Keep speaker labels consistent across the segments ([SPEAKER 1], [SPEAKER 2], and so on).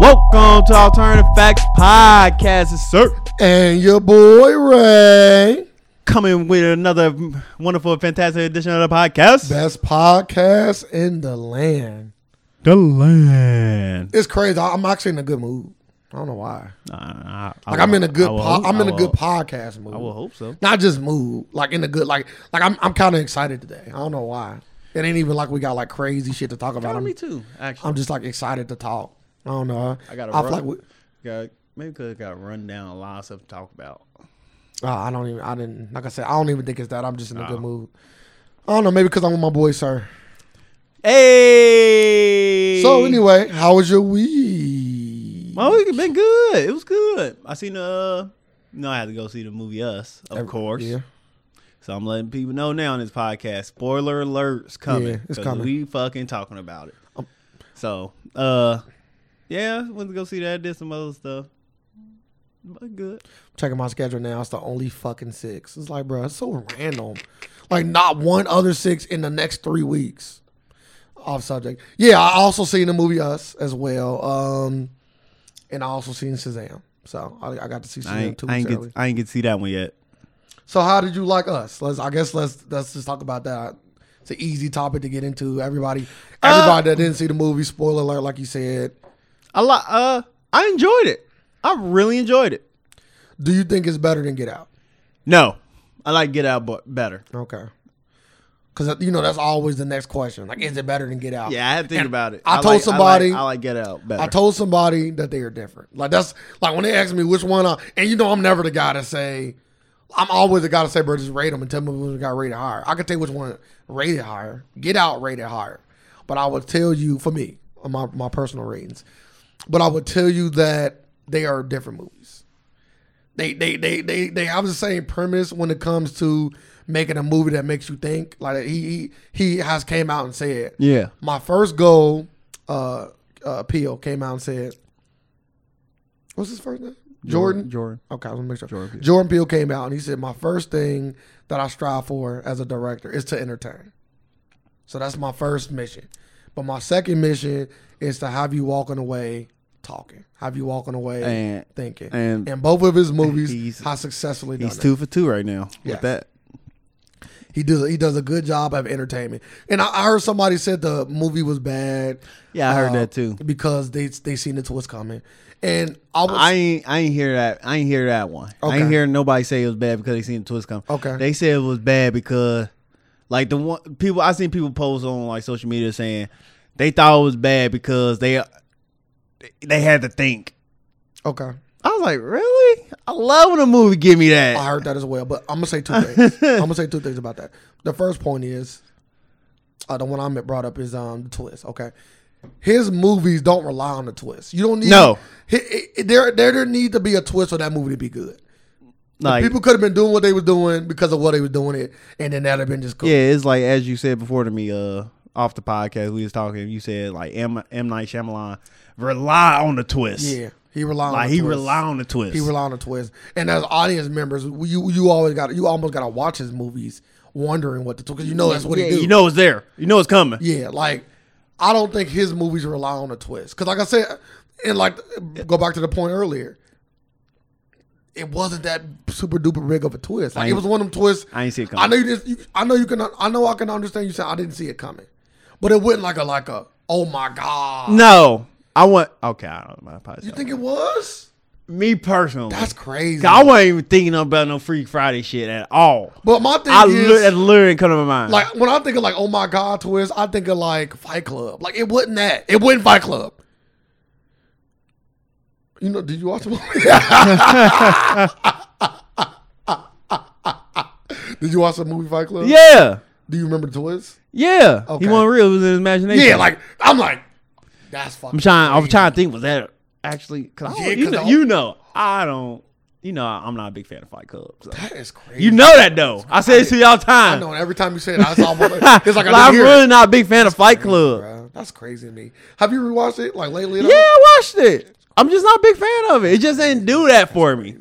[SPEAKER 1] to Alternative Facts Podcast, It's sir.
[SPEAKER 2] And your boy Ray.
[SPEAKER 1] Coming with another wonderful, fantastic edition of the podcast.
[SPEAKER 2] Best podcast in the land.
[SPEAKER 1] the land.
[SPEAKER 2] It's crazy. I- I'm actually in a good mood. I don't know why.
[SPEAKER 1] Nah, I, I
[SPEAKER 2] Like
[SPEAKER 1] will-
[SPEAKER 2] I'm in a good
[SPEAKER 1] I will
[SPEAKER 2] po-
[SPEAKER 1] hope-
[SPEAKER 2] I'm in
[SPEAKER 1] I
[SPEAKER 2] a
[SPEAKER 1] will-
[SPEAKER 2] good podcast mood.
[SPEAKER 1] I will hope so.
[SPEAKER 2] Not just mood. Like in a good like like I'm I'm kinda excited today. I don't know why. It ain't even like we got like crazy shit to talk about.
[SPEAKER 1] Oh,
[SPEAKER 2] I'm,
[SPEAKER 1] me too, actually.
[SPEAKER 2] I'm just like excited to talk. I don't know.
[SPEAKER 1] I got a
[SPEAKER 2] I feel
[SPEAKER 1] run-
[SPEAKER 2] like we,
[SPEAKER 1] got, maybe because I got run down a lot of stuff to talk about.
[SPEAKER 2] Uh, I don't even. I didn't. Like I said, I don't even think it's that. I'm just in a good mood. I don't know. Maybe because I'm with my boy, sir.
[SPEAKER 1] Hey!
[SPEAKER 2] So anyway, how was your week?
[SPEAKER 1] My week has been good. It was good. I seen the. No, I had to go see the movie Us, of course.
[SPEAKER 2] Yeah.
[SPEAKER 1] So I'm letting people know now on this podcast. Spoiler alerts coming.
[SPEAKER 2] Yeah, it's
[SPEAKER 1] 'cause
[SPEAKER 2] coming. Um,
[SPEAKER 1] We fucking talking about it. so, uh, yeah, went to go see that. Did some other stuff. But good.
[SPEAKER 2] Checking my schedule now. It's the only fucking six. It's like, bro, it's so random. Like not one other six in the next three weeks. Off subject. Yeah, I also seen the movie Us as well. Um, and I also seen Shazam. So I, I got to see
[SPEAKER 1] I
[SPEAKER 2] Shazam
[SPEAKER 1] ain't,
[SPEAKER 2] two
[SPEAKER 1] I
[SPEAKER 2] weeks
[SPEAKER 1] ain't get
[SPEAKER 2] early.
[SPEAKER 1] I ain't get to see that one yet.
[SPEAKER 2] So how did you like us? Let's I guess let's let's just talk about that. It's an easy topic to get into. Everybody everybody
[SPEAKER 1] Um,
[SPEAKER 2] that didn't see the movie, spoiler alert, like you said.
[SPEAKER 1] I li- uh I enjoyed it. I really enjoyed it.
[SPEAKER 2] Do you think it's better than Get Out?
[SPEAKER 1] No, I like Get Out but better.
[SPEAKER 2] Okay. Cause you know that's always the next question. Like, is it better than Get Out?
[SPEAKER 1] Yeah, I had to think
[SPEAKER 2] And
[SPEAKER 1] about it.
[SPEAKER 2] I
[SPEAKER 1] like-
[SPEAKER 2] told
[SPEAKER 1] like- I
[SPEAKER 2] somebody-
[SPEAKER 1] like, Get Out better.
[SPEAKER 2] I told somebody that they are different. Like that's like when they ask me which one, I, and you know I'm never the guy to say. I'm always the guy to say, bro, just rate them and tell me which one got rated higher. I could tell you which one rated higher. Get out rated higher, but I would tell you for me, on my my personal ratings, but I would tell you that they are different movies. They they they they they have the same premise when it comes to making a movie that makes you think. Like he he, he has came out and said,
[SPEAKER 1] yeah.
[SPEAKER 2] my first goal uh, uh Peel came out and said what's his first name jordan
[SPEAKER 1] Jordan.
[SPEAKER 2] okay i want to make sure
[SPEAKER 1] Jordan Peele.
[SPEAKER 2] jordan, Peele came out and he said my first thing that i strive for as a director is to entertain so that's my first mission but my second mission is to have you walking away talking have you walking away
[SPEAKER 1] And-
[SPEAKER 2] thinking
[SPEAKER 1] and-
[SPEAKER 2] and both of his movies
[SPEAKER 1] He's-
[SPEAKER 2] how successfully done
[SPEAKER 1] He's
[SPEAKER 2] that.
[SPEAKER 1] two for two right now
[SPEAKER 2] Yes.
[SPEAKER 1] with that.
[SPEAKER 2] he does he does a good job of entertainment and I, I heard somebody said the movie was bad
[SPEAKER 1] Yeah, I heard
[SPEAKER 2] uh,
[SPEAKER 1] that too.
[SPEAKER 2] because they they seen it was coming, and I was
[SPEAKER 1] I ain't I ain't hear that I ain't hear that one. I ain't
[SPEAKER 2] Okay.
[SPEAKER 1] hear nobody say it was bad because they seen the twist come.
[SPEAKER 2] Okay.
[SPEAKER 1] They said it was bad because like the one people I seen people post on like social media saying they thought it was bad because they they had to think.
[SPEAKER 2] okay.
[SPEAKER 1] I was like, really? I love when a movie give me that.
[SPEAKER 2] I heard that as well, but I'm gonna say two things. I'm gonna say two things about that. The first point is, uh, the one I brought up is um the twist. Okay, his movies don't rely on the twist. You don't need
[SPEAKER 1] No.
[SPEAKER 2] He- he- he- there there didn't need to be a twist for that movie to be good.
[SPEAKER 1] like
[SPEAKER 2] People could have been doing what they were doing because of what they were doing it, and then that'd have been just cool.
[SPEAKER 1] Yeah, it's like as you said before to me, uh, off the podcast we was talking. You said like M M Night Shyamalan rely on the twist.
[SPEAKER 2] Yeah, he relied.
[SPEAKER 1] like
[SPEAKER 2] on the
[SPEAKER 1] he
[SPEAKER 2] twist.
[SPEAKER 1] rely on the twist.
[SPEAKER 2] He relied on the twist, and as audience members, you you always got you almost got to watch his movies, wondering what the because you know that's what
[SPEAKER 1] yeah,
[SPEAKER 2] he do.
[SPEAKER 1] you know it's there. You know it's coming.
[SPEAKER 2] yeah. Like I don't think his movies rely on the twist because, like I said, and like go back to the point earlier, it wasn't that super duper big of a twist. Like it was one of them twists.
[SPEAKER 1] I ain't see it
[SPEAKER 2] I
[SPEAKER 1] coming.
[SPEAKER 2] know you, just, you. I know you can. I know I can understand you saying I didn't see it coming, but it wasn't like a like a oh my god.
[SPEAKER 1] No, I want. Okay, I don't. My apologies.
[SPEAKER 2] You think it was?
[SPEAKER 1] me personally?
[SPEAKER 2] That's crazy.
[SPEAKER 1] I wasn't even thinking about no Freak Friday shit at all.
[SPEAKER 2] But my thing
[SPEAKER 1] I
[SPEAKER 2] is,
[SPEAKER 1] li- that literally didn't come to my mind.
[SPEAKER 2] Like when I think of like oh my god twist, I think of like Fight Club. Like it wasn't that. It wasn't Fight Club. You know? Did you watch the movie? did you watch the movie Fight Club?
[SPEAKER 1] yeah,
[SPEAKER 2] Do you remember the twist?
[SPEAKER 1] yeah.
[SPEAKER 2] Okay.
[SPEAKER 1] He wasn't real. It was in his imagination.
[SPEAKER 2] Yeah. Like I'm like that's fucking.
[SPEAKER 1] I'm trying. I'm trying to think. Was that actually? Cause I
[SPEAKER 2] Oh, Yeah,
[SPEAKER 1] don't- you
[SPEAKER 2] 'cause
[SPEAKER 1] know,
[SPEAKER 2] I-
[SPEAKER 1] you know, I don't. You know, I'm not a big fan of Fight Club. so.
[SPEAKER 2] That is crazy.
[SPEAKER 1] You know that though. I said it to y'all
[SPEAKER 2] I
[SPEAKER 1] time.
[SPEAKER 2] know. And every time you say it, I saw.
[SPEAKER 1] Like,
[SPEAKER 2] It's like I
[SPEAKER 1] I'm
[SPEAKER 2] didn't hear
[SPEAKER 1] really
[SPEAKER 2] it.
[SPEAKER 1] not a big fan of Fight Club.
[SPEAKER 2] Bruh, That's crazy to me. Have you rewatched it like lately? at
[SPEAKER 1] Yeah,
[SPEAKER 2] all?
[SPEAKER 1] I watched it. I'm just not a big fan of it. It just didn't do that for me.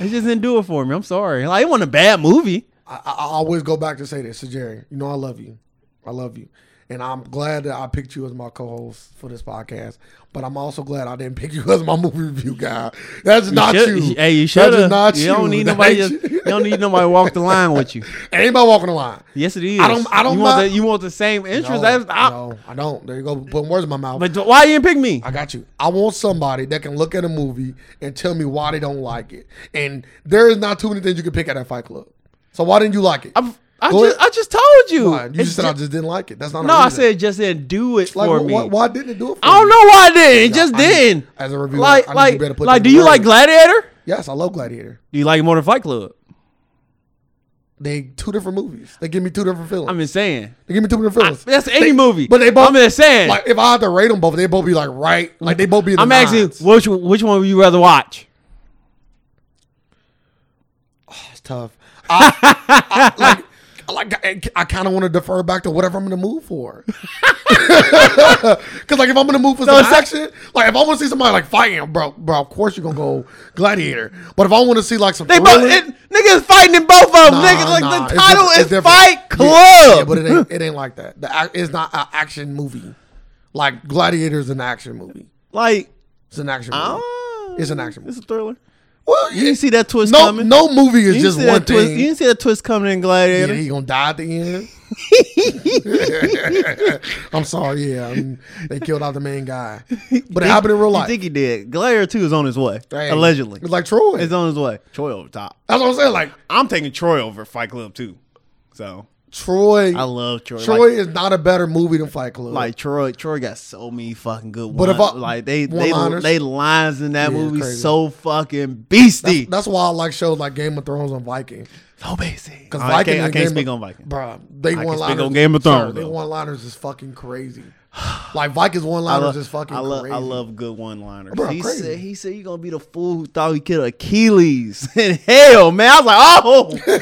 [SPEAKER 1] It just didn't do it for me. I'm sorry. Like it wasn't a bad movie.
[SPEAKER 2] I, I I always go back to say this to Jerry. You know I love you. I love you. And I'm glad that I picked you as my co-host for this podcast, but I'm also glad I didn't pick you as my movie review guy. That's not
[SPEAKER 1] should-
[SPEAKER 2] you.
[SPEAKER 1] Hey, you
[SPEAKER 2] That
[SPEAKER 1] should
[SPEAKER 2] is
[SPEAKER 1] have.
[SPEAKER 2] not
[SPEAKER 1] you
[SPEAKER 2] you.
[SPEAKER 1] don't need
[SPEAKER 2] That
[SPEAKER 1] nobody.
[SPEAKER 2] ain't
[SPEAKER 1] Else,
[SPEAKER 2] you.
[SPEAKER 1] you don't need nobody walk the line with you.
[SPEAKER 2] Anybody walking the line?
[SPEAKER 1] Yes, it is.
[SPEAKER 2] I don't- I don't
[SPEAKER 1] You want,
[SPEAKER 2] mind-
[SPEAKER 1] the, you want the same interest.
[SPEAKER 2] no,
[SPEAKER 1] as, I,
[SPEAKER 2] no, I don't. There you go, putting words in my mouth.
[SPEAKER 1] But why you didn't pick me?
[SPEAKER 2] I got you. I want somebody that can look at a movie and tell me why they don't like it. And there is not too many things you can pick out at Fight Club. So why didn't you like it?
[SPEAKER 1] I, I
[SPEAKER 2] Go
[SPEAKER 1] just I just told you.
[SPEAKER 2] Why? You just
[SPEAKER 1] It's
[SPEAKER 2] said I
[SPEAKER 1] ju-
[SPEAKER 2] just didn't like it. That's not. a
[SPEAKER 1] no. I
[SPEAKER 2] reason.
[SPEAKER 1] said it just didn't do it
[SPEAKER 2] like
[SPEAKER 1] for
[SPEAKER 2] wh-
[SPEAKER 1] me.
[SPEAKER 2] why, why didn't it do it? For
[SPEAKER 1] I don't
[SPEAKER 2] you?
[SPEAKER 1] know why it didn't. It just
[SPEAKER 2] I need-
[SPEAKER 1] didn't.
[SPEAKER 2] as a reviewer,
[SPEAKER 1] like
[SPEAKER 2] I need
[SPEAKER 1] like
[SPEAKER 2] you better put
[SPEAKER 1] like.
[SPEAKER 2] that
[SPEAKER 1] Do
[SPEAKER 2] in
[SPEAKER 1] you
[SPEAKER 2] words.
[SPEAKER 1] like Gladiator?
[SPEAKER 2] Yes, I love Gladiator.
[SPEAKER 1] Do you like it more than Fight Club?
[SPEAKER 2] They two different movies. They give me two different feelings.
[SPEAKER 1] I'm just saying.
[SPEAKER 2] they give me two different feelings.
[SPEAKER 1] That's any
[SPEAKER 2] They-
[SPEAKER 1] movie.
[SPEAKER 2] but they both.
[SPEAKER 1] I'm just saying.
[SPEAKER 2] like if I had to rate them both, they both be like right. Like they both be. In the
[SPEAKER 1] I'm asking
[SPEAKER 2] nines.
[SPEAKER 1] which which one would you rather watch?
[SPEAKER 2] It's tough. I, I, like, I like, I, I kind of want to defer back to whatever I'm in the mood for. Because like, if I'm in the mood for some action, like if I want to see somebody like fighting, bro, bro, of course you're gonna go Gladiator. But if I want to see like some,
[SPEAKER 1] They both
[SPEAKER 2] thriller-
[SPEAKER 1] it, niggas fighting in both of them.
[SPEAKER 2] Nah,
[SPEAKER 1] nigga, like
[SPEAKER 2] nah,
[SPEAKER 1] the
[SPEAKER 2] it's
[SPEAKER 1] title
[SPEAKER 2] different- it's
[SPEAKER 1] is
[SPEAKER 2] different.
[SPEAKER 1] Fight
[SPEAKER 2] Yeah,
[SPEAKER 1] Club.
[SPEAKER 2] Yeah, but it ain't, it ain't like that. The, ac- it's not an action movie. Like Gladiator is an action movie.
[SPEAKER 1] like
[SPEAKER 2] It's an action movie. It's an action
[SPEAKER 1] It's a thriller.
[SPEAKER 2] well,
[SPEAKER 1] Oh. You didn't see that twist
[SPEAKER 2] no,
[SPEAKER 1] coming.
[SPEAKER 2] no movie is
[SPEAKER 1] you didn't
[SPEAKER 2] just
[SPEAKER 1] see that
[SPEAKER 2] one
[SPEAKER 1] twist. You
[SPEAKER 2] thing.
[SPEAKER 1] didn't see that twist coming in
[SPEAKER 2] Yeah,
[SPEAKER 1] Gladiator.
[SPEAKER 2] he gonna die at the end. I'm sorry. Yeah, I mean, they killed out the main guy, but it happened in real
[SPEAKER 1] I
[SPEAKER 2] life.
[SPEAKER 1] think he did. Gladiator Two is on his way,
[SPEAKER 2] Hey,
[SPEAKER 1] allegedly.
[SPEAKER 2] it's like Troy.
[SPEAKER 1] It's on his way. Troy over top.
[SPEAKER 2] That's what I'm saying. Like
[SPEAKER 1] I'm taking Troy over Fight Club Two. So
[SPEAKER 2] Troy.
[SPEAKER 1] I love Troy.
[SPEAKER 2] Troy
[SPEAKER 1] Like,
[SPEAKER 2] is not a better movie than Fight Club.
[SPEAKER 1] like Troy, Troy got so many fucking good
[SPEAKER 2] But
[SPEAKER 1] ones.
[SPEAKER 2] if I-
[SPEAKER 1] like they, they,
[SPEAKER 2] one-liners?
[SPEAKER 1] they lines in that
[SPEAKER 2] Yeah,
[SPEAKER 1] movie
[SPEAKER 2] crazy.
[SPEAKER 1] so fucking beastie.
[SPEAKER 2] that's why I like shows like Game of Thrones and Viking.
[SPEAKER 1] so basic.
[SPEAKER 2] Because
[SPEAKER 1] I
[SPEAKER 2] Viking,
[SPEAKER 1] can't, I
[SPEAKER 2] and
[SPEAKER 1] can't
[SPEAKER 2] Game
[SPEAKER 1] speak
[SPEAKER 2] of-
[SPEAKER 1] on Viking.
[SPEAKER 2] Bruh, they
[SPEAKER 1] can
[SPEAKER 2] one liners.
[SPEAKER 1] speak on Game of Thrones,
[SPEAKER 2] They
[SPEAKER 1] though.
[SPEAKER 2] one liners is fucking crazy. Like Vikings one
[SPEAKER 1] I
[SPEAKER 2] liners
[SPEAKER 1] love,
[SPEAKER 2] is fucking
[SPEAKER 1] I love,
[SPEAKER 2] crazy.
[SPEAKER 1] I love good one-liners.
[SPEAKER 2] Bruh,
[SPEAKER 1] he
[SPEAKER 2] crazy.
[SPEAKER 1] said, he said, you're gonna be the fool who thought he killed Achilles in hell, man. I was like, oh,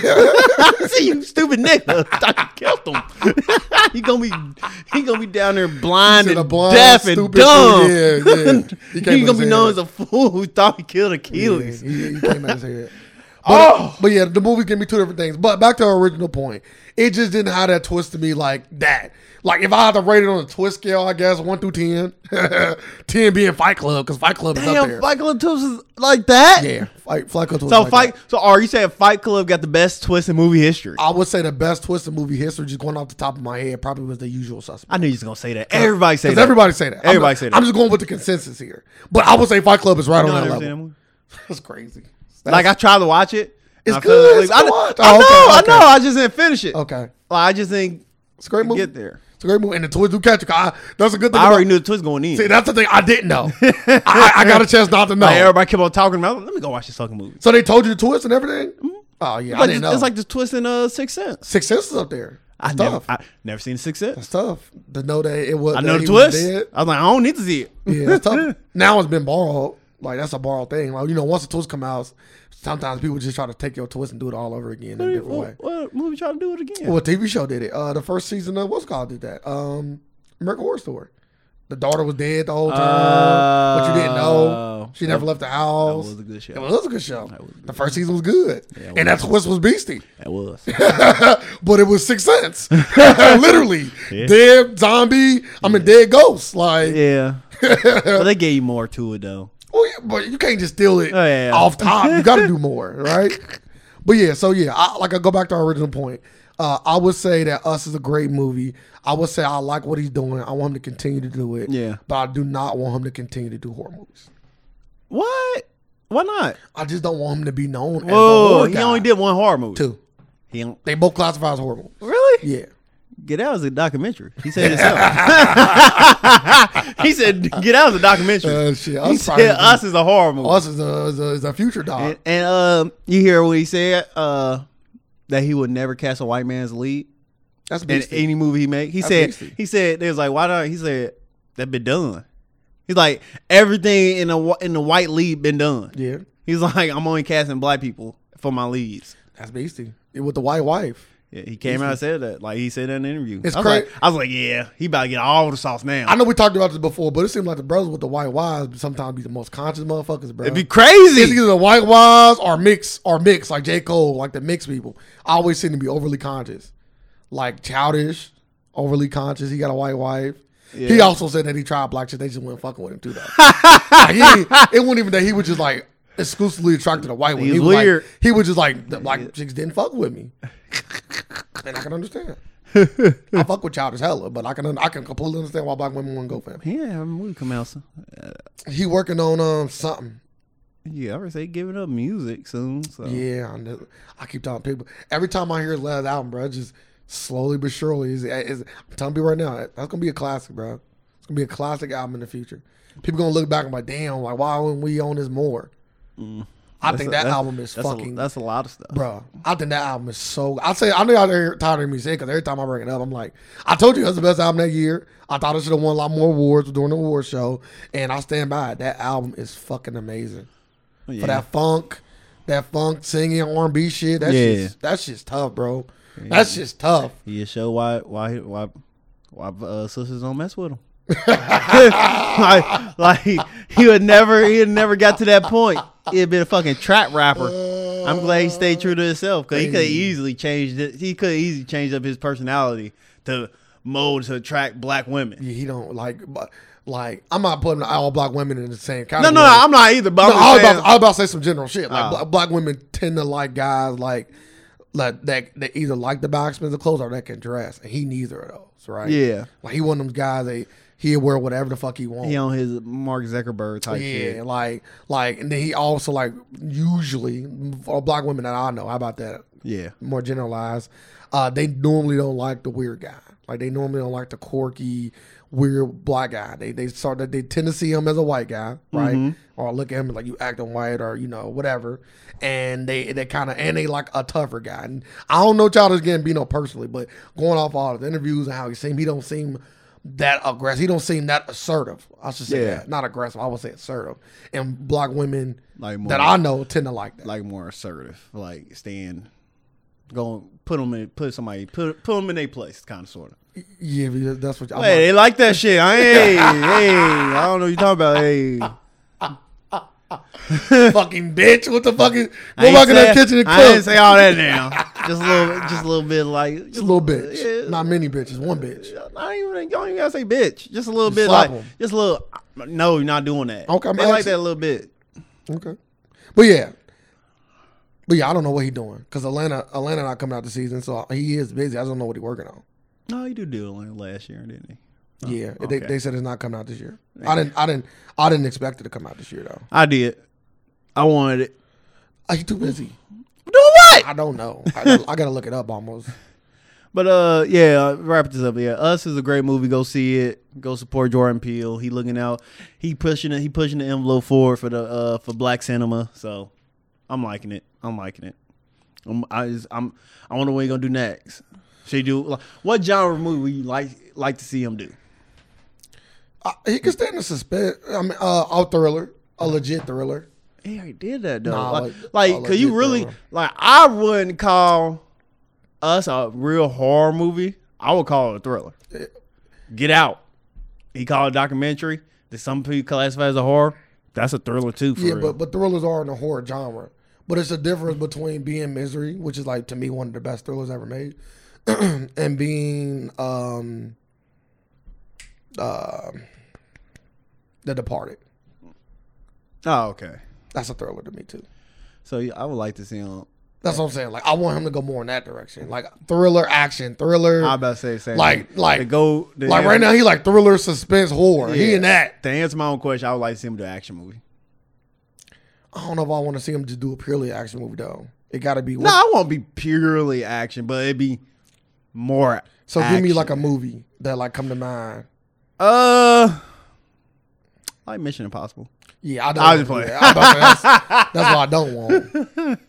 [SPEAKER 1] I see you, stupid nigga. Thought you killed him. he gonna be, he gonna be down there blind
[SPEAKER 2] He's in a
[SPEAKER 1] and
[SPEAKER 2] blind,
[SPEAKER 1] deaf and
[SPEAKER 2] stupid
[SPEAKER 1] dumb.
[SPEAKER 2] fool. Yeah, yeah. He
[SPEAKER 1] He
[SPEAKER 2] came
[SPEAKER 1] gonna
[SPEAKER 2] with
[SPEAKER 1] be
[SPEAKER 2] his
[SPEAKER 1] known as
[SPEAKER 2] head.
[SPEAKER 1] a fool who thought he killed Achilles.
[SPEAKER 2] Yeah, he, he came out his head. But,
[SPEAKER 1] Oh!
[SPEAKER 2] but yeah, the movie gave me two different things. But back to our original point, it just didn't have that twist to me like that. Like if I had to rate it on a twist scale, I guess one through ten, ten being Fight Club because Fight Club is up
[SPEAKER 1] Damn,
[SPEAKER 2] there.
[SPEAKER 1] Fight Club twist is like that.
[SPEAKER 2] yeah, Fight, Fight Club. was
[SPEAKER 1] So
[SPEAKER 2] like
[SPEAKER 1] fight.
[SPEAKER 2] that. Uh,
[SPEAKER 1] So are you saying Fight Club got the best twist in movie history?
[SPEAKER 2] I would say the best twist in movie history, just going off the top of my head, probably was The Usual Suspect.
[SPEAKER 1] I knew you was gonna say that. Everybody say
[SPEAKER 2] Because
[SPEAKER 1] that.
[SPEAKER 2] everybody say that. I'm
[SPEAKER 1] Everybody
[SPEAKER 2] not-
[SPEAKER 1] say that.
[SPEAKER 2] I'm just going with the consensus here. But I would say Fight Club is right
[SPEAKER 1] You know,
[SPEAKER 2] on
[SPEAKER 1] I
[SPEAKER 2] that
[SPEAKER 1] never seen that
[SPEAKER 2] level.
[SPEAKER 1] movie.
[SPEAKER 2] That's crazy.
[SPEAKER 1] like I tried to watch it. and
[SPEAKER 2] It's
[SPEAKER 1] I fell
[SPEAKER 2] good,
[SPEAKER 1] asleep.
[SPEAKER 2] it's
[SPEAKER 1] I,
[SPEAKER 2] good
[SPEAKER 1] kn-
[SPEAKER 2] watch.
[SPEAKER 1] I
[SPEAKER 2] Oh,
[SPEAKER 1] know.
[SPEAKER 2] okay,
[SPEAKER 1] I
[SPEAKER 2] okay.
[SPEAKER 1] know. I just didn't finish it.
[SPEAKER 2] okay.
[SPEAKER 1] Like, I just didn't
[SPEAKER 2] It's a great movie.
[SPEAKER 1] get there.
[SPEAKER 2] It's a great movie, and the twist do catch you. 'cause I- That's a good thing.
[SPEAKER 1] I already
[SPEAKER 2] about-
[SPEAKER 1] knew the twist going in.
[SPEAKER 2] See, that's the thing I didn't know. I, I got a chance not to know.
[SPEAKER 1] like, everybody kept on talking about. it. Let me go watch this fucking movie.
[SPEAKER 2] so they told you the twist and everything. Oh yeah, I
[SPEAKER 1] Like,
[SPEAKER 2] didn't
[SPEAKER 1] Mm-hmm. it's,
[SPEAKER 2] know.
[SPEAKER 1] it's like the twist in uh Sixth Sense.
[SPEAKER 2] Six Sense is up there.
[SPEAKER 1] I
[SPEAKER 2] It's
[SPEAKER 1] never,
[SPEAKER 2] tough.
[SPEAKER 1] I never seen Sixth Sense.
[SPEAKER 2] it's tough to know that it was.
[SPEAKER 1] I know the
[SPEAKER 2] that he was
[SPEAKER 1] twist.
[SPEAKER 2] dead.
[SPEAKER 1] I was like, I don't need to see it.
[SPEAKER 2] Yeah, it's tough. now it's been borrowed. Like that's a borrowed thing. Like you know, once the twist come out, sometimes people just try to take your twist and do it all over again in a different way.
[SPEAKER 1] What, what movie try to do it again?
[SPEAKER 2] Well, TV show did it. Uh, the first season of what's it called did that. Um, American Horror Story. The daughter was dead the whole time, but you didn't know.
[SPEAKER 1] Oh.
[SPEAKER 2] She never left the house.
[SPEAKER 1] was a good show.
[SPEAKER 2] It was a good show. the first season was good,
[SPEAKER 1] it
[SPEAKER 2] and that twist was beastie.
[SPEAKER 1] That was.
[SPEAKER 2] but it was Sixth Sense, literally dead zombie. I mean, dead ghost. Like,
[SPEAKER 1] yeah. but they gave you more to it though.
[SPEAKER 2] Well, yeah, but you can't just steal it
[SPEAKER 1] Oh, yeah, yeah.
[SPEAKER 2] off top. You got to do more, right? But yeah, so yeah, I, like I go back to our original point. Uh, I would say that Us is a great movie. I would say I like what he's doing. I want him to continue to do it.
[SPEAKER 1] Yeah.
[SPEAKER 2] But I do not want him to continue to do horror movies.
[SPEAKER 1] What? Why not?
[SPEAKER 2] I just don't want him to be known as a
[SPEAKER 1] Whoa!
[SPEAKER 2] horror
[SPEAKER 1] He
[SPEAKER 2] guy.
[SPEAKER 1] only did one horror movie.
[SPEAKER 2] two.
[SPEAKER 1] He don't,
[SPEAKER 2] They both classify as horror movies.
[SPEAKER 1] really?
[SPEAKER 2] Yeah.
[SPEAKER 1] Get Out is a documentary. He said himself. he said Get Out is a documentary.
[SPEAKER 2] Uh, shit,
[SPEAKER 1] he
[SPEAKER 2] Us,
[SPEAKER 1] said
[SPEAKER 2] probably,
[SPEAKER 1] Us is a horror movie.
[SPEAKER 2] Us is a, is a, is a future dog.
[SPEAKER 1] And, and, um, you hear what he said uh, that he would never cast a white man's lead
[SPEAKER 2] That's
[SPEAKER 1] in
[SPEAKER 2] beastie.
[SPEAKER 1] any movie he make. He
[SPEAKER 2] That's
[SPEAKER 1] said
[SPEAKER 2] beastie.
[SPEAKER 1] he said they was like why not? He said that been done. He's like everything in the wh- in the white lead been done.
[SPEAKER 2] yeah.
[SPEAKER 1] He's like I'm only casting black people for my leads.
[SPEAKER 2] That's beastie. With the white wife.
[SPEAKER 1] Yeah, he came out and said that. Like he said that in an interview.
[SPEAKER 2] It's
[SPEAKER 1] I was,
[SPEAKER 2] cra-
[SPEAKER 1] like, I was like, yeah, he about to get all the sauce now.
[SPEAKER 2] I know we talked about this before, but it seems like the brothers with the white wives sometimes be the most conscious motherfuckers, bro.
[SPEAKER 1] It'd be crazy.
[SPEAKER 2] it's either the white wives or mix or mix like J Cole, like the mix people. I always seem to be overly conscious, like childish, overly conscious. He got a white wife. He
[SPEAKER 1] Yeah.
[SPEAKER 2] also said that he tried black chicks. They just weren't fucking with him too. Though Like, he, it wasn't even that he was just like exclusively attracted to white women.
[SPEAKER 1] He's
[SPEAKER 2] he was
[SPEAKER 1] weird.
[SPEAKER 2] Like, he was just like the black chicks didn't fuck with me, and I can understand. I fuck with childish hella, but I can I can completely understand why black women wouldn't go for him.
[SPEAKER 1] Yeah, I'm with Kamelson. Uh,
[SPEAKER 2] He working on um something.
[SPEAKER 1] yeah, I would say giving up music soon. So
[SPEAKER 2] Yeah, I, know. I keep telling people every time I hear his last album, bro, it's just slowly but surely. Is, is, I'm telling people right now, that's gonna be a classic, bro. It's gonna be a classic album in the future. People gonna look back and be like, damn, like why wouldn't we own this more? I think
[SPEAKER 1] a- Mm.
[SPEAKER 2] that
[SPEAKER 1] that's-
[SPEAKER 2] album is
[SPEAKER 1] that's
[SPEAKER 2] fucking,
[SPEAKER 1] A, that's a lot of stuff.
[SPEAKER 2] bro. I think that album is so. I say I know y'all are tired of me saying because every time I bring it up, I'm like, I told you that's the best album that year. I thought it should have won a lot more awards during the award show, and I stand by it. That album is fucking amazing
[SPEAKER 1] yeah.
[SPEAKER 2] for that funk, that funk singing R and B shit. That's
[SPEAKER 1] Yeah.
[SPEAKER 2] just that's just tough, bro. That's just tough.
[SPEAKER 1] You show why why why why uh, sisters don't mess with him. like, like he would never he would never got to that point. He'd been a fucking trap rapper. I'm glad he stayed true to himself because he could have easily changed it. He could have easily changed up his personality to mold to attract black women.
[SPEAKER 2] Yeah, he don't like, but like I'm not putting all black women in the same
[SPEAKER 1] No,
[SPEAKER 2] category.
[SPEAKER 1] no, no, I'm not either. But
[SPEAKER 2] No,
[SPEAKER 1] I'm
[SPEAKER 2] I was
[SPEAKER 1] just saying,
[SPEAKER 2] about, I was about to say some general shit. Like
[SPEAKER 1] Oh.
[SPEAKER 2] black, black women tend to like guys like like that that either like the backsmith of clothes or that can dress, and he neither of those, right?
[SPEAKER 1] Yeah.
[SPEAKER 2] like he one of them guys that he'll wear whatever the fuck he wants.
[SPEAKER 1] he on his Mark Zuckerberg type
[SPEAKER 2] Yeah,
[SPEAKER 1] shit.
[SPEAKER 2] like like, and then he also like usually for black women that I know. How about that?
[SPEAKER 1] Yeah,
[SPEAKER 2] more generalized, uh, they normally don't like the weird guy. Like they normally don't like the quirky, weird black guy. They they start that they tend to see him as a white guy, right?
[SPEAKER 1] Mm-hmm.
[SPEAKER 2] Or look at him like you acting white or you know whatever. And they they kind of and they like a tougher guy. And I don't know Childish Gambino personally, but going off all his interviews and how he seemed, he don't seem that aggressive. He don't seem that assertive. I should say
[SPEAKER 1] Yeah.
[SPEAKER 2] that. not aggressive. I would say assertive. And black women
[SPEAKER 1] like more
[SPEAKER 2] that I know tend to like that.
[SPEAKER 1] like more assertive, like stand, go put them in, put somebody, put put them in their place, kind of sort of.
[SPEAKER 2] yeah, because that's what. I'm
[SPEAKER 1] Hey, they like that shit. I hey, hey, I don't know what you talking about. Hey,
[SPEAKER 2] fucking bitch. What the fuck is
[SPEAKER 1] I
[SPEAKER 2] go
[SPEAKER 1] ain't
[SPEAKER 2] back in that
[SPEAKER 1] say-
[SPEAKER 2] kitchen and
[SPEAKER 1] I didn't
[SPEAKER 2] cook?
[SPEAKER 1] say all that now. Just a little, just a little bit like just
[SPEAKER 2] Just a little bitch.
[SPEAKER 1] Yeah.
[SPEAKER 2] Not many bitches. One bitch.
[SPEAKER 1] I don't even, you don't even gotta say bitch. Just a little bit
[SPEAKER 2] slap
[SPEAKER 1] like,
[SPEAKER 2] 'em.
[SPEAKER 1] just a little. No, you're not doing that.
[SPEAKER 2] Okay, I'm
[SPEAKER 1] they like
[SPEAKER 2] asking-
[SPEAKER 1] that a little bit.
[SPEAKER 2] Okay. But yeah. But yeah, I don't know what he doing because Atlanta, Atlanta not coming out the season, so he is busy. I just don't know what he working on.
[SPEAKER 1] No, you do do it last year, didn't he?
[SPEAKER 2] yeah, they,
[SPEAKER 1] okay.
[SPEAKER 2] they said it's not coming out this year. I didn't, I didn't, I didn't expect it to come out this year though.
[SPEAKER 1] I did. I wanted it.
[SPEAKER 2] Are Oh, you too busy?
[SPEAKER 1] Do what?
[SPEAKER 2] I don't know. I, gotta- I gotta look it up almost.
[SPEAKER 1] But uh, yeah, wrap this up. Yeah, Us is a great movie. Go see it. Go support Jordan Peele. He looking out. He pushing it. He pushing the envelope forward for the uh for black cinema. So I'm liking it. I'm liking it. I'm I just, I'm I wonder what he gonna do next. Should he do like, what genre of movie would you like like to see him do?
[SPEAKER 2] I, Uh, he could stand in suspense. I mean, uh, a thriller, a legit thriller.
[SPEAKER 1] He already did that though.
[SPEAKER 2] Nah,
[SPEAKER 1] like,
[SPEAKER 2] like-
[SPEAKER 1] like,
[SPEAKER 2] I
[SPEAKER 1] cause you
[SPEAKER 2] legit
[SPEAKER 1] really
[SPEAKER 2] don't.
[SPEAKER 1] like I wouldn't call us a real horror movie. I would call it a thriller. Get out. He called it a documentary that some people classify as a horror. That's a thriller too. For
[SPEAKER 2] Yeah,
[SPEAKER 1] real.
[SPEAKER 2] but but thrillers are in the horror genre. But it's a difference between being misery, which is like to me one of the best thrillers ever made, and being um uh, The Departed.
[SPEAKER 1] oh okay.
[SPEAKER 2] That's a thriller to me too.
[SPEAKER 1] So yeah, I would like to see him.
[SPEAKER 2] That's what I'm saying. Like I want him to go more in that direction. Like thriller action, thriller.
[SPEAKER 1] I about to say the same.
[SPEAKER 2] Like-
[SPEAKER 1] thing.
[SPEAKER 2] like-
[SPEAKER 1] to go to
[SPEAKER 2] like
[SPEAKER 1] answer-
[SPEAKER 2] right now he like thriller suspense horror. He
[SPEAKER 1] yeah.
[SPEAKER 2] in that.
[SPEAKER 1] To answer my own question, I would like to see him do an action movie.
[SPEAKER 2] I don't know if I want to see him just do a purely action movie though. It got to be
[SPEAKER 1] No, I won't be purely action, but it'd be more.
[SPEAKER 2] so. Give me
[SPEAKER 1] action.
[SPEAKER 2] like a movie that like come to mind.
[SPEAKER 1] Uh, I like Mission Impossible.
[SPEAKER 2] Yeah, I don't.
[SPEAKER 1] I was
[SPEAKER 2] wanna do
[SPEAKER 1] just
[SPEAKER 2] that. I don't- that's, that's what I don't want.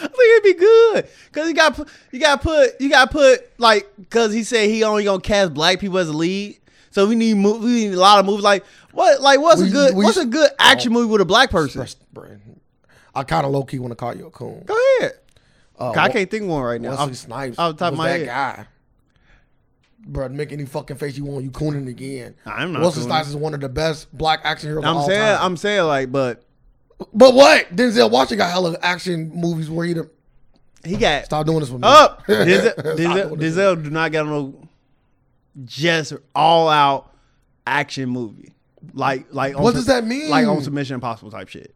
[SPEAKER 1] I think it'd be good because you got you got put you got put like because he said he only gonna cast black people as a lead. So we need mo- we need a lot of movies like what like what's
[SPEAKER 2] We-
[SPEAKER 1] a good
[SPEAKER 2] we-
[SPEAKER 1] what's a good action movie with a black person?
[SPEAKER 2] Press- bruh. I kind of low key want to call you a coon.
[SPEAKER 1] Go ahead.
[SPEAKER 2] Uh,
[SPEAKER 1] I can't think of one right now.
[SPEAKER 2] Wesley Snipes.
[SPEAKER 1] off the top of
[SPEAKER 2] was
[SPEAKER 1] my
[SPEAKER 2] that
[SPEAKER 1] head.
[SPEAKER 2] guy. Bro, make any fucking face you want. You cooning again.
[SPEAKER 1] I'm not
[SPEAKER 2] Wesley
[SPEAKER 1] cooning.
[SPEAKER 2] Snipes is one of the best black action heroes.
[SPEAKER 1] I'm
[SPEAKER 2] of all
[SPEAKER 1] saying
[SPEAKER 2] time.
[SPEAKER 1] I'm saying like, but
[SPEAKER 2] but what? Denzel Washington got hella action movies where he done,
[SPEAKER 1] he got
[SPEAKER 2] stop doing this with me.
[SPEAKER 1] up.
[SPEAKER 2] Stop
[SPEAKER 1] Oh, Denzel, Denzel,
[SPEAKER 2] doing this with me.
[SPEAKER 1] Denzel do not got no just all out action movie. Like like on
[SPEAKER 2] What
[SPEAKER 1] some-
[SPEAKER 2] does that mean?
[SPEAKER 1] Like on some Mission Impossible type shit.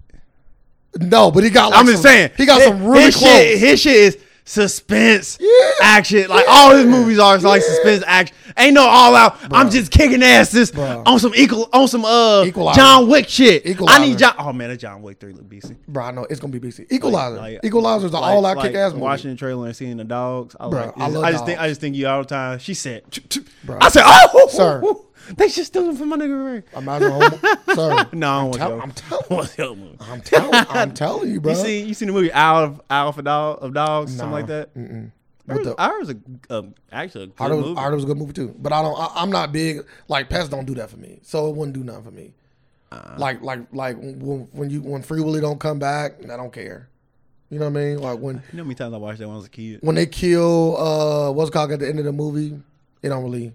[SPEAKER 2] No, but he got. Like
[SPEAKER 1] I'm just
[SPEAKER 2] some-
[SPEAKER 1] saying
[SPEAKER 2] he got
[SPEAKER 1] hi-
[SPEAKER 2] some really
[SPEAKER 1] his
[SPEAKER 2] close.
[SPEAKER 1] Shit, his shit is suspense
[SPEAKER 2] Yeah.
[SPEAKER 1] action. Like all his movies are like suspense action. Ain't no all out. I'm just kicking asses
[SPEAKER 2] Bruh.
[SPEAKER 1] on some equal on some uh
[SPEAKER 2] Equalizer.
[SPEAKER 1] John Wick shit. I
[SPEAKER 2] Equalizer.
[SPEAKER 1] need John. Oh man, that John Wick three look decent.
[SPEAKER 2] Bro, I know it's gonna be BC. Equalizer.
[SPEAKER 1] like-
[SPEAKER 2] Equalizer's an
[SPEAKER 1] Like-
[SPEAKER 2] all-out
[SPEAKER 1] like
[SPEAKER 2] kick-ass movie.
[SPEAKER 1] Watching the trailer and seeing the dogs, I,
[SPEAKER 2] Bruh,
[SPEAKER 1] like,
[SPEAKER 2] I
[SPEAKER 1] I,
[SPEAKER 2] love
[SPEAKER 1] just think
[SPEAKER 2] dogs.
[SPEAKER 1] I just think you all the time. She said,
[SPEAKER 2] Bruh.
[SPEAKER 1] I said, oh,
[SPEAKER 2] Sir.
[SPEAKER 1] they just stealing from my nigga. Ray.
[SPEAKER 2] I'm not gonna. Sorry.
[SPEAKER 1] No, I don't want
[SPEAKER 2] tell-
[SPEAKER 1] to.
[SPEAKER 2] I'm telling-
[SPEAKER 1] you.
[SPEAKER 2] I'm telling. I'm telling you, bro.
[SPEAKER 1] You see, you seen the movie Owl of Owl for Dog of Dogs, something
[SPEAKER 2] Nah.
[SPEAKER 1] like that.
[SPEAKER 2] Mm-mm.
[SPEAKER 1] Ours,
[SPEAKER 2] What the-
[SPEAKER 1] ours a, um, actually a good
[SPEAKER 2] Art was,
[SPEAKER 1] movie.
[SPEAKER 2] Art was a good movie too, but I don't. I, I'm not big like pets. Don't do that for me, so it wouldn't do nothing for me.
[SPEAKER 1] Uh-uh.
[SPEAKER 2] like like like when, when you when Free Willy don't come back, I don't care. You know what I mean? Like when
[SPEAKER 1] you know how many times I watched that when I was a kid?
[SPEAKER 2] when they kill uh what's it called at the end of the movie, it don't really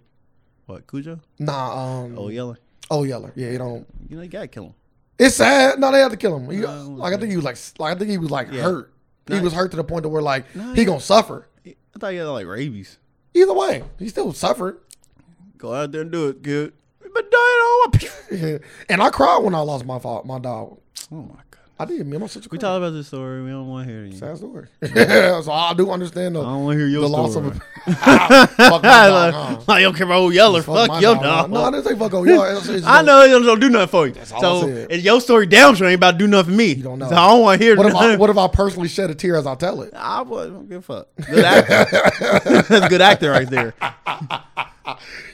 [SPEAKER 1] What Cujo?
[SPEAKER 2] nah um
[SPEAKER 1] Oh,
[SPEAKER 2] oh,
[SPEAKER 1] yelling.
[SPEAKER 2] yeller yeah it don't.
[SPEAKER 1] You know you gotta kill him.
[SPEAKER 2] It's sad. No, they had to kill him. He-
[SPEAKER 1] No, it
[SPEAKER 2] like I think he was like s- like I think he was like hurt. He
[SPEAKER 1] No.
[SPEAKER 2] was hurt to the point to where like
[SPEAKER 1] No,
[SPEAKER 2] he
[SPEAKER 1] yeah.
[SPEAKER 2] gonna suffer.
[SPEAKER 1] I thought you had like rabies.
[SPEAKER 2] Either way, he still suffered.
[SPEAKER 1] Go out there and do it, good. But Oh do it all.
[SPEAKER 2] and I cried when I lost my fa- my dog.
[SPEAKER 1] Oh my god.
[SPEAKER 2] I did. Me and my sister.
[SPEAKER 1] We
[SPEAKER 2] cried.
[SPEAKER 1] talked about this story. We don't want to hear it. anymore.
[SPEAKER 2] Sad story. so I do understand the,
[SPEAKER 1] I don't want to hear your
[SPEAKER 2] the
[SPEAKER 1] story.
[SPEAKER 2] loss of a. fuck my
[SPEAKER 1] Uh,
[SPEAKER 2] dog, huh?
[SPEAKER 1] I don't care about old yeller. Fuck,
[SPEAKER 2] Uh-huh. my
[SPEAKER 1] your
[SPEAKER 2] huh?
[SPEAKER 1] dog.
[SPEAKER 2] No, I didn't say fuck old y'all. It's- it's
[SPEAKER 1] I
[SPEAKER 2] just-
[SPEAKER 1] know it don't, don't do nothing for you.
[SPEAKER 2] all I
[SPEAKER 1] so
[SPEAKER 2] said.
[SPEAKER 1] and your story damn sure ain't about to do nothing for me. You
[SPEAKER 2] don't know.
[SPEAKER 1] So I don't want to hear
[SPEAKER 2] What if, I,
[SPEAKER 1] nothing.
[SPEAKER 2] what if I personally shed a tear as I tell it?
[SPEAKER 1] I wouldn't give a fuck. Good actor. That's good actor right there.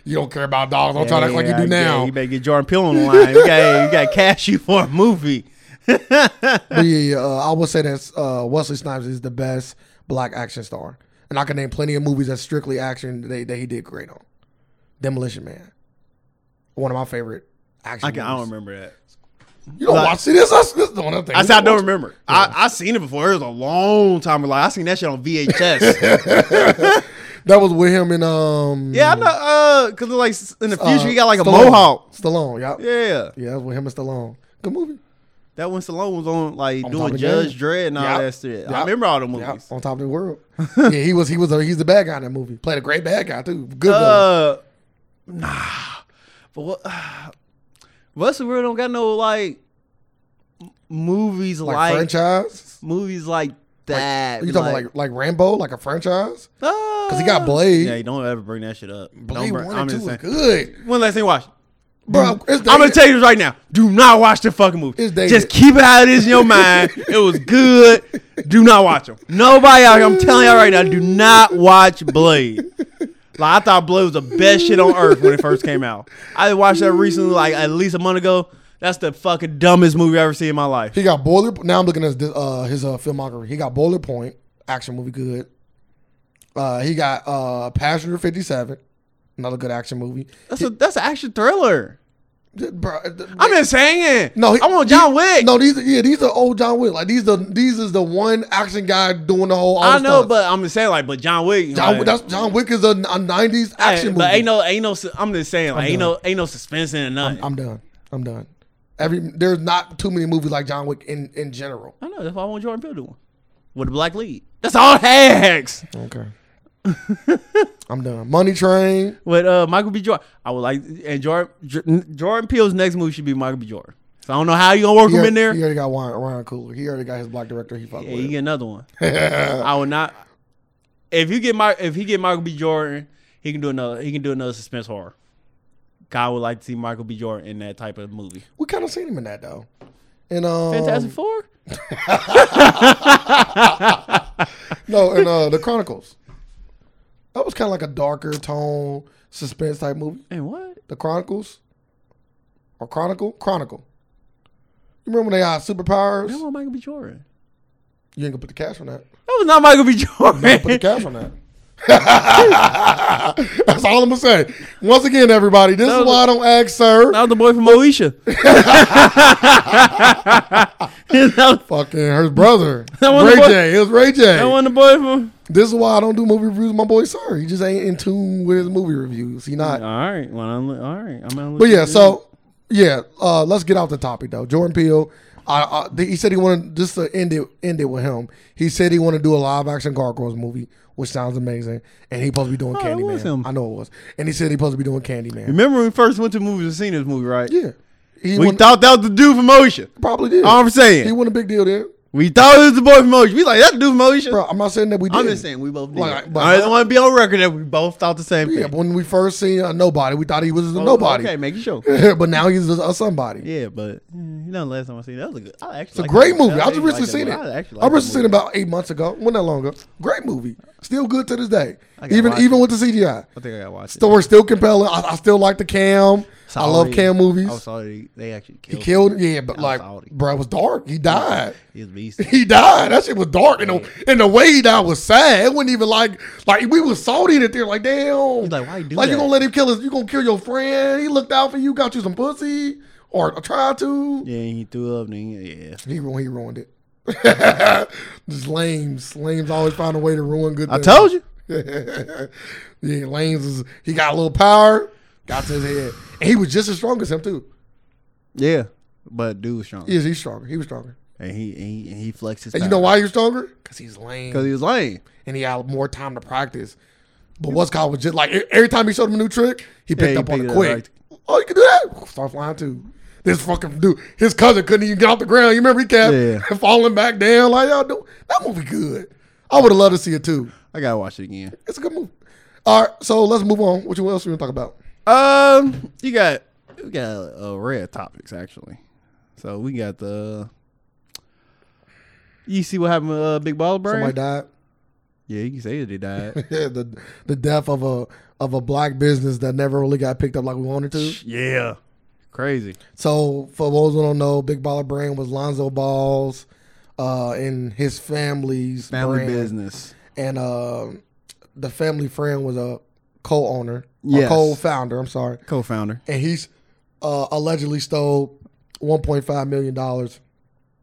[SPEAKER 2] You don't care about dogs. Don't try to act like you
[SPEAKER 1] Yeah,
[SPEAKER 2] do
[SPEAKER 1] yeah,
[SPEAKER 2] now.
[SPEAKER 1] You better get Jordan Peele on the line. You got, you got cash you for a movie.
[SPEAKER 2] But yeah, yeah, uh, I would say that uh, Wesley Snipes is the best black action star, and I can name plenty of movies that's strictly action that, that he did great on. Demolition Man, one of my favorite action.
[SPEAKER 1] I, can, I
[SPEAKER 2] movies.
[SPEAKER 1] don't remember that.
[SPEAKER 2] You don't
[SPEAKER 1] Like-
[SPEAKER 2] watch see this? That's, this is the one other thing.
[SPEAKER 1] I
[SPEAKER 2] You
[SPEAKER 1] said I don't
[SPEAKER 2] watch-
[SPEAKER 1] remember. I I seen it before. It was a long time ago. Like, I seen that shit on VHS.
[SPEAKER 2] That was with him in um.
[SPEAKER 1] yeah, I know. Uh, cause like s- in the
[SPEAKER 2] uh,
[SPEAKER 1] future, he got like a
[SPEAKER 2] Stallone.
[SPEAKER 1] mohawk.
[SPEAKER 2] Stallone, yeah, yeah,
[SPEAKER 1] Yeah,
[SPEAKER 2] that's with him and Stallone. Good movie.
[SPEAKER 1] that when Stallone was on like
[SPEAKER 2] top
[SPEAKER 1] doing
[SPEAKER 2] of
[SPEAKER 1] Judge
[SPEAKER 2] Game.
[SPEAKER 1] Dredd and all
[SPEAKER 2] Yup.
[SPEAKER 1] that shit.
[SPEAKER 2] Yup.
[SPEAKER 1] I remember all the
[SPEAKER 2] Yeah,
[SPEAKER 1] movies.
[SPEAKER 2] on top of the world. yeah, he was. He was. A, he's the bad guy in that movie. Played a great bad guy too. Good. villain.
[SPEAKER 1] Uh, nah, but what? uh, Russell World don't got no like m- movies
[SPEAKER 2] like,
[SPEAKER 1] like,
[SPEAKER 2] franchise.
[SPEAKER 1] movies like that. uh,
[SPEAKER 2] You talking about like like Rambo, like a franchise? Because he got Blade.
[SPEAKER 1] Yeah, don't ever bring that shit up. Don't
[SPEAKER 2] Blade
[SPEAKER 1] bring-
[SPEAKER 2] one
[SPEAKER 1] I'm
[SPEAKER 2] and
[SPEAKER 1] just
[SPEAKER 2] two is
[SPEAKER 1] saying.
[SPEAKER 2] good,
[SPEAKER 1] One last thing, watch.
[SPEAKER 2] bro. It's
[SPEAKER 1] I'm gonna
[SPEAKER 2] dated.
[SPEAKER 1] tell you this right now. Do not watch the fucking movie.
[SPEAKER 2] It's dated.
[SPEAKER 1] Just keep it how it is in your mind. It was good. Do not watch them. Nobody out here. I'm telling y'all right now. Do not watch Blade. Like I thought Blade was the best shit on earth when it first came out. I watched that recently, like at least a month ago. That's the fucking dumbest movie I have ever seen in my life.
[SPEAKER 2] He got Boiler. Now I'm looking at his, uh, his uh, filmography. He got Boiler Point, action movie, good. Uh, he got uh, Passenger 57, another good action movie.
[SPEAKER 1] That's a that's an action thriller.
[SPEAKER 2] Th- Bro, th-
[SPEAKER 1] I'm just saying.
[SPEAKER 2] No, he-
[SPEAKER 1] I want John Wick.
[SPEAKER 2] no, these are, yeah, these are old John Wick. Like these the these is the one action guy doing the whole. all
[SPEAKER 1] I
[SPEAKER 2] the
[SPEAKER 1] know,
[SPEAKER 2] stunts.
[SPEAKER 1] but I'm just saying, like, but John Wick.
[SPEAKER 2] John,
[SPEAKER 1] like,
[SPEAKER 2] Wick- that's, John Wick is a, a 90s
[SPEAKER 1] Hey,
[SPEAKER 2] action movie.
[SPEAKER 1] But ain't no, ain't no. su- I'm just saying, like, ain't no, ain't no suspense in it, nothing.
[SPEAKER 2] I'm done. I'm done. Every there's not too many movies like John Wick in in general.
[SPEAKER 1] I know. That's why I want Jordan Peele to do one with a black lead. That's all hacks
[SPEAKER 2] Okay. I'm done. Money Train.
[SPEAKER 1] with uh, Michael B. Jordan. I would like and Jordan J- Jordan Peele's next movie should be Michael B. Jordan. So I don't know how you gonna work
[SPEAKER 2] He
[SPEAKER 1] him
[SPEAKER 2] already,
[SPEAKER 1] in there.
[SPEAKER 2] he already got Ryan, Ryan Coogler. He already got his black director. He fucked
[SPEAKER 1] Yeah,
[SPEAKER 2] with.
[SPEAKER 1] you get another one. I would not. If you get my, if he get Michael B. Jordan, he can do another. He can do another suspense horror. God would like to see Michael B. Jordan in that type of movie.
[SPEAKER 2] We kind of seen him in that though. And um,
[SPEAKER 1] Fantastic Four.
[SPEAKER 2] no, and uh, the Chronicles. That was kind of like a darker tone, suspense type movie.
[SPEAKER 1] And what?
[SPEAKER 2] The Chronicles, or Chronicle, Chronicle. You remember when they had superpowers?
[SPEAKER 1] I
[SPEAKER 2] You
[SPEAKER 1] want Michael B. Jordan.
[SPEAKER 2] ain't gonna put the cash on that.
[SPEAKER 1] That was not Michael B. Jordan.
[SPEAKER 2] Put the cash on that. That's all I'm gonna say. Once again, everybody, this is
[SPEAKER 1] was-
[SPEAKER 2] why I don't ask, sir.
[SPEAKER 1] That was the boy from Moesha. that, was,
[SPEAKER 2] Fucking her brother,
[SPEAKER 1] That one
[SPEAKER 2] Ray
[SPEAKER 1] boy-
[SPEAKER 2] J. It was Ray J.
[SPEAKER 1] that wasn't the boy from.
[SPEAKER 2] This is why I don't do movie reviews. with My boy, sir, he just ain't in tune with his movie reviews. He
[SPEAKER 1] All
[SPEAKER 2] not.
[SPEAKER 1] right, well, I'm, all right. I'm gonna look
[SPEAKER 2] But yeah,
[SPEAKER 1] at this.
[SPEAKER 2] so yeah, uh, let's get off the topic though. Jordan Peele. I, I, th- he said he wanted just to end it end it with him. He said he wanted to do a live action Gargoyles movie, which sounds amazing. And he supposed to be doing
[SPEAKER 1] Oh, that was him.
[SPEAKER 2] Candyman. I know it was. And he said he supposed to be doing Candyman.
[SPEAKER 1] Remember when we first went to movies and seen this movie, right?
[SPEAKER 2] Yeah, he
[SPEAKER 1] We
[SPEAKER 2] won-
[SPEAKER 1] thought that was the dude from Ocean.
[SPEAKER 2] probably did.
[SPEAKER 1] All I'm saying.
[SPEAKER 2] he won a big deal there,
[SPEAKER 1] We thought it was the boy from Ocean. We like that dude from Ocean.
[SPEAKER 2] bro. I'm not saying that we. Didn't.
[SPEAKER 1] I'm just saying we both did.
[SPEAKER 2] Like, but-
[SPEAKER 1] I don't want to be on record that we both thought the same
[SPEAKER 2] Yeah,
[SPEAKER 1] thing.
[SPEAKER 2] when we first seen a nobody, we thought he was a
[SPEAKER 1] Oh,
[SPEAKER 2] nobody.
[SPEAKER 1] Okay, make you sure.
[SPEAKER 2] but now he's a, a somebody.
[SPEAKER 1] Yeah, but mm, you know, the last time I seen it, that was a good. I actually
[SPEAKER 2] It's a great movie. I just recently seen it.
[SPEAKER 1] I
[SPEAKER 2] I
[SPEAKER 1] actually
[SPEAKER 2] recently seen it
[SPEAKER 1] about.
[SPEAKER 2] about eight months ago. Wasn't that long ago? Great movie. Still good to this day.
[SPEAKER 1] gotta
[SPEAKER 2] Even
[SPEAKER 1] watch
[SPEAKER 2] even
[SPEAKER 1] it.
[SPEAKER 2] with the CGI.
[SPEAKER 1] I think I gotta watch it.
[SPEAKER 2] Story's still compelling. I, I still like the Cam. I love
[SPEAKER 1] Saudi-
[SPEAKER 2] Cam
[SPEAKER 1] I was
[SPEAKER 2] movies.
[SPEAKER 1] sorry they actually
[SPEAKER 2] He
[SPEAKER 1] killed.
[SPEAKER 2] killed, yeah, but
[SPEAKER 1] I'm
[SPEAKER 2] like,
[SPEAKER 1] Saudi.
[SPEAKER 2] bro, it was dark. He died.
[SPEAKER 1] His beast.
[SPEAKER 2] He died. That shit was dark, and the, and the way he died was sad. It wasn't even like like we was salty in it. There, like damn,
[SPEAKER 1] like, why you do
[SPEAKER 2] like you
[SPEAKER 1] that?
[SPEAKER 2] gonna let him kill us? You gonna kill your friend? He looked out for you, got you some pussy, or tried to.
[SPEAKER 1] Yeah, he threw up. Then yeah.
[SPEAKER 2] He ruined. He ruined it. Just lames. Lames always find a way to ruin good.
[SPEAKER 1] I told you.
[SPEAKER 2] you. yeah, lames. Is, he got a little power. Got to his head, and he was just as strong as him too.
[SPEAKER 1] Yeah, but dude was strong,
[SPEAKER 2] Yes, he's stronger. He was stronger.
[SPEAKER 1] and he and he, and he flexed his.
[SPEAKER 2] And you know why he was stronger? Because he's lame.
[SPEAKER 1] Because he was lame.
[SPEAKER 2] and he had more time to practice. But what's called was just like e- every time he showed him a new trick, he picked
[SPEAKER 1] he
[SPEAKER 2] up
[SPEAKER 1] picked
[SPEAKER 2] on it
[SPEAKER 1] it up
[SPEAKER 2] quick. Oh, you can do that? Start flying too. This fucking dude, his cousin couldn't even get off the ground. You remember he kept
[SPEAKER 1] Yeah.
[SPEAKER 2] falling back down like y'all do. That movie good. I would have loved to see it too.
[SPEAKER 1] I gotta watch it again.
[SPEAKER 2] It's a good movie. All right, so let's move on. What you- else we want to talk about?
[SPEAKER 1] Um, you got we got a array of topics actually. So we got the. You see what happened with uh, Big Baller Brand?
[SPEAKER 2] Somebody died.
[SPEAKER 1] yeah, you can say that they died.
[SPEAKER 2] Yeah, the the death of a of a black business that never really got picked up like we wanted to.
[SPEAKER 1] yeah, crazy.
[SPEAKER 2] So for those who don't know, Big Baller Brand was Lonzo Ball's uh, and his family's
[SPEAKER 1] Family
[SPEAKER 2] brand.
[SPEAKER 1] business.
[SPEAKER 2] and uh, the family friend was a co-owner, a
[SPEAKER 1] Yes.
[SPEAKER 2] co-founder. I'm sorry,
[SPEAKER 1] Co-founder
[SPEAKER 2] and he's uh, allegedly stole 1.5 million dollars.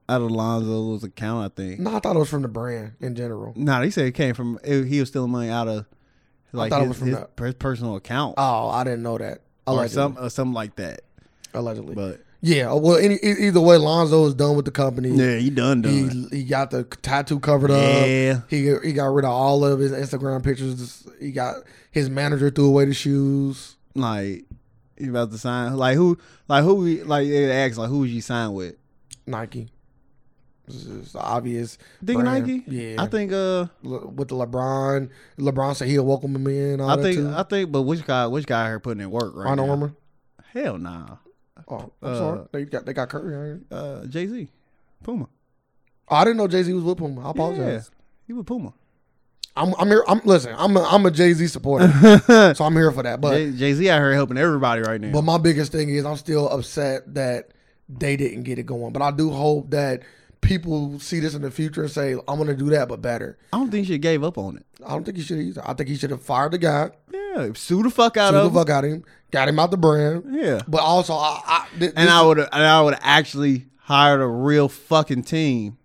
[SPEAKER 1] out of Lonzo's account, I think.
[SPEAKER 2] No, I thought it was from the brand in general.
[SPEAKER 1] No, they said it came from it, he was stealing money out of like
[SPEAKER 2] thought
[SPEAKER 1] his,
[SPEAKER 2] it was from
[SPEAKER 1] his
[SPEAKER 2] the-
[SPEAKER 1] per- personal account
[SPEAKER 2] Oh, I didn't know that.
[SPEAKER 1] or
[SPEAKER 2] Allegedly,
[SPEAKER 1] some or something like that.
[SPEAKER 2] allegedly.
[SPEAKER 1] But
[SPEAKER 2] yeah. Well, any, e- either way, Lonzo is done with the company.
[SPEAKER 1] yeah, he done done.
[SPEAKER 2] He, he got the tattoo covered up.
[SPEAKER 1] yeah,
[SPEAKER 2] He he got rid of all of his Instagram pictures. He got his manager threw away the shoes.
[SPEAKER 1] like he about to sign. Like who? Like who? we- Like they asked like who would you sign with?
[SPEAKER 2] Nike. This is obvious.
[SPEAKER 1] Think
[SPEAKER 2] brand.
[SPEAKER 1] Nike?
[SPEAKER 2] Yeah.
[SPEAKER 1] I think uh
[SPEAKER 2] Le- with the LeBron. LeBron said he'll welcome him in. All
[SPEAKER 1] I
[SPEAKER 2] that
[SPEAKER 1] think uh,
[SPEAKER 2] too.
[SPEAKER 1] I think but which guy which guy here putting in work right
[SPEAKER 2] Under
[SPEAKER 1] now?
[SPEAKER 2] Armour.
[SPEAKER 1] Hell nah.
[SPEAKER 2] Oh, I'm
[SPEAKER 1] Uh,
[SPEAKER 2] sorry. They got they got Curry. on here.
[SPEAKER 1] Uh Jay Z. Puma.
[SPEAKER 2] Oh, I didn't know Jay Z was with him. I
[SPEAKER 1] Yeah.
[SPEAKER 2] apologize.
[SPEAKER 1] He with Puma.
[SPEAKER 2] I'm I'm here. I'm listen. I'm a, I'm a Jay Z supporter, so I'm here for that. But
[SPEAKER 1] Jay Z out here helping everybody right now.
[SPEAKER 2] But my biggest thing is I'm still upset that they didn't get it going. But I do hope that people see this in the future and say, I'm gonna do that but better.
[SPEAKER 1] I don't think she gave up on it.
[SPEAKER 2] I don't think he should either. I think he should have fired the guy,
[SPEAKER 1] Yeah, sue the fuck out
[SPEAKER 2] threw the
[SPEAKER 1] of him.
[SPEAKER 2] fuck out of him, got him out the brand.
[SPEAKER 1] Yeah,
[SPEAKER 2] But also I, I thi-
[SPEAKER 1] and
[SPEAKER 2] this-
[SPEAKER 1] I would and I would actually hired a real fucking team.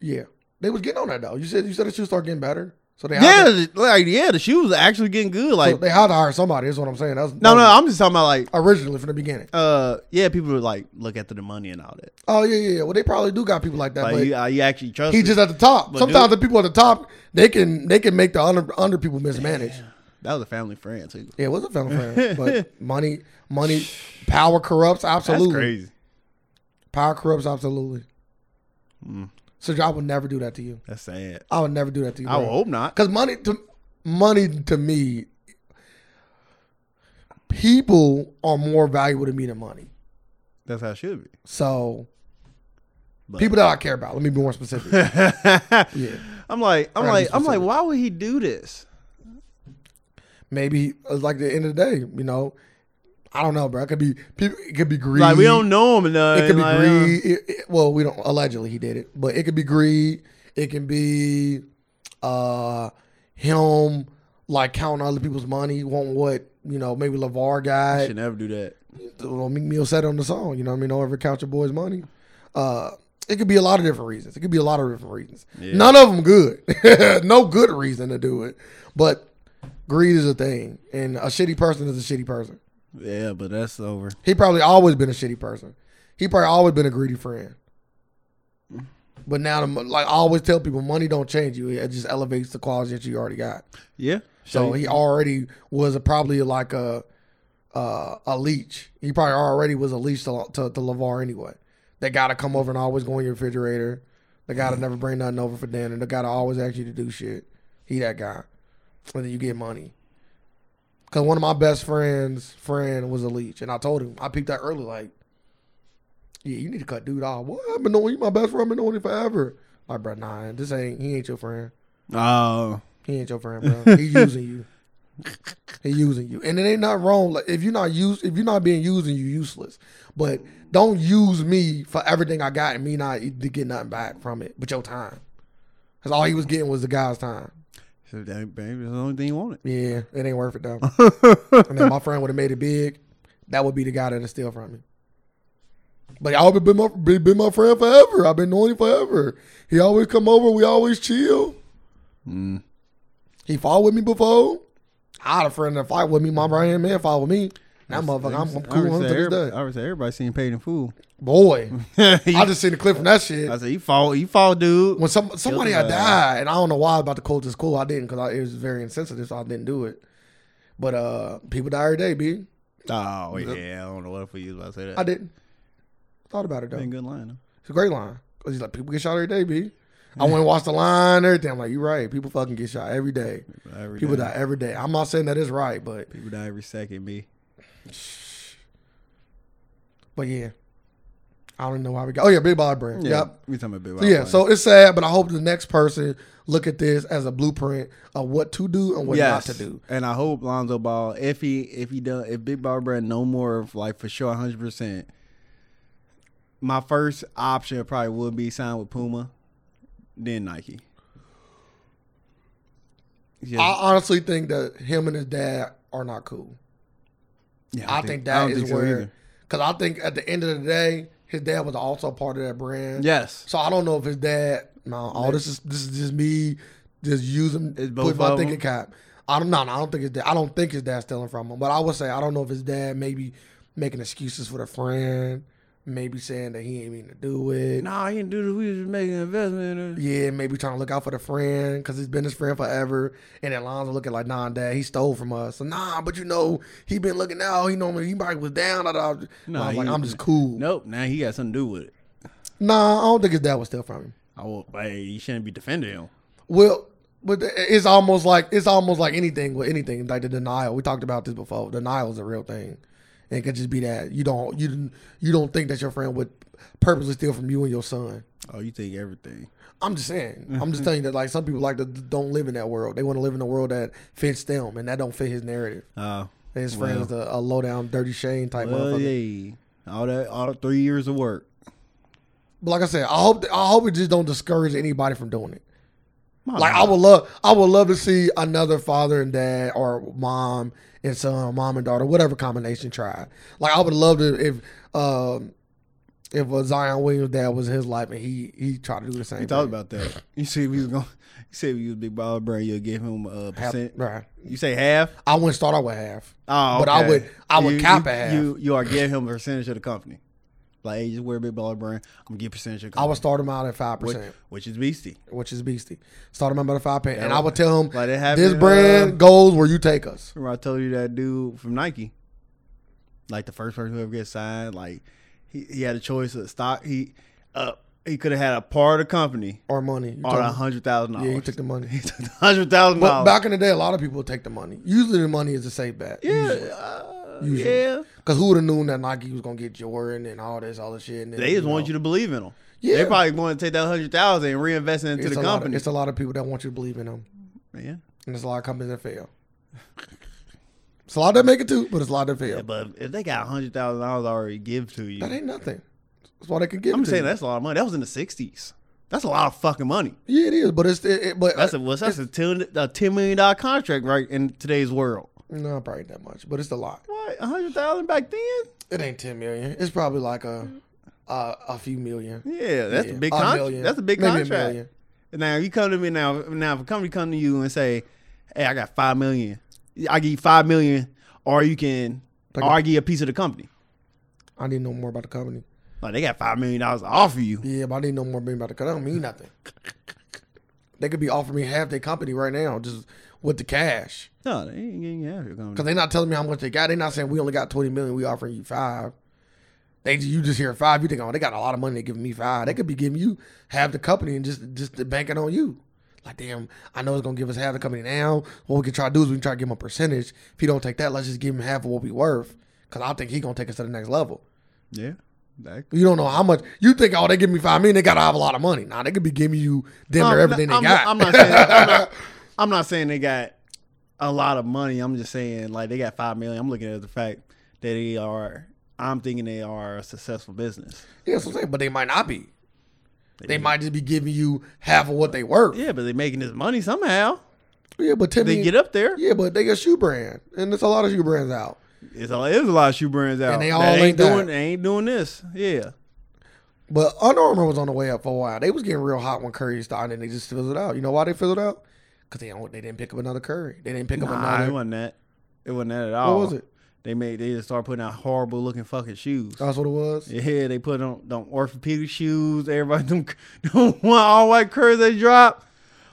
[SPEAKER 2] Yeah. They was getting on that though. You said you said it should start getting better. So they
[SPEAKER 1] Yeah,
[SPEAKER 2] had to,
[SPEAKER 1] the- like yeah, the shoes are actually getting good.
[SPEAKER 2] so
[SPEAKER 1] Like
[SPEAKER 2] they had to hire somebody, that's what I'm saying. That's
[SPEAKER 1] no, no, I'm just talking about like
[SPEAKER 2] originally from the beginning.
[SPEAKER 1] uh yeah, people would like look after the money and all that.
[SPEAKER 2] Oh yeah, yeah, yeah. Well they probably do got people like that,
[SPEAKER 1] Like
[SPEAKER 2] but
[SPEAKER 1] you, uh, you actually trust.
[SPEAKER 2] he
[SPEAKER 1] it.
[SPEAKER 2] just at the top.
[SPEAKER 1] But
[SPEAKER 2] Sometimes
[SPEAKER 1] dude-
[SPEAKER 2] the people at the top they can they can make the under under people mismanaged.
[SPEAKER 1] that was a family friend too.
[SPEAKER 2] Yeah, it was a family friend. But money, money, power corrupts
[SPEAKER 1] That's
[SPEAKER 2] absolutely.
[SPEAKER 1] crazy.
[SPEAKER 2] Power corrupts absolutely.
[SPEAKER 1] Hmm.
[SPEAKER 2] So I would never do that to you.
[SPEAKER 1] That's sad.
[SPEAKER 2] I would never do that to you.
[SPEAKER 1] I would hope not.
[SPEAKER 2] because money to money to me, people are more valuable to me than money.
[SPEAKER 1] That's how it should be.
[SPEAKER 2] So
[SPEAKER 1] But-
[SPEAKER 2] people that I care about. Let me be more specific. yeah,
[SPEAKER 1] I'm like I'm
[SPEAKER 2] Right,
[SPEAKER 1] like
[SPEAKER 2] that's
[SPEAKER 1] I'm
[SPEAKER 2] what's
[SPEAKER 1] like
[SPEAKER 2] up.
[SPEAKER 1] why would he do this?
[SPEAKER 2] maybe it's like the end of the day. You know, I don't know, bro. It could be people. It could be greed.
[SPEAKER 1] Like we don't know him enough.
[SPEAKER 2] It could be
[SPEAKER 1] like, uh,
[SPEAKER 2] greed. It- it- well, we don't allegedly he did it, but it could be greed. It can be uh him like counting other people's money, wanting what you know maybe Levar
[SPEAKER 1] I
[SPEAKER 2] got.
[SPEAKER 1] uh, should never do that.
[SPEAKER 2] Well, Meek Mill said on the song, you know, what I mean, don't ever count your boy's money. Uh, it could be a lot of different reasons. It could be a lot of different reasons.
[SPEAKER 1] Yeah.
[SPEAKER 2] None of them good. no good reason to do it, but greed is a thing, and a shitty person is a shitty person.
[SPEAKER 1] Yeah, but that's over.
[SPEAKER 2] He probably always been a shitty person. He probably always been a greedy friend. But now, the, mo- like I always tell people, money don't change you. It just elevates the quality that you already got.
[SPEAKER 1] Yeah.
[SPEAKER 2] So he already was a, probably like a uh, a leech. He probably already was a leech to, to, to Levar anyway. They got to come over and always go in your refrigerator. They got to never bring nothing over for dinner. They got to always ask you to do shit. He that guy. And then you get money. Because one of my best friends' friend was a leech. And I told him, I peeped that early, like, yeah, you need to cut dude off. What? I've been knowing you my best friend. I've been knowing you forever. Like, bro, nah, this ain't, he ain't your friend.
[SPEAKER 1] Oh.
[SPEAKER 2] He ain't your friend, bro. He using you. He using you, and it ain't not wrong. Like if you're not used, if you're not being used, and you useless. But don't use me for everything I got, and me not e, to get nothing back from it, but your time. Cause all he was getting was the guy's time.
[SPEAKER 1] So that baby is the only thing you wanted.
[SPEAKER 2] Yeah, it ain't worth it though. and if my friend would have made it big, that would be the guy that'd steal from me. But I've been my be- been my friend forever. I've been knowing him forever. He always come over. We always chill.
[SPEAKER 1] Mm.
[SPEAKER 2] He fought with me before. I had a friend that fight with me. My right hand man fought with me. That motherfucker, I'm, I'm cool with him to this
[SPEAKER 1] everybody,
[SPEAKER 2] day.
[SPEAKER 1] I would say everybody seen Paid in Fool.
[SPEAKER 2] Boy, I
[SPEAKER 1] I
[SPEAKER 2] just seen the clip from that shit.
[SPEAKER 1] said, you fall, you fall, dude.
[SPEAKER 2] When some somebody
[SPEAKER 1] Guilty
[SPEAKER 2] had
[SPEAKER 1] by-
[SPEAKER 2] died, and I don't know why about the cult is cool. I didn't because it was very insensitive, so I didn't do it. But uh, people die every day, b.
[SPEAKER 1] Oh, yeah. I don't know what if we was about to say that.
[SPEAKER 2] I didn't thought about it though.
[SPEAKER 1] Been good line. though.
[SPEAKER 2] It's a great line. Cause he's like, people get shot every day, B. I went and watched the line and everything. I'm like, you're right. People fucking get shot every day.
[SPEAKER 1] Every
[SPEAKER 2] People
[SPEAKER 1] day.
[SPEAKER 2] die every day. I'm not saying that is right, but
[SPEAKER 1] People die every second, B.
[SPEAKER 2] but yeah. I don't know why we got. Oh yeah, Big Bob Brand. Yep.
[SPEAKER 1] We talking about Big
[SPEAKER 2] So, yeah, so it's sad, but I hope the next person look at this as a blueprint of what to do and what
[SPEAKER 1] yes.
[SPEAKER 2] not to do.
[SPEAKER 1] And I hope Lonzo Ball, if he if he does if Big Ball Brand no more of like for sure hundred percent. My first option probably would be sign with Puma, then Nike. Yeah,
[SPEAKER 2] I honestly think that him and his dad are not cool.
[SPEAKER 1] yeah,
[SPEAKER 2] I, think,
[SPEAKER 1] I
[SPEAKER 2] that
[SPEAKER 1] don't
[SPEAKER 2] is
[SPEAKER 1] think so
[SPEAKER 2] where
[SPEAKER 1] either.
[SPEAKER 2] because I think at the end of the day, his dad was also part of that brand.
[SPEAKER 1] Yes.
[SPEAKER 2] So I don't know if his dad. No, all this is this is just me, just using
[SPEAKER 1] It's both
[SPEAKER 2] put my
[SPEAKER 1] of
[SPEAKER 2] thinking
[SPEAKER 1] them?
[SPEAKER 2] cap. I don't know. I don't think his dad. I don't think his dad's stealing from him. But I would say I don't know if his dad maybe making excuses for the friend, maybe saying that he ain't mean to do it.
[SPEAKER 1] Nah, he didn't do it. We was just making an investment. In it.
[SPEAKER 2] Yeah, maybe trying to look out for the friend because he's been his friend forever. And then Lonzo looking like, nah, dad, he stole from us. So, nah, but you know, he been looking out. He normally he probably was down. Da, da.
[SPEAKER 1] Nah,
[SPEAKER 2] Nah, I'm
[SPEAKER 1] he
[SPEAKER 2] like,
[SPEAKER 1] was-
[SPEAKER 2] I'm just cool.
[SPEAKER 1] Nope. Now he got something to do with it.
[SPEAKER 2] Nah, I don't think his dad was steal from him.
[SPEAKER 1] I will. Hey, you shouldn't be defending him.
[SPEAKER 2] Well, but it's almost like it's almost like anything with anything like the denial. We talked about this before. Denial is a real thing. And it could just be that you don't you didn't- you don't think that your friend would purposely steal from you and your son.
[SPEAKER 1] Oh, you think everything?
[SPEAKER 2] I'm just saying. I'm
[SPEAKER 1] Mm-hmm.
[SPEAKER 2] just telling you that like some people like to don't live in that world. They want to live in a world that fits them, and that don't fit his narrative.
[SPEAKER 1] Uh,
[SPEAKER 2] And his friend is a, a low down, dirty Shane type
[SPEAKER 1] well,
[SPEAKER 2] motherfucker.
[SPEAKER 1] yeah. All that, all the three years of work.
[SPEAKER 2] But like I said, I hope I hope it just don't discourage anybody from doing it.
[SPEAKER 1] My
[SPEAKER 2] Like I
[SPEAKER 1] God.
[SPEAKER 2] would love, I would love to see another father and dad, or mom and son, or mom and daughter, whatever combination try. Like I would love to if um, if a Zion Williams dad was his life and he he tried to do the same.
[SPEAKER 1] We
[SPEAKER 2] thing.
[SPEAKER 1] talked about that. You said we was going. You said we was big baller brand. You'll give him a
[SPEAKER 2] half,
[SPEAKER 1] percent.
[SPEAKER 2] right.
[SPEAKER 1] You say half.
[SPEAKER 2] I wouldn't start out with half.
[SPEAKER 1] Oh,
[SPEAKER 2] But I
[SPEAKER 1] okay.
[SPEAKER 2] would- I would
[SPEAKER 1] you,
[SPEAKER 2] cap
[SPEAKER 1] you,
[SPEAKER 2] at half.
[SPEAKER 1] You you are giving him a percentage of the company. Like hey, just wear a big baller brand. I'm gonna get percentage of the
[SPEAKER 2] I
[SPEAKER 1] company,
[SPEAKER 2] would start him out at five
[SPEAKER 1] which,
[SPEAKER 2] percent,
[SPEAKER 1] which is beastie.
[SPEAKER 2] which is beastie. Start him out at five percent, and I would tell him
[SPEAKER 1] Like it happened.
[SPEAKER 2] this
[SPEAKER 1] uh,
[SPEAKER 2] brand goes where you take us.
[SPEAKER 1] Remember I told you that dude from Nike, like the first person who ever gets signed, like he, he had a choice of stock. He uh he could have had a part of the company
[SPEAKER 2] Or money. You
[SPEAKER 1] or
[SPEAKER 2] told
[SPEAKER 1] a
[SPEAKER 2] me.
[SPEAKER 1] hundred thousand dollars.
[SPEAKER 2] Yeah, you took the money.
[SPEAKER 1] He took the hundred thousand
[SPEAKER 2] But
[SPEAKER 1] dollars.
[SPEAKER 2] back in the day, a lot of people would take the money. Usually, the money is a safe bet.
[SPEAKER 1] yeah, uh,
[SPEAKER 2] Usually.
[SPEAKER 1] yeah.
[SPEAKER 2] Because who would have known that Nike was gonna get Jordan and all this, all this shit? And then,
[SPEAKER 1] They just want you to believe in them.
[SPEAKER 2] Yeah.
[SPEAKER 1] They probably want to take that hundred thousand and reinvest it into
[SPEAKER 2] it's
[SPEAKER 1] the
[SPEAKER 2] a lot of-
[SPEAKER 1] company.
[SPEAKER 2] it's a lot of people that want you to believe in them,
[SPEAKER 1] yeah.
[SPEAKER 2] and there's a lot of companies that fail. It's a lot that make it too, but it's a lot that fail.
[SPEAKER 1] Yeah, but if they got hundred thousand dollars already give to you,
[SPEAKER 2] that ain't nothing. That's why they can give.
[SPEAKER 1] I'm
[SPEAKER 2] it to
[SPEAKER 1] saying
[SPEAKER 2] you.
[SPEAKER 1] that's a lot of money. That was in the '60s. That's a lot of fucking money.
[SPEAKER 2] Yeah, it is, but it's it, it- but uh,
[SPEAKER 1] That's a well, that's a ten, a ten million dollar contract right in today's world.
[SPEAKER 2] no, probably not that much, but it's a lot.
[SPEAKER 1] What a hundred thousand back then?
[SPEAKER 2] It ain't ten million. It's probably like a a, a few million.
[SPEAKER 1] Yeah, that's
[SPEAKER 2] Yeah,
[SPEAKER 1] a big
[SPEAKER 2] a
[SPEAKER 1] contract.
[SPEAKER 2] million.
[SPEAKER 1] That's a big
[SPEAKER 2] Maybe a
[SPEAKER 1] contract.
[SPEAKER 2] million.
[SPEAKER 1] now you come to me now. Now if a company come to you and say, "Hey, I got five million. I give you five million, or you can
[SPEAKER 2] Like a-
[SPEAKER 1] argue a piece of the company."
[SPEAKER 2] I need to know more about the company.
[SPEAKER 1] Like they got five million dollars to offer you.
[SPEAKER 2] Yeah, but I need no more million about the cause that don't mean nothing. they could be offering me half their company right now, just with the cash.
[SPEAKER 1] No, they ain't getting out here going.
[SPEAKER 2] Cause they're not telling me how much they got. They're not saying we only got twenty million. We offering you five. They you just hear five. You think oh they got a lot of money. They giving me five. They could be giving you half the company and just just to bank it on you. Like damn, I know it's gonna give us half the company now. What we can try to do is we can try to give him a percentage. If he don't take that, let's just give him half of what we worth. Cause I think he gonna take us to the next level.
[SPEAKER 1] Yeah, that-
[SPEAKER 2] You don't know how much you think. Oh, they give me five million. They gotta have a lot of money. Nah, they could be giving you damn near
[SPEAKER 1] I'm
[SPEAKER 2] everything
[SPEAKER 1] not-
[SPEAKER 2] they
[SPEAKER 1] I'm,
[SPEAKER 2] got.
[SPEAKER 1] I'm not saying. I'm not, I'm not saying they got a lot of money. I'm just saying like they got five million. I'm looking at the fact that they are. I'm thinking they are a successful business.
[SPEAKER 2] yeah, that's what I'm saying. But they might not be. They might just be giving you half of what they worth.
[SPEAKER 1] Yeah, but they're making this money somehow.
[SPEAKER 2] Yeah, but Timmy.
[SPEAKER 1] They get up there.
[SPEAKER 2] Yeah, but they a shoe brand, and there's a lot of shoe brands out.
[SPEAKER 1] It's a, there's a lot of shoe brands out.
[SPEAKER 2] And they
[SPEAKER 1] that
[SPEAKER 2] all
[SPEAKER 1] ain't
[SPEAKER 2] ain't
[SPEAKER 1] doing.
[SPEAKER 2] that.
[SPEAKER 1] They ain't doing this. Yeah.
[SPEAKER 2] But Under Armour was on the way up for a while. They was getting real hot when Curry started, and they just fizzled out. You know why they fizzled out? Because they don't, they didn't pick up another Curry. They didn't pick up
[SPEAKER 1] Nah, it
[SPEAKER 2] another.
[SPEAKER 1] wasn't that. It wasn't that at all.
[SPEAKER 2] was it?
[SPEAKER 1] They made. They just started putting out horrible looking fucking shoes.
[SPEAKER 2] That's what it was.
[SPEAKER 1] Yeah, they put on them orthopedic shoes. Everybody them, them one all white curves they drop.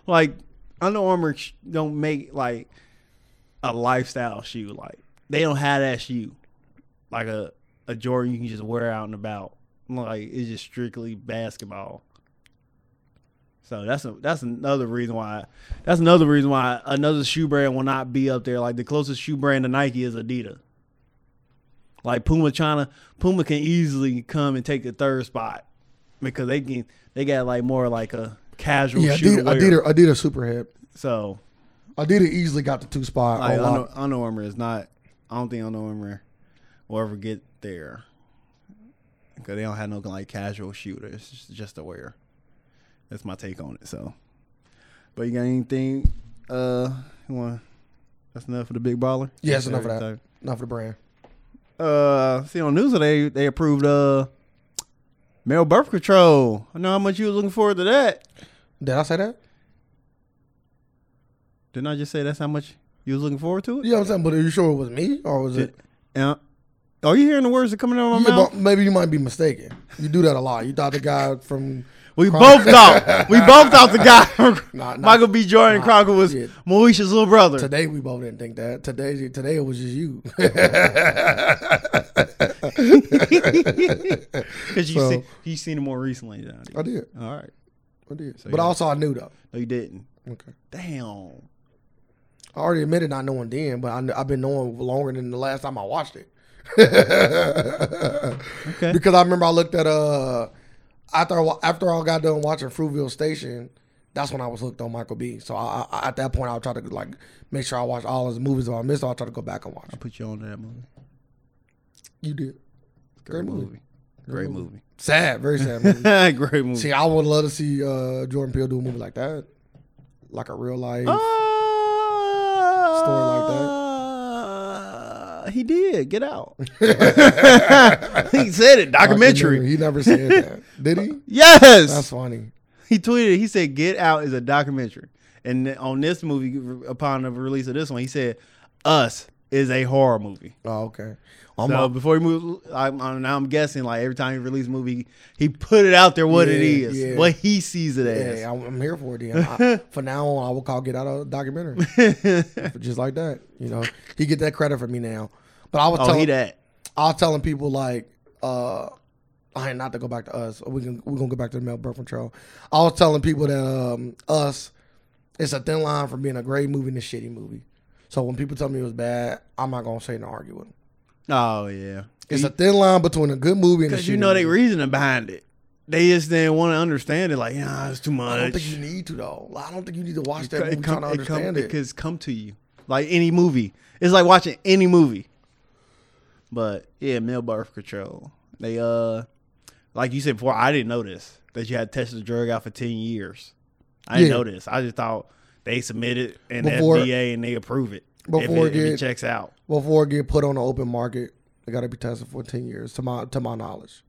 [SPEAKER 1] Like Under Armour sh- don't make like a lifestyle shoe. Like they don't have that shoe. Like a a Jordan you can just wear out and about. Like it's just strictly basketball. So that's a, that's another reason why that's another reason why another shoe brand will not be up there. Like the closest shoe brand to Nike is Adidas. Like Puma China, Puma can easily come and take the third spot because they can they got like more like a casual
[SPEAKER 2] Yeah,
[SPEAKER 1] shoe
[SPEAKER 2] Adidas,
[SPEAKER 1] wear.
[SPEAKER 2] Adidas, Adidas super hip.
[SPEAKER 1] So
[SPEAKER 2] Adidas easily got the two spot.
[SPEAKER 1] like,
[SPEAKER 2] on
[SPEAKER 1] Under,
[SPEAKER 2] lock.
[SPEAKER 1] Under Armour is not. I don't think Under Armour will ever get there because they don't have no like casual shooters. It's just- just to wear. That's my take on it. So, but you got anything? Uh, you want? That's enough for the big baller.
[SPEAKER 2] Yeah, that's enough of that. Not for the brand.
[SPEAKER 1] Uh, see on news today they approved uh male birth control. I know how much you was looking forward to that.
[SPEAKER 2] Did I say that?
[SPEAKER 1] Didn't I just say that's how much you was looking forward to it?
[SPEAKER 2] You know what I'm saying? But are you sure it was me or was it?
[SPEAKER 1] Yeah. Are you hearing the words that coming out of my
[SPEAKER 2] Yeah,
[SPEAKER 1] mouth?
[SPEAKER 2] but maybe you might be mistaken. You do that a lot. You thought the guy from
[SPEAKER 1] We
[SPEAKER 2] Cron-
[SPEAKER 1] both thought. We both thought the guy from
[SPEAKER 2] Nah, nah.
[SPEAKER 1] Michael B. Jordan Crocker was
[SPEAKER 2] yeah.
[SPEAKER 1] Moesha's little brother.
[SPEAKER 2] Today we both didn't think that. Today, today it was just you.
[SPEAKER 1] Because you
[SPEAKER 2] So-
[SPEAKER 1] see, you seen him more recently than I
[SPEAKER 2] I
[SPEAKER 1] did.
[SPEAKER 2] did.
[SPEAKER 1] All right.
[SPEAKER 2] I did.
[SPEAKER 1] So
[SPEAKER 2] but
[SPEAKER 1] you-
[SPEAKER 2] also, I knew though.
[SPEAKER 1] No, you didn't.
[SPEAKER 2] Okay.
[SPEAKER 1] Damn.
[SPEAKER 2] I already admitted not knowing then, but I, kn- I've been knowing longer than the last time I watched it.
[SPEAKER 1] Okay.
[SPEAKER 2] Because I remember I looked at uh after I, wa- after I got done watching Fruitville Station, that's when I was hooked on Michael B. So I, I at that point I tried to like make sure I watched all his movies. If I missed, I try to go back and watch.
[SPEAKER 1] I
[SPEAKER 2] them.
[SPEAKER 1] put you on to that movie.
[SPEAKER 2] You did.
[SPEAKER 1] Great,
[SPEAKER 2] Great
[SPEAKER 1] movie.
[SPEAKER 2] movie.
[SPEAKER 1] Great movie.
[SPEAKER 2] Sad, very sad. movie.
[SPEAKER 1] Great movie.
[SPEAKER 2] see, I would love to see uh Jordan Peele do a movie like that, like a real life.
[SPEAKER 1] Story
[SPEAKER 2] like that.
[SPEAKER 1] Ah, He did. Get out. he said it. Documentary.
[SPEAKER 2] He never said that, did he?
[SPEAKER 1] Yes.
[SPEAKER 2] That's funny.
[SPEAKER 1] he tweeted he said get out is a documentary and th- on this movie upon the release of this one he said us is a horror movie
[SPEAKER 2] Oh, okay. Well, I'm
[SPEAKER 1] so
[SPEAKER 2] all-
[SPEAKER 1] before he moved I'm, I'm, now i'm guessing like every time he released a movie he put it out there what it
[SPEAKER 2] Yeah,
[SPEAKER 1] is
[SPEAKER 2] yeah.
[SPEAKER 1] what he sees it as
[SPEAKER 2] Hey, I'm, I'm here for it. Then. I, for now on, I will call Get Out a documentary, just like that. You know, he get that credit for me now. But I was
[SPEAKER 1] oh he
[SPEAKER 2] telling,
[SPEAKER 1] that
[SPEAKER 2] I was telling people like, uh, I ain't not to go back to us. We can we gonna go back to the male birth control. I was telling people that um, us, it's a thin line from being a great movie and a shitty movie. So when people tell me it was bad, I'm not gonna say no argue with them.
[SPEAKER 1] oh yeah
[SPEAKER 2] It's a thin line between a good movie and a shitty.
[SPEAKER 1] because you know they
[SPEAKER 2] movie.
[SPEAKER 1] reasoning behind it they just didn't want to understand it like yeah it's too
[SPEAKER 2] I don't
[SPEAKER 1] much
[SPEAKER 2] think you need to though. I don't think you need to watch that
[SPEAKER 1] It
[SPEAKER 2] movie trying to
[SPEAKER 1] it come-
[SPEAKER 2] understand
[SPEAKER 1] it
[SPEAKER 2] it.
[SPEAKER 1] could come to you like any movie. It's like watching any movie. But yeah, male birth control. They uh, like you said before, I didn't know this that you had to test the drug out for ten years. I didn't
[SPEAKER 2] Yeah.
[SPEAKER 1] know this. I just thought they submit it and
[SPEAKER 2] Before-
[SPEAKER 1] the FDA and they approve it
[SPEAKER 2] before
[SPEAKER 1] if it, if
[SPEAKER 2] it
[SPEAKER 1] it
[SPEAKER 2] get-
[SPEAKER 1] checks out.
[SPEAKER 2] before it get put on the open market, they got to be tested for ten years, to my to my knowledge.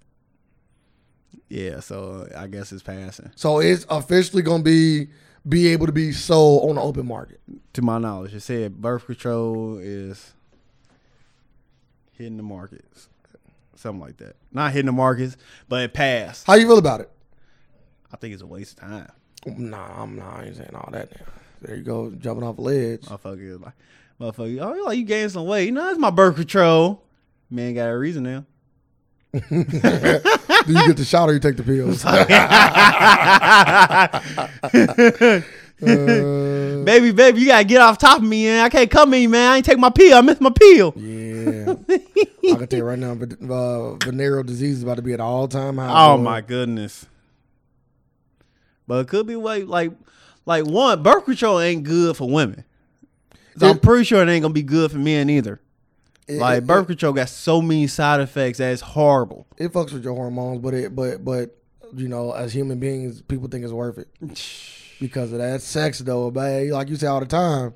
[SPEAKER 1] Yeah, so I guess it's passing
[SPEAKER 2] So it's officially gonna be be able to be sold on the open market.
[SPEAKER 1] to my knowledge. It said birth control is hitting the markets. something like that. Not hitting the markets, but it passed.
[SPEAKER 2] How you feel about it?
[SPEAKER 1] I think it's a waste of time.
[SPEAKER 2] Nah, I'm not I ain't saying all that. Now. There you go, jumping off a ledge.
[SPEAKER 1] Motherfucker, is like, motherfucker, oh, you like you gained some weight. You know, that's my birth control. Man, got a reason now.
[SPEAKER 2] Do you get the shot or you take the pills? Uh,
[SPEAKER 1] baby, baby, you gotta get off top of me, man. I can't come in, man. I ain't take my pill. I missed my pill.
[SPEAKER 2] yeah, I can tell you right now, but uh, venereal disease is about to be at all time high.
[SPEAKER 1] Oh
[SPEAKER 2] boy.
[SPEAKER 1] my goodness. But it could be way like like one, birth control ain't good for women. So I'm
[SPEAKER 2] It-
[SPEAKER 1] pretty sure it ain't gonna be good for men either.
[SPEAKER 2] It-
[SPEAKER 1] Like
[SPEAKER 2] it-
[SPEAKER 1] birth control got so many side effects that it's horrible.
[SPEAKER 2] it fucks with your hormones, but it but but you know, as human beings, people think it's worth it because of that sex though, babe. Like you say all the time.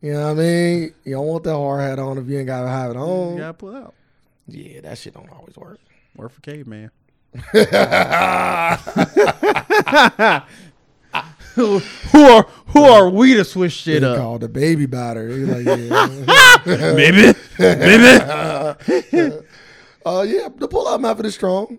[SPEAKER 2] You know what I mean? You don't want that hard hat on if you ain't gotta have it
[SPEAKER 1] You
[SPEAKER 2] on.
[SPEAKER 1] gotta pull out.
[SPEAKER 2] Yeah, that shit don't always work.
[SPEAKER 1] Work for caveman. who who are who are we to switch shit
[SPEAKER 2] They
[SPEAKER 1] up?
[SPEAKER 2] called the baby batter. You're like, yeah.
[SPEAKER 1] Maybe, maybe.
[SPEAKER 2] uh, yeah, the pull out method is strong.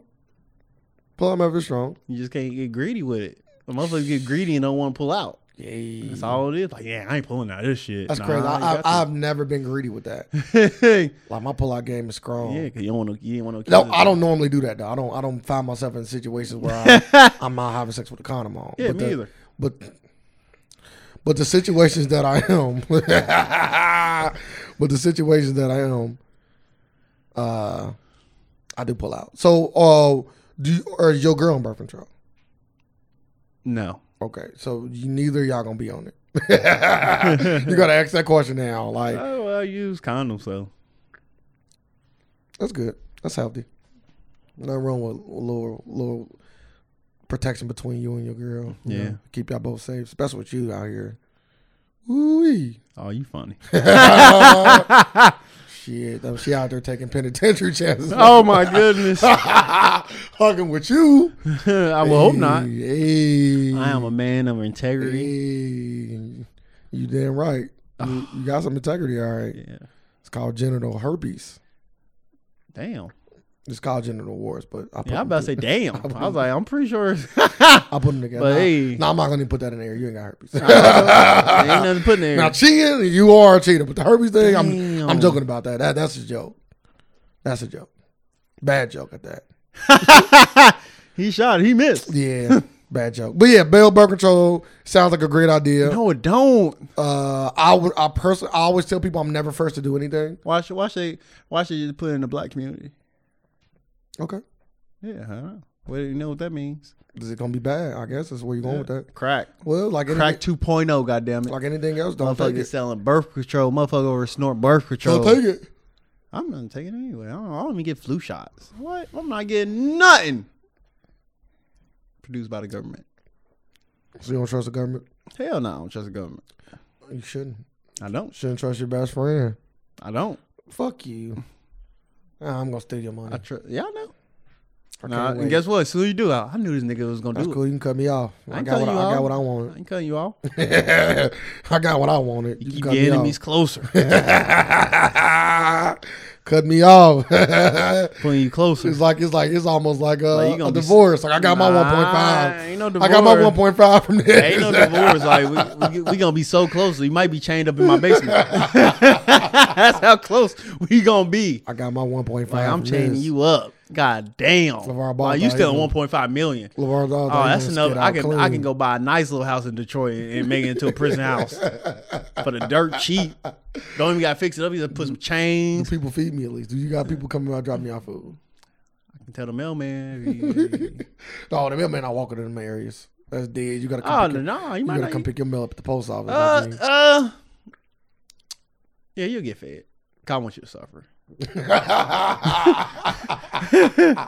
[SPEAKER 2] Pull out method is strong.
[SPEAKER 1] You just can't get greedy with it. The motherfuckers get greedy and don't want to pull out.
[SPEAKER 2] Yeah,
[SPEAKER 1] That's all it is. Like, yeah, I ain't pulling out this shit.
[SPEAKER 2] that's
[SPEAKER 1] Nah,
[SPEAKER 2] crazy.
[SPEAKER 1] you
[SPEAKER 2] I,
[SPEAKER 1] got
[SPEAKER 2] I, I've never been greedy with that.
[SPEAKER 1] to.
[SPEAKER 2] Like my pull out game is strong.
[SPEAKER 1] yeah, cause you don't want to. You ain't want to.
[SPEAKER 2] Oh. No, I don't normally do that though. I don't. I don't find myself in situations where I, I'm not having sex with a condom on.
[SPEAKER 1] Yeah,
[SPEAKER 2] but
[SPEAKER 1] me
[SPEAKER 2] the,
[SPEAKER 1] either.
[SPEAKER 2] But but the situations that I am, but the situations that I am, uh, I do pull out. So, uh, do you, or is your girl on birth control?
[SPEAKER 1] No.
[SPEAKER 2] Okay, so you, neither of y'all gonna be on it. you gotta ask that question now. Like
[SPEAKER 1] Oh, I use condoms so
[SPEAKER 2] that's good. That's healthy. Nothing wrong with a little little protection between you and your girl. you
[SPEAKER 1] Yeah.
[SPEAKER 2] know? keep y'all both safe, especially with you out here. Ooh,
[SPEAKER 1] Oh, you funny.
[SPEAKER 2] shit! though, She out there taking penitentiary chances.
[SPEAKER 1] oh my goodness. I
[SPEAKER 2] Hugging with you.
[SPEAKER 1] will hope not.
[SPEAKER 2] Hey,
[SPEAKER 1] I am a man of integrity.
[SPEAKER 2] Hey. You damn right. You, you got some integrity, all right.
[SPEAKER 1] Yeah.
[SPEAKER 2] It's called genital herpes.
[SPEAKER 1] Damn.
[SPEAKER 2] It's called genital wars, but I put,
[SPEAKER 1] Yeah, I
[SPEAKER 2] them,
[SPEAKER 1] about to say damn. I was like, I'm pretty sure. ain't
[SPEAKER 2] I put them together.
[SPEAKER 1] But
[SPEAKER 2] Nah,
[SPEAKER 1] hey.
[SPEAKER 2] nah, I'm not gonna even put that in there. You ain't got herpes.
[SPEAKER 1] nothing put in there.
[SPEAKER 2] now cheating, you are a cheater, but the herpes thing, I'm I'm
[SPEAKER 1] Damn.
[SPEAKER 2] joking about that. That that's a joke. That's a joke. Bad joke at that.
[SPEAKER 1] he shot. He missed.
[SPEAKER 2] Yeah, bad joke. But yeah, bail birth control sounds like a great idea.
[SPEAKER 1] No, it don't.
[SPEAKER 2] Uh, I would, I personally, I always tell people I'm never first to do anything.
[SPEAKER 1] Why should why should why should you put it in the black community?
[SPEAKER 2] Okay,
[SPEAKER 1] Yeah, I don't know. Well, you know what that means.
[SPEAKER 2] is it gonna be bad? I guess that's where you're going with that.
[SPEAKER 1] Crack.
[SPEAKER 2] Well, like anything,
[SPEAKER 1] Crack 2.0, goddammit.
[SPEAKER 2] like anything else, don't take
[SPEAKER 1] Motherfucker
[SPEAKER 2] it.
[SPEAKER 1] selling birth control. Motherfucker over snort birth control.
[SPEAKER 2] Don't take it.
[SPEAKER 1] I'm gonna take it anyway. I don't, I don't even get flu shots. What? I'm not getting nothing. Produced by the government.
[SPEAKER 2] So you don't trust the government?
[SPEAKER 1] Hell no, I don't trust the government.
[SPEAKER 2] You shouldn't.
[SPEAKER 1] I don't.
[SPEAKER 2] Shouldn't trust your best friend.
[SPEAKER 1] I don't.
[SPEAKER 2] Fuck you. Ah, I'm gonna steal your money.
[SPEAKER 1] I trust. Yeah, I know.
[SPEAKER 2] I
[SPEAKER 1] Nah,
[SPEAKER 2] can't
[SPEAKER 1] and
[SPEAKER 2] wait.
[SPEAKER 1] guess what? As soon as you do, I, I knew this nigga was gonna
[SPEAKER 2] That's
[SPEAKER 1] do
[SPEAKER 2] cool. You can cut me off. I,
[SPEAKER 1] ain't
[SPEAKER 2] got what I,
[SPEAKER 1] cutting you
[SPEAKER 2] I got
[SPEAKER 1] off.
[SPEAKER 2] what I
[SPEAKER 1] it. I
[SPEAKER 2] wanted.
[SPEAKER 1] ain't cutting you off.
[SPEAKER 2] I got what I wanted. You,
[SPEAKER 1] You
[SPEAKER 2] can
[SPEAKER 1] keep
[SPEAKER 2] cut
[SPEAKER 1] your
[SPEAKER 2] me
[SPEAKER 1] enemies closer.
[SPEAKER 2] off. cut me off. it's
[SPEAKER 1] Putting you closer.
[SPEAKER 2] like it's like it's almost like a,
[SPEAKER 1] Like, you
[SPEAKER 2] a
[SPEAKER 1] gonna be s-
[SPEAKER 2] divorce. Like I got my
[SPEAKER 1] Nah,
[SPEAKER 2] one point five.
[SPEAKER 1] Ain't no
[SPEAKER 2] I
[SPEAKER 1] divorce.
[SPEAKER 2] got my one point five from this.
[SPEAKER 1] Ain't no divorce. Like we, we, we gonna be so close. We might be chained up in my basement. That's how close we gonna be.
[SPEAKER 2] I got my one point five.
[SPEAKER 1] Like I'm
[SPEAKER 2] from
[SPEAKER 1] chaining
[SPEAKER 2] this.
[SPEAKER 1] you up. God damn.
[SPEAKER 2] LeVar Ball
[SPEAKER 1] Like you
[SPEAKER 2] thought
[SPEAKER 1] still
[SPEAKER 2] he
[SPEAKER 1] one point five million.
[SPEAKER 2] LeVar Ball
[SPEAKER 1] Oh,
[SPEAKER 2] thought he
[SPEAKER 1] that's
[SPEAKER 2] gonna
[SPEAKER 1] another.
[SPEAKER 2] spit
[SPEAKER 1] I
[SPEAKER 2] out
[SPEAKER 1] can I can
[SPEAKER 2] clean.
[SPEAKER 1] go buy a nice little house in Detroit and, and make it into a prison house for the dirt cheap. Don't even gotta fix it up. You just put some chains.
[SPEAKER 2] People feed me at least. Do you got people coming out dropping me off food?
[SPEAKER 1] I can tell the mailman.
[SPEAKER 2] No, the mailman not walking in the areas. That's dead. You gotta come
[SPEAKER 1] oh
[SPEAKER 2] pick
[SPEAKER 1] no,
[SPEAKER 2] your,
[SPEAKER 1] no, you
[SPEAKER 2] you
[SPEAKER 1] might
[SPEAKER 2] gotta
[SPEAKER 1] not.
[SPEAKER 2] come pick your mail up at the post office.
[SPEAKER 1] uh,
[SPEAKER 2] like me.
[SPEAKER 1] uh, yeah, you'll get fed. God wants you to suffer.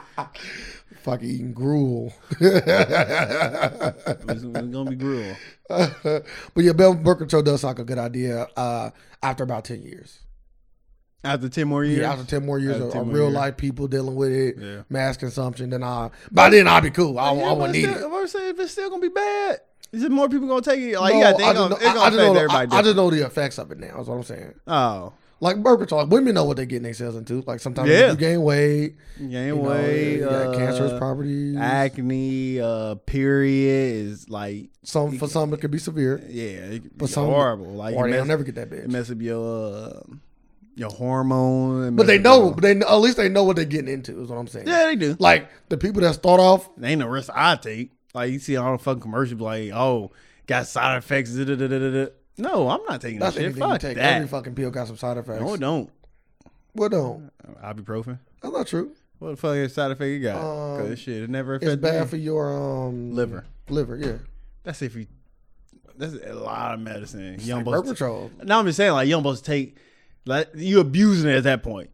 [SPEAKER 2] Fuck eating gruel.
[SPEAKER 1] It's, it's gonna be gruel.
[SPEAKER 2] but yeah, Bell Burke Control does sound like a good idea uh, after about 10 years.
[SPEAKER 1] After ten more years,
[SPEAKER 2] Yeah, after 10 more years
[SPEAKER 1] After
[SPEAKER 2] of,
[SPEAKER 1] 10
[SPEAKER 2] of
[SPEAKER 1] more
[SPEAKER 2] real
[SPEAKER 1] years.
[SPEAKER 2] life people dealing with it,
[SPEAKER 1] Yeah.
[SPEAKER 2] mass consumption, then I, by then I'll be cool. I,
[SPEAKER 1] Yeah,
[SPEAKER 2] I
[SPEAKER 1] but
[SPEAKER 2] won't
[SPEAKER 1] it's
[SPEAKER 2] need
[SPEAKER 1] still-
[SPEAKER 2] it.
[SPEAKER 1] I'm saying if it's still gonna be bad, is it more people gonna take it? Like
[SPEAKER 2] No,
[SPEAKER 1] you gotta
[SPEAKER 2] I
[SPEAKER 1] think
[SPEAKER 2] just
[SPEAKER 1] it's
[SPEAKER 2] know-
[SPEAKER 1] gonna, it's
[SPEAKER 2] I- I
[SPEAKER 1] gonna
[SPEAKER 2] just
[SPEAKER 1] affect
[SPEAKER 2] know the-
[SPEAKER 1] everybody.
[SPEAKER 2] I- I just
[SPEAKER 1] different.
[SPEAKER 2] know the effects of it now, is what I'm saying.
[SPEAKER 1] oh,
[SPEAKER 2] Like birth control, like women know what they're getting themselves into. Like sometimes
[SPEAKER 1] Yeah.
[SPEAKER 2] you gain weight, you know,
[SPEAKER 1] Anyway,
[SPEAKER 2] you got
[SPEAKER 1] uh,
[SPEAKER 2] cancerous properties.
[SPEAKER 1] acne, uh, period is like
[SPEAKER 2] Some for some it could be severe,
[SPEAKER 1] yeah, it could
[SPEAKER 2] But
[SPEAKER 1] be
[SPEAKER 2] some-
[SPEAKER 1] horrible. Like
[SPEAKER 2] or
[SPEAKER 1] it
[SPEAKER 2] they'll
[SPEAKER 1] mess,
[SPEAKER 2] never get that
[SPEAKER 1] it
[SPEAKER 2] bitch.
[SPEAKER 1] mess up your uh, your hormone. it mess
[SPEAKER 2] But they
[SPEAKER 1] up
[SPEAKER 2] know,
[SPEAKER 1] your-
[SPEAKER 2] but they at least they know what they're getting into. Is what I'm saying.
[SPEAKER 1] yeah, they do.
[SPEAKER 2] Like the people that start off,
[SPEAKER 1] They ain't no risk I take. Like you see all the fucking commercials, be like oh, got side effects. Da, da, da, da, da. No, I'm not taking that
[SPEAKER 2] that's
[SPEAKER 1] shit.
[SPEAKER 2] anything you
[SPEAKER 1] Fuck
[SPEAKER 2] take. Every
[SPEAKER 1] that.
[SPEAKER 2] fucking pill got some side effects.
[SPEAKER 1] No,
[SPEAKER 2] No,
[SPEAKER 1] it don't.
[SPEAKER 2] don't.
[SPEAKER 1] Ibuprofen.
[SPEAKER 2] That's not true.
[SPEAKER 1] What the fuck is side effect you got? 'Cause
[SPEAKER 2] Um,
[SPEAKER 1] shit, it never
[SPEAKER 2] It's
[SPEAKER 1] affected me.
[SPEAKER 2] bad for your um
[SPEAKER 1] Liver.
[SPEAKER 2] Liver, yeah.
[SPEAKER 1] That's if you. That's a lot of medicine. Young
[SPEAKER 2] Birth
[SPEAKER 1] boys.
[SPEAKER 2] control.
[SPEAKER 1] Now I'm just saying, like you almost take, like you abusing it at that point.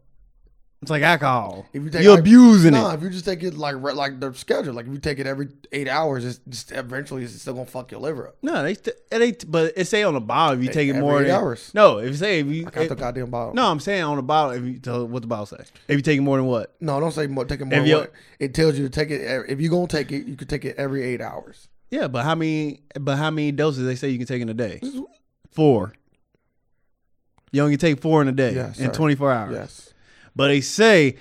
[SPEAKER 1] It's like alcohol.
[SPEAKER 2] If you take
[SPEAKER 1] are
[SPEAKER 2] like-
[SPEAKER 1] abusing
[SPEAKER 2] Nah,
[SPEAKER 1] it.
[SPEAKER 2] if you just take it like re- like the schedule, like if you take it every eight hours, it's just eventually it's still gonna fuck your liver up.
[SPEAKER 1] No, they st- it ain't. But it say on the bottle if you take it
[SPEAKER 2] every
[SPEAKER 1] more
[SPEAKER 2] eight
[SPEAKER 1] than
[SPEAKER 2] hours.
[SPEAKER 1] No, if you say if you.
[SPEAKER 2] Like I
[SPEAKER 1] if-
[SPEAKER 2] took goddamn bottle.
[SPEAKER 1] no, I'm saying on the bottle. If you tell what the bottle say, if you take it more than what?
[SPEAKER 2] no, don't say more, take it more. than
[SPEAKER 1] you-
[SPEAKER 2] what- It tells you to take it ev- if you gonna take it, you could take it every eight hours.
[SPEAKER 1] Yeah, but how many? But how many doses they say you can take in a day? Four. You only can take four in a day
[SPEAKER 2] Yes,
[SPEAKER 1] in
[SPEAKER 2] sir.
[SPEAKER 1] 24 hours.
[SPEAKER 2] Yes.
[SPEAKER 1] But they say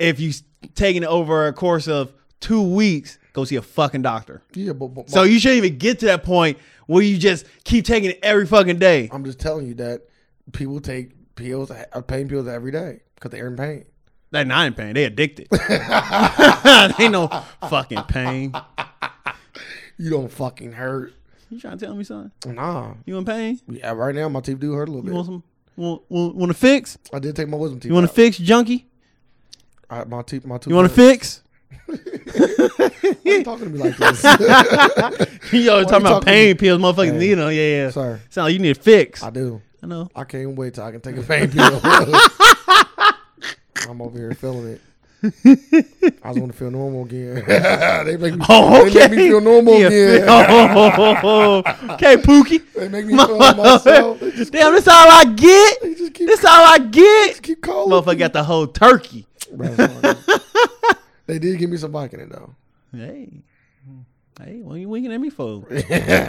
[SPEAKER 1] if you s- taking it over a course of two weeks, go see a fucking doctor.
[SPEAKER 2] Yeah, but, but-
[SPEAKER 1] So you shouldn't even get to that point where you just keep taking it every fucking day.
[SPEAKER 2] I'm just telling you that people take pills, uh, pain pills every day because they're in pain.
[SPEAKER 1] They're not in pain. They addicted. they ain't no fucking pain.
[SPEAKER 2] You don't fucking hurt.
[SPEAKER 1] You trying to tell me something?
[SPEAKER 2] Nah.
[SPEAKER 1] You in pain?
[SPEAKER 2] Yeah, right now my teeth do hurt a little
[SPEAKER 1] You
[SPEAKER 2] bit.
[SPEAKER 1] want some? Want, want, want to fix?
[SPEAKER 2] I did take my wisdom teeth.
[SPEAKER 1] You want
[SPEAKER 2] out.
[SPEAKER 1] to fix, junkie?
[SPEAKER 2] I, my teeth, my tooth.
[SPEAKER 1] You want to fix?
[SPEAKER 2] Why you talking to me like this?
[SPEAKER 1] you always talking about
[SPEAKER 2] talking-
[SPEAKER 1] pain pills, motherfucking
[SPEAKER 2] Hey,
[SPEAKER 1] needle. Yeah, yeah.
[SPEAKER 2] sir.
[SPEAKER 1] Sound like you need a fix.
[SPEAKER 2] I
[SPEAKER 1] I,
[SPEAKER 2] do.
[SPEAKER 1] know.
[SPEAKER 2] I can't wait till I can take a pain pill. I'm over here feeling it. I just want to feel normal again. they make me,
[SPEAKER 1] Oh, okay.
[SPEAKER 2] they make me feel normal
[SPEAKER 1] Yeah.
[SPEAKER 2] again.
[SPEAKER 1] Oh, okay, Pookie.
[SPEAKER 2] They make me feel like myself. They just,
[SPEAKER 1] Damn, this all I get.
[SPEAKER 2] they just keep,
[SPEAKER 1] This all I get.
[SPEAKER 2] keep calling.
[SPEAKER 1] Motherfucker got the whole turkey.
[SPEAKER 2] Bruh, they did give me some Vicodin though.
[SPEAKER 1] Hey, hey, what are you winking at me for? I mean,
[SPEAKER 2] hey,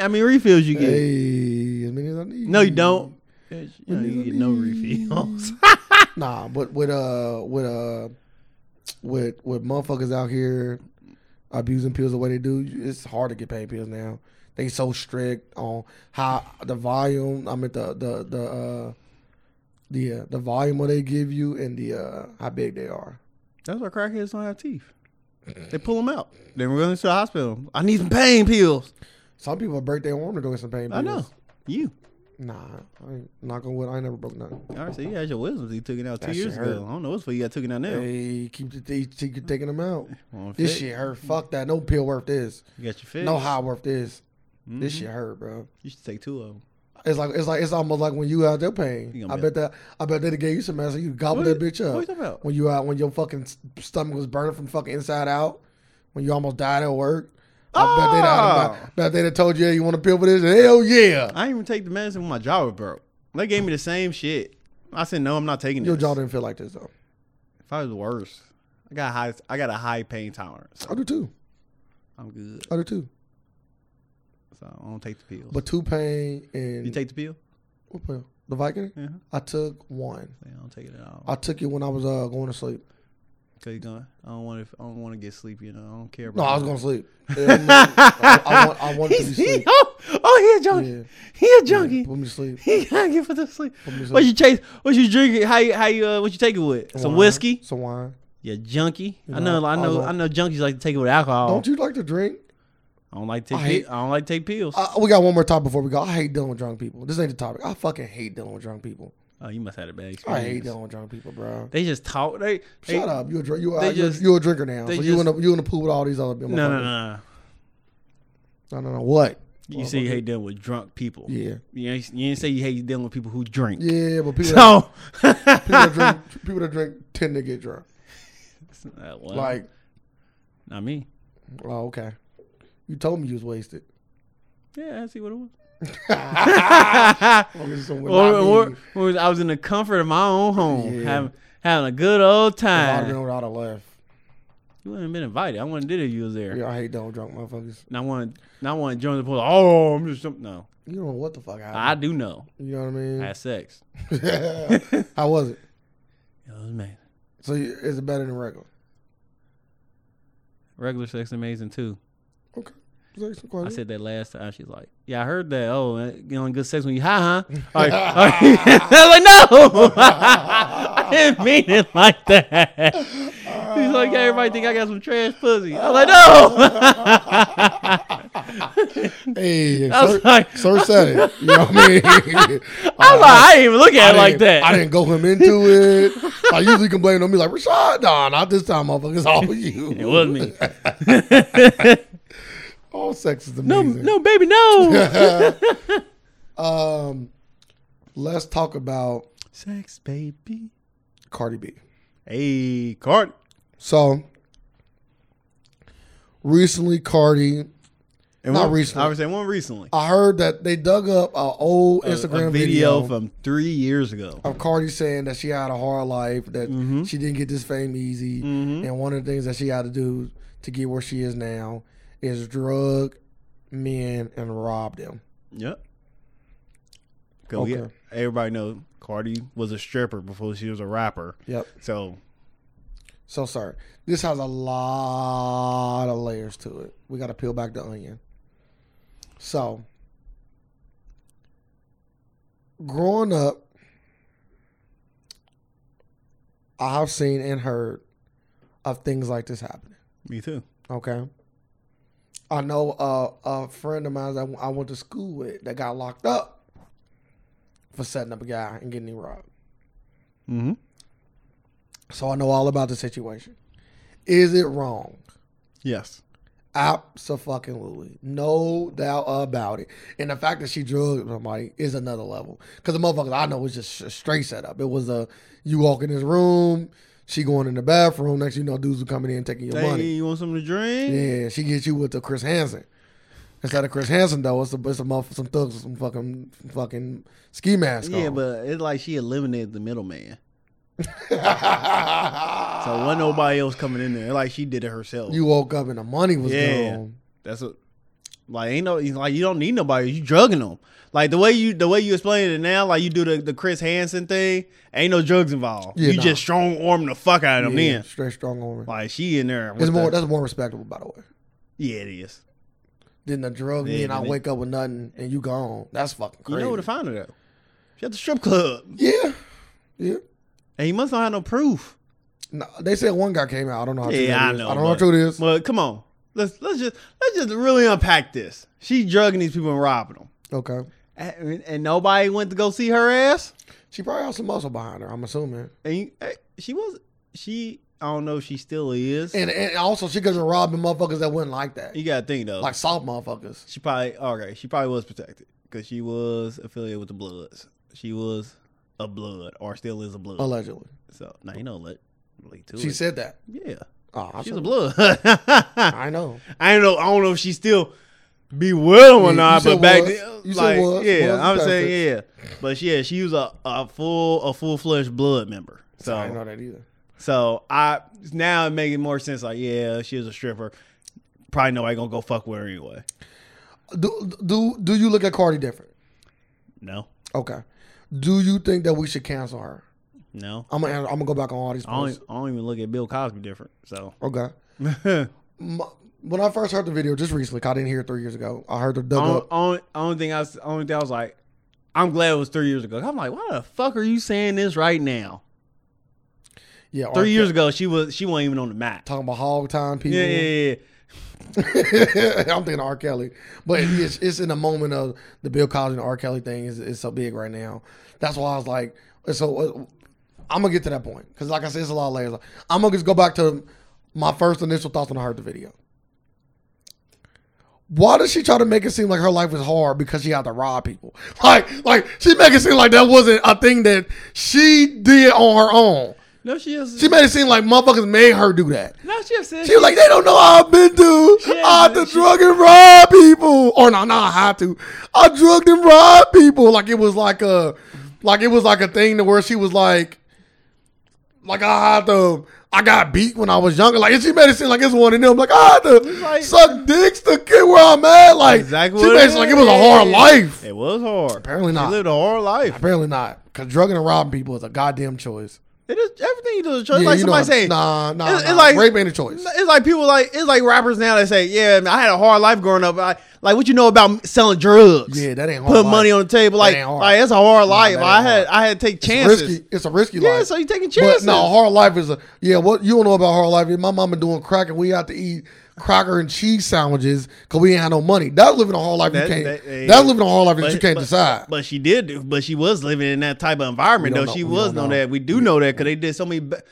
[SPEAKER 1] I mean refills you get.
[SPEAKER 2] as many as I need.
[SPEAKER 1] No, you don't. You, know, you get no refills.
[SPEAKER 2] Nah, but with uh, with uh, with with motherfuckers out here abusing pills the way they do, it's hard to get pain pills now. They so strict on how the volume. I mean the the the uh, the uh, the volume what they give you and the uh, how big they are.
[SPEAKER 1] That's why crackheads don't have teeth. They pull them out. Then we're going to the hospital. I need some pain pills.
[SPEAKER 2] Some people break their arm to doing some pain pills.
[SPEAKER 1] I know. You.
[SPEAKER 2] Nah, I ain't knock on wood. I ain't never broke nothing.
[SPEAKER 1] All right, so you had your wisdom. You took it out two
[SPEAKER 2] That shit
[SPEAKER 1] years
[SPEAKER 2] hurt.
[SPEAKER 1] ago. I don't know what's for you. I took it out now.
[SPEAKER 2] Hey, keep the they keep taking them out.
[SPEAKER 1] Wanna
[SPEAKER 2] This
[SPEAKER 1] fix?
[SPEAKER 2] shit hurt. Fuck that. No pill worth this.
[SPEAKER 1] You got your fix. Mm-hmm.
[SPEAKER 2] No high worth this. This shit hurt, bro.
[SPEAKER 1] You should take two of them.
[SPEAKER 2] It's like it's like it's almost like when you out there pain.
[SPEAKER 1] You gonna
[SPEAKER 2] I
[SPEAKER 1] be-
[SPEAKER 2] bet that I bet they gave you some medicine. You gobble
[SPEAKER 1] What-
[SPEAKER 2] that bitch
[SPEAKER 1] what
[SPEAKER 2] up.
[SPEAKER 1] you talking about?
[SPEAKER 2] When you out when your fucking s- stomach was burning from fucking inside out. When you almost died at work. I bet they
[SPEAKER 1] Oh!
[SPEAKER 2] done- I bet they done told you hey, you want a pill for this. Hell yeah.
[SPEAKER 1] I didn't even take the medicine when my jaw was broke. They gave me the same shit. I said no, I'm not taking
[SPEAKER 2] Your
[SPEAKER 1] this.
[SPEAKER 2] jaw didn't feel like this though.
[SPEAKER 1] If I was worse, I got high. I got a high pain tolerance.
[SPEAKER 2] I
[SPEAKER 1] So
[SPEAKER 2] do too.
[SPEAKER 1] I'm good.
[SPEAKER 2] I do too.
[SPEAKER 1] So I don't take the pills.
[SPEAKER 2] But two pain and
[SPEAKER 1] you take the pill?
[SPEAKER 2] what pill? The Vicodin.
[SPEAKER 1] Yeah.
[SPEAKER 2] I took one.
[SPEAKER 1] Yeah, I don't take it at all.
[SPEAKER 2] I took it when I was uh, going to sleep.
[SPEAKER 1] Cause you gonna, I don't want to. I don't want to get sleepy. You know, I don't care about.
[SPEAKER 2] No, I was going to sleep. I, I want, I wanted to be
[SPEAKER 1] He's, he,
[SPEAKER 2] sleep.
[SPEAKER 1] oh, oh, he a junkie.
[SPEAKER 2] Yeah.
[SPEAKER 1] He a junkie.
[SPEAKER 2] Put me to sleep.
[SPEAKER 1] He gotta get for the sleep.
[SPEAKER 2] me some-
[SPEAKER 1] What you chase? What you drinking? How you? How you? Uh, what you take it with? Some
[SPEAKER 2] Wine.
[SPEAKER 1] whiskey?
[SPEAKER 2] Some wine.
[SPEAKER 1] Yeah, junkie. I
[SPEAKER 2] know,
[SPEAKER 1] know. I
[SPEAKER 2] I
[SPEAKER 1] know.
[SPEAKER 2] don't-
[SPEAKER 1] I know. Junkies like to take it with alcohol.
[SPEAKER 2] Don't you like to drink?
[SPEAKER 1] I don't like to take.
[SPEAKER 2] I hate-
[SPEAKER 1] pi- I don't like to take pills.
[SPEAKER 2] Uh, we got one more topic before we go. I hate dealing with drunk people. This ain't the topic. I fucking hate dealing with drunk people.
[SPEAKER 1] oh, you must have had a bad experience.
[SPEAKER 2] I hate dealing with drunk people, bro.
[SPEAKER 1] They just talk. They, they
[SPEAKER 2] Shut up. You're a, drink, you
[SPEAKER 1] they
[SPEAKER 2] are you're,
[SPEAKER 1] just-
[SPEAKER 2] you're a drinker now. So
[SPEAKER 1] they
[SPEAKER 2] you in
[SPEAKER 1] just-
[SPEAKER 2] the you in the pool with all these other people.
[SPEAKER 1] No, no, no. no.
[SPEAKER 2] no, no, no. What?
[SPEAKER 1] You say you hate dealing with drunk people.
[SPEAKER 2] Yeah,
[SPEAKER 1] You ain't, you ain't say you hate dealing with people who drink.
[SPEAKER 2] yeah. But people, that,
[SPEAKER 1] So,
[SPEAKER 2] people that drink people that drink tend to get drunk.
[SPEAKER 1] Uh, well,
[SPEAKER 2] Like,
[SPEAKER 1] not me.
[SPEAKER 2] oh, okay. You told me you was wasted.
[SPEAKER 1] Yeah, I see what it was.
[SPEAKER 2] Okay, so when
[SPEAKER 1] or,
[SPEAKER 2] I
[SPEAKER 1] or,
[SPEAKER 2] mean-
[SPEAKER 1] or I was in the comfort of my own home,
[SPEAKER 2] Yeah.
[SPEAKER 1] having having a good old
[SPEAKER 2] I
[SPEAKER 1] time.
[SPEAKER 2] would've been without a laugh.
[SPEAKER 1] You wouldn't have been invited. I wouldn't did it if you was there.
[SPEAKER 2] Yeah, I hate dumb drunk motherfuckers.
[SPEAKER 1] And I want and I want to join the pool. Oh, I'm just some- no.
[SPEAKER 2] You don't know what the fuck happened.
[SPEAKER 1] I do know.
[SPEAKER 2] you know what I
[SPEAKER 1] I
[SPEAKER 2] mean?
[SPEAKER 1] had sex.
[SPEAKER 2] How was it?
[SPEAKER 1] It was amazing.
[SPEAKER 2] So you- is it better than regular?
[SPEAKER 1] Regular sex amazing too.
[SPEAKER 2] Okay.
[SPEAKER 1] I said that last time. She's like, "Yeah, I heard that. Oh, uh, you know, good sex when you ha huh." All right, all right. I was like, "No, I didn't mean it like that." She's like, yeah, "Everybody think I got some trash pussy." I was like, "No."
[SPEAKER 2] Hey,
[SPEAKER 1] I was
[SPEAKER 2] sir,
[SPEAKER 1] like-
[SPEAKER 2] sir said it. You know what I mean?
[SPEAKER 1] I was like, "I didn't even look at it
[SPEAKER 2] didn't-
[SPEAKER 1] like that."
[SPEAKER 2] I didn't go him into it. I usually complain on me like Rashad. Nah, not this time, motherfucker. It's all you.
[SPEAKER 1] It was me.
[SPEAKER 2] All sex is
[SPEAKER 1] no,
[SPEAKER 2] amazing.
[SPEAKER 1] no, baby, no.
[SPEAKER 2] Um, let's talk about
[SPEAKER 1] sex, baby.
[SPEAKER 2] Cardi B.
[SPEAKER 1] Hey, Cart.
[SPEAKER 2] So recently, Cardi.
[SPEAKER 1] And
[SPEAKER 2] Not
[SPEAKER 1] one,
[SPEAKER 2] recently.
[SPEAKER 1] I was saying one recently.
[SPEAKER 2] I heard that they dug up an old
[SPEAKER 1] A-
[SPEAKER 2] Instagram
[SPEAKER 1] a
[SPEAKER 2] video,
[SPEAKER 1] video from three years ago.
[SPEAKER 2] of Cardi saying that she had a hard life, that
[SPEAKER 1] Mhm.
[SPEAKER 2] she didn't get this fame easy,
[SPEAKER 1] Mhm.
[SPEAKER 2] and one of the things that she had to do to get where she is now is drug men and rob them.
[SPEAKER 1] Yep. Go
[SPEAKER 2] Okay.
[SPEAKER 1] get- everybody knows Cardi was a stripper before she was a rapper.
[SPEAKER 2] Yep.
[SPEAKER 1] So
[SPEAKER 2] So sorry. This has a lot of layers to it. We got to peel back the onion. So, growing up, I have seen and heard of things like this happening.
[SPEAKER 1] me too.
[SPEAKER 2] Okay. I know uh, a friend of mine that I went to school with that got locked up for setting up a guy and getting him robbed.
[SPEAKER 1] Mm-hmm.
[SPEAKER 2] So I know all about the situation. Is it wrong?
[SPEAKER 1] Yes.
[SPEAKER 2] Absolutely. No doubt about it. And the fact that she drugged somebody is another level. Because the motherfuckers I know was just a straight setup. It was a you walk in this room, she going in the bathroom. Next, thing you know, dudes are coming in taking your
[SPEAKER 1] Hey,
[SPEAKER 2] money.
[SPEAKER 1] you want something to drink?
[SPEAKER 2] Yeah, she gets you with the Chris Hansen. Instead of Chris Hansen though, it's a it's a motherf- some thugs with some fucking fucking ski mask.
[SPEAKER 1] Yeah,
[SPEAKER 2] on.
[SPEAKER 1] but it's like she eliminated the middleman. So
[SPEAKER 2] so
[SPEAKER 1] wasn't nobody else coming in there. Like she did it herself.
[SPEAKER 2] you woke up and the money was
[SPEAKER 1] Yeah.
[SPEAKER 2] gone.
[SPEAKER 1] That's what. Like ain't no he's like you don't need nobody. You drugging them. Like the way you the way you explain it now, like you do the, the Chris Hansen thing. Ain't no drugs involved.
[SPEAKER 2] Yeah,
[SPEAKER 1] you
[SPEAKER 2] nah.
[SPEAKER 1] just strong arm the fuck out of them.
[SPEAKER 2] Yeah,
[SPEAKER 1] Then
[SPEAKER 2] straight strong arm.
[SPEAKER 1] like she in there. with
[SPEAKER 2] It's more
[SPEAKER 1] the-
[SPEAKER 2] that's more respectable by the way.
[SPEAKER 1] yeah, it is.
[SPEAKER 2] Than the drug me
[SPEAKER 1] Yeah,
[SPEAKER 2] and I
[SPEAKER 1] and it-
[SPEAKER 2] wake up with nothing and you gone. That's fucking
[SPEAKER 1] You
[SPEAKER 2] crazy.
[SPEAKER 1] know where to find her though. She at the strip club,
[SPEAKER 2] yeah. Yeah.
[SPEAKER 1] and he must not have no proof.
[SPEAKER 2] No, they said one guy came out. I don't know how true
[SPEAKER 1] Yeah,
[SPEAKER 2] that
[SPEAKER 1] I
[SPEAKER 2] is.
[SPEAKER 1] know,
[SPEAKER 2] I don't know how
[SPEAKER 1] but-
[SPEAKER 2] true it is.
[SPEAKER 1] But come on, let's let's just let's just really unpack this. She drugging these people and robbing them,
[SPEAKER 2] Okay.
[SPEAKER 1] and, and nobody went to go see her ass.
[SPEAKER 2] She probably has some muscle behind her, I'm assuming.
[SPEAKER 1] And you, eh, she was she. I don't know if she still is.
[SPEAKER 2] And and also she could have robbed the motherfuckers that wasn't like that.
[SPEAKER 1] you got to think though.
[SPEAKER 2] Like soft motherfuckers.
[SPEAKER 1] she probably okay. She probably was protected because she was affiliated with the Bloods. She was a blood or still is a blood.
[SPEAKER 2] Allegedly.
[SPEAKER 1] so now you know let. Lead to
[SPEAKER 2] She
[SPEAKER 1] it. Ah,
[SPEAKER 2] said that.
[SPEAKER 1] "Yeah,
[SPEAKER 2] Oh, I
[SPEAKER 1] she's
[SPEAKER 2] said-
[SPEAKER 1] a blood."
[SPEAKER 2] I know.
[SPEAKER 1] I don't know. I don't know if she still be with him
[SPEAKER 2] Yeah,
[SPEAKER 1] or
[SPEAKER 2] you
[SPEAKER 1] not.
[SPEAKER 2] said
[SPEAKER 1] But back
[SPEAKER 2] was.
[SPEAKER 1] then,
[SPEAKER 2] You said
[SPEAKER 1] like,
[SPEAKER 2] was.
[SPEAKER 1] yeah,
[SPEAKER 2] Was
[SPEAKER 1] I'm
[SPEAKER 2] is
[SPEAKER 1] saying yeah. But yeah, she was a, a full a full fledged blood member. So
[SPEAKER 2] I didn't know that either.
[SPEAKER 1] so I now it making more sense. Like yeah, she was a stripper. Probably nobody gonna go fuck with her anyway.
[SPEAKER 2] Do do do you look at Cardi different?
[SPEAKER 1] No,
[SPEAKER 2] Okay. Do you think that we should cancel her?
[SPEAKER 1] no.
[SPEAKER 2] I'm gonna I'm gonna go back on all these
[SPEAKER 1] I don't, e,
[SPEAKER 2] points.
[SPEAKER 1] I don't even look at Bill Cosby different. So
[SPEAKER 2] Okay.
[SPEAKER 1] only,
[SPEAKER 2] M when I first heard the video just recently, 'cause I didn't hear it three years ago. I heard the dug up.
[SPEAKER 1] only, only thing I was, only thing I was like, I'm glad it was three years ago. I'm like, why the fuck are you saying this right now?
[SPEAKER 2] Yeah, R.
[SPEAKER 1] Three
[SPEAKER 2] Kelly-
[SPEAKER 1] years ago, she was she wasn't even on the map.
[SPEAKER 2] talking about hog time people.
[SPEAKER 1] Yeah, yeah, yeah.
[SPEAKER 2] I'm thinking R. Kelly, but it's, it's in the moment of the Bill Cosby and R. Kelly thing is, is so big right now. That's why I was like, so uh, I'm gonna get to that point because, like I said, it's a lot of layers. I'm gonna just go back to my first initial thoughts when I heard the video. Why does she try to make it seem like her life was hard because she had to rob people? Like, like she make it seem like that wasn't a thing that she did on her own.
[SPEAKER 1] No, she is.
[SPEAKER 2] She made it seem like motherfuckers made her do that.
[SPEAKER 1] no, she upset.
[SPEAKER 2] She was like, they don't know how I've been to. I had to
[SPEAKER 1] she-
[SPEAKER 2] drug and rob people. Or no, no, I had to. I drugged and robbed people. Like it was like a, like it was like a thing to where she was like, Like I had to, I got beat when I was younger. Like she made it seem like it's one of them. Like I had to
[SPEAKER 1] like-
[SPEAKER 2] suck dicks to get where I'm at. Like
[SPEAKER 1] Exactly
[SPEAKER 2] she
[SPEAKER 1] what
[SPEAKER 2] made it
[SPEAKER 1] it
[SPEAKER 2] seem like it was a hard
[SPEAKER 1] is.
[SPEAKER 2] life.
[SPEAKER 1] It was hard.
[SPEAKER 2] Apparently not.
[SPEAKER 1] He lived a hard life.
[SPEAKER 2] Apparently not, because drugging and robbing people is a goddamn choice.
[SPEAKER 1] It is everything you do is a choice.
[SPEAKER 2] Yeah,
[SPEAKER 1] like
[SPEAKER 2] you
[SPEAKER 1] somebody
[SPEAKER 2] know,
[SPEAKER 1] say,
[SPEAKER 2] nah, nah,
[SPEAKER 1] it's-
[SPEAKER 2] nah.
[SPEAKER 1] it's like-
[SPEAKER 2] rape ain't a choice.
[SPEAKER 1] it's like people like it's like rappers now that say, "Yeah, man, I had a hard life growing up. I, like, what you know about selling drugs?
[SPEAKER 2] Yeah, that ain't hard
[SPEAKER 1] putting
[SPEAKER 2] life.
[SPEAKER 1] money on the table. Like,
[SPEAKER 2] ain't hard.
[SPEAKER 1] like that's a hard life.
[SPEAKER 2] that ain't
[SPEAKER 1] I had I had to take chances.
[SPEAKER 2] Risky. It's a risky
[SPEAKER 1] Yeah,
[SPEAKER 2] life.
[SPEAKER 1] so you taking
[SPEAKER 2] But
[SPEAKER 1] chances.
[SPEAKER 2] no, hard life is a yeah. What you don't know about hard life is my mama doing crack and we out to eat cracker and cheese sandwiches because we ain't had no money. That's living a hard life
[SPEAKER 1] That-
[SPEAKER 2] you can't.
[SPEAKER 1] that- hey,
[SPEAKER 2] that's living a hard life that
[SPEAKER 1] but-
[SPEAKER 2] you can't
[SPEAKER 1] but-
[SPEAKER 2] decide.
[SPEAKER 1] But she did, do- but she was living in that type of environment
[SPEAKER 2] We
[SPEAKER 1] though.
[SPEAKER 2] don't
[SPEAKER 1] she
[SPEAKER 2] know- we
[SPEAKER 1] was
[SPEAKER 2] don't
[SPEAKER 1] know
[SPEAKER 2] know.
[SPEAKER 1] that. We do know that because they did so many. ba-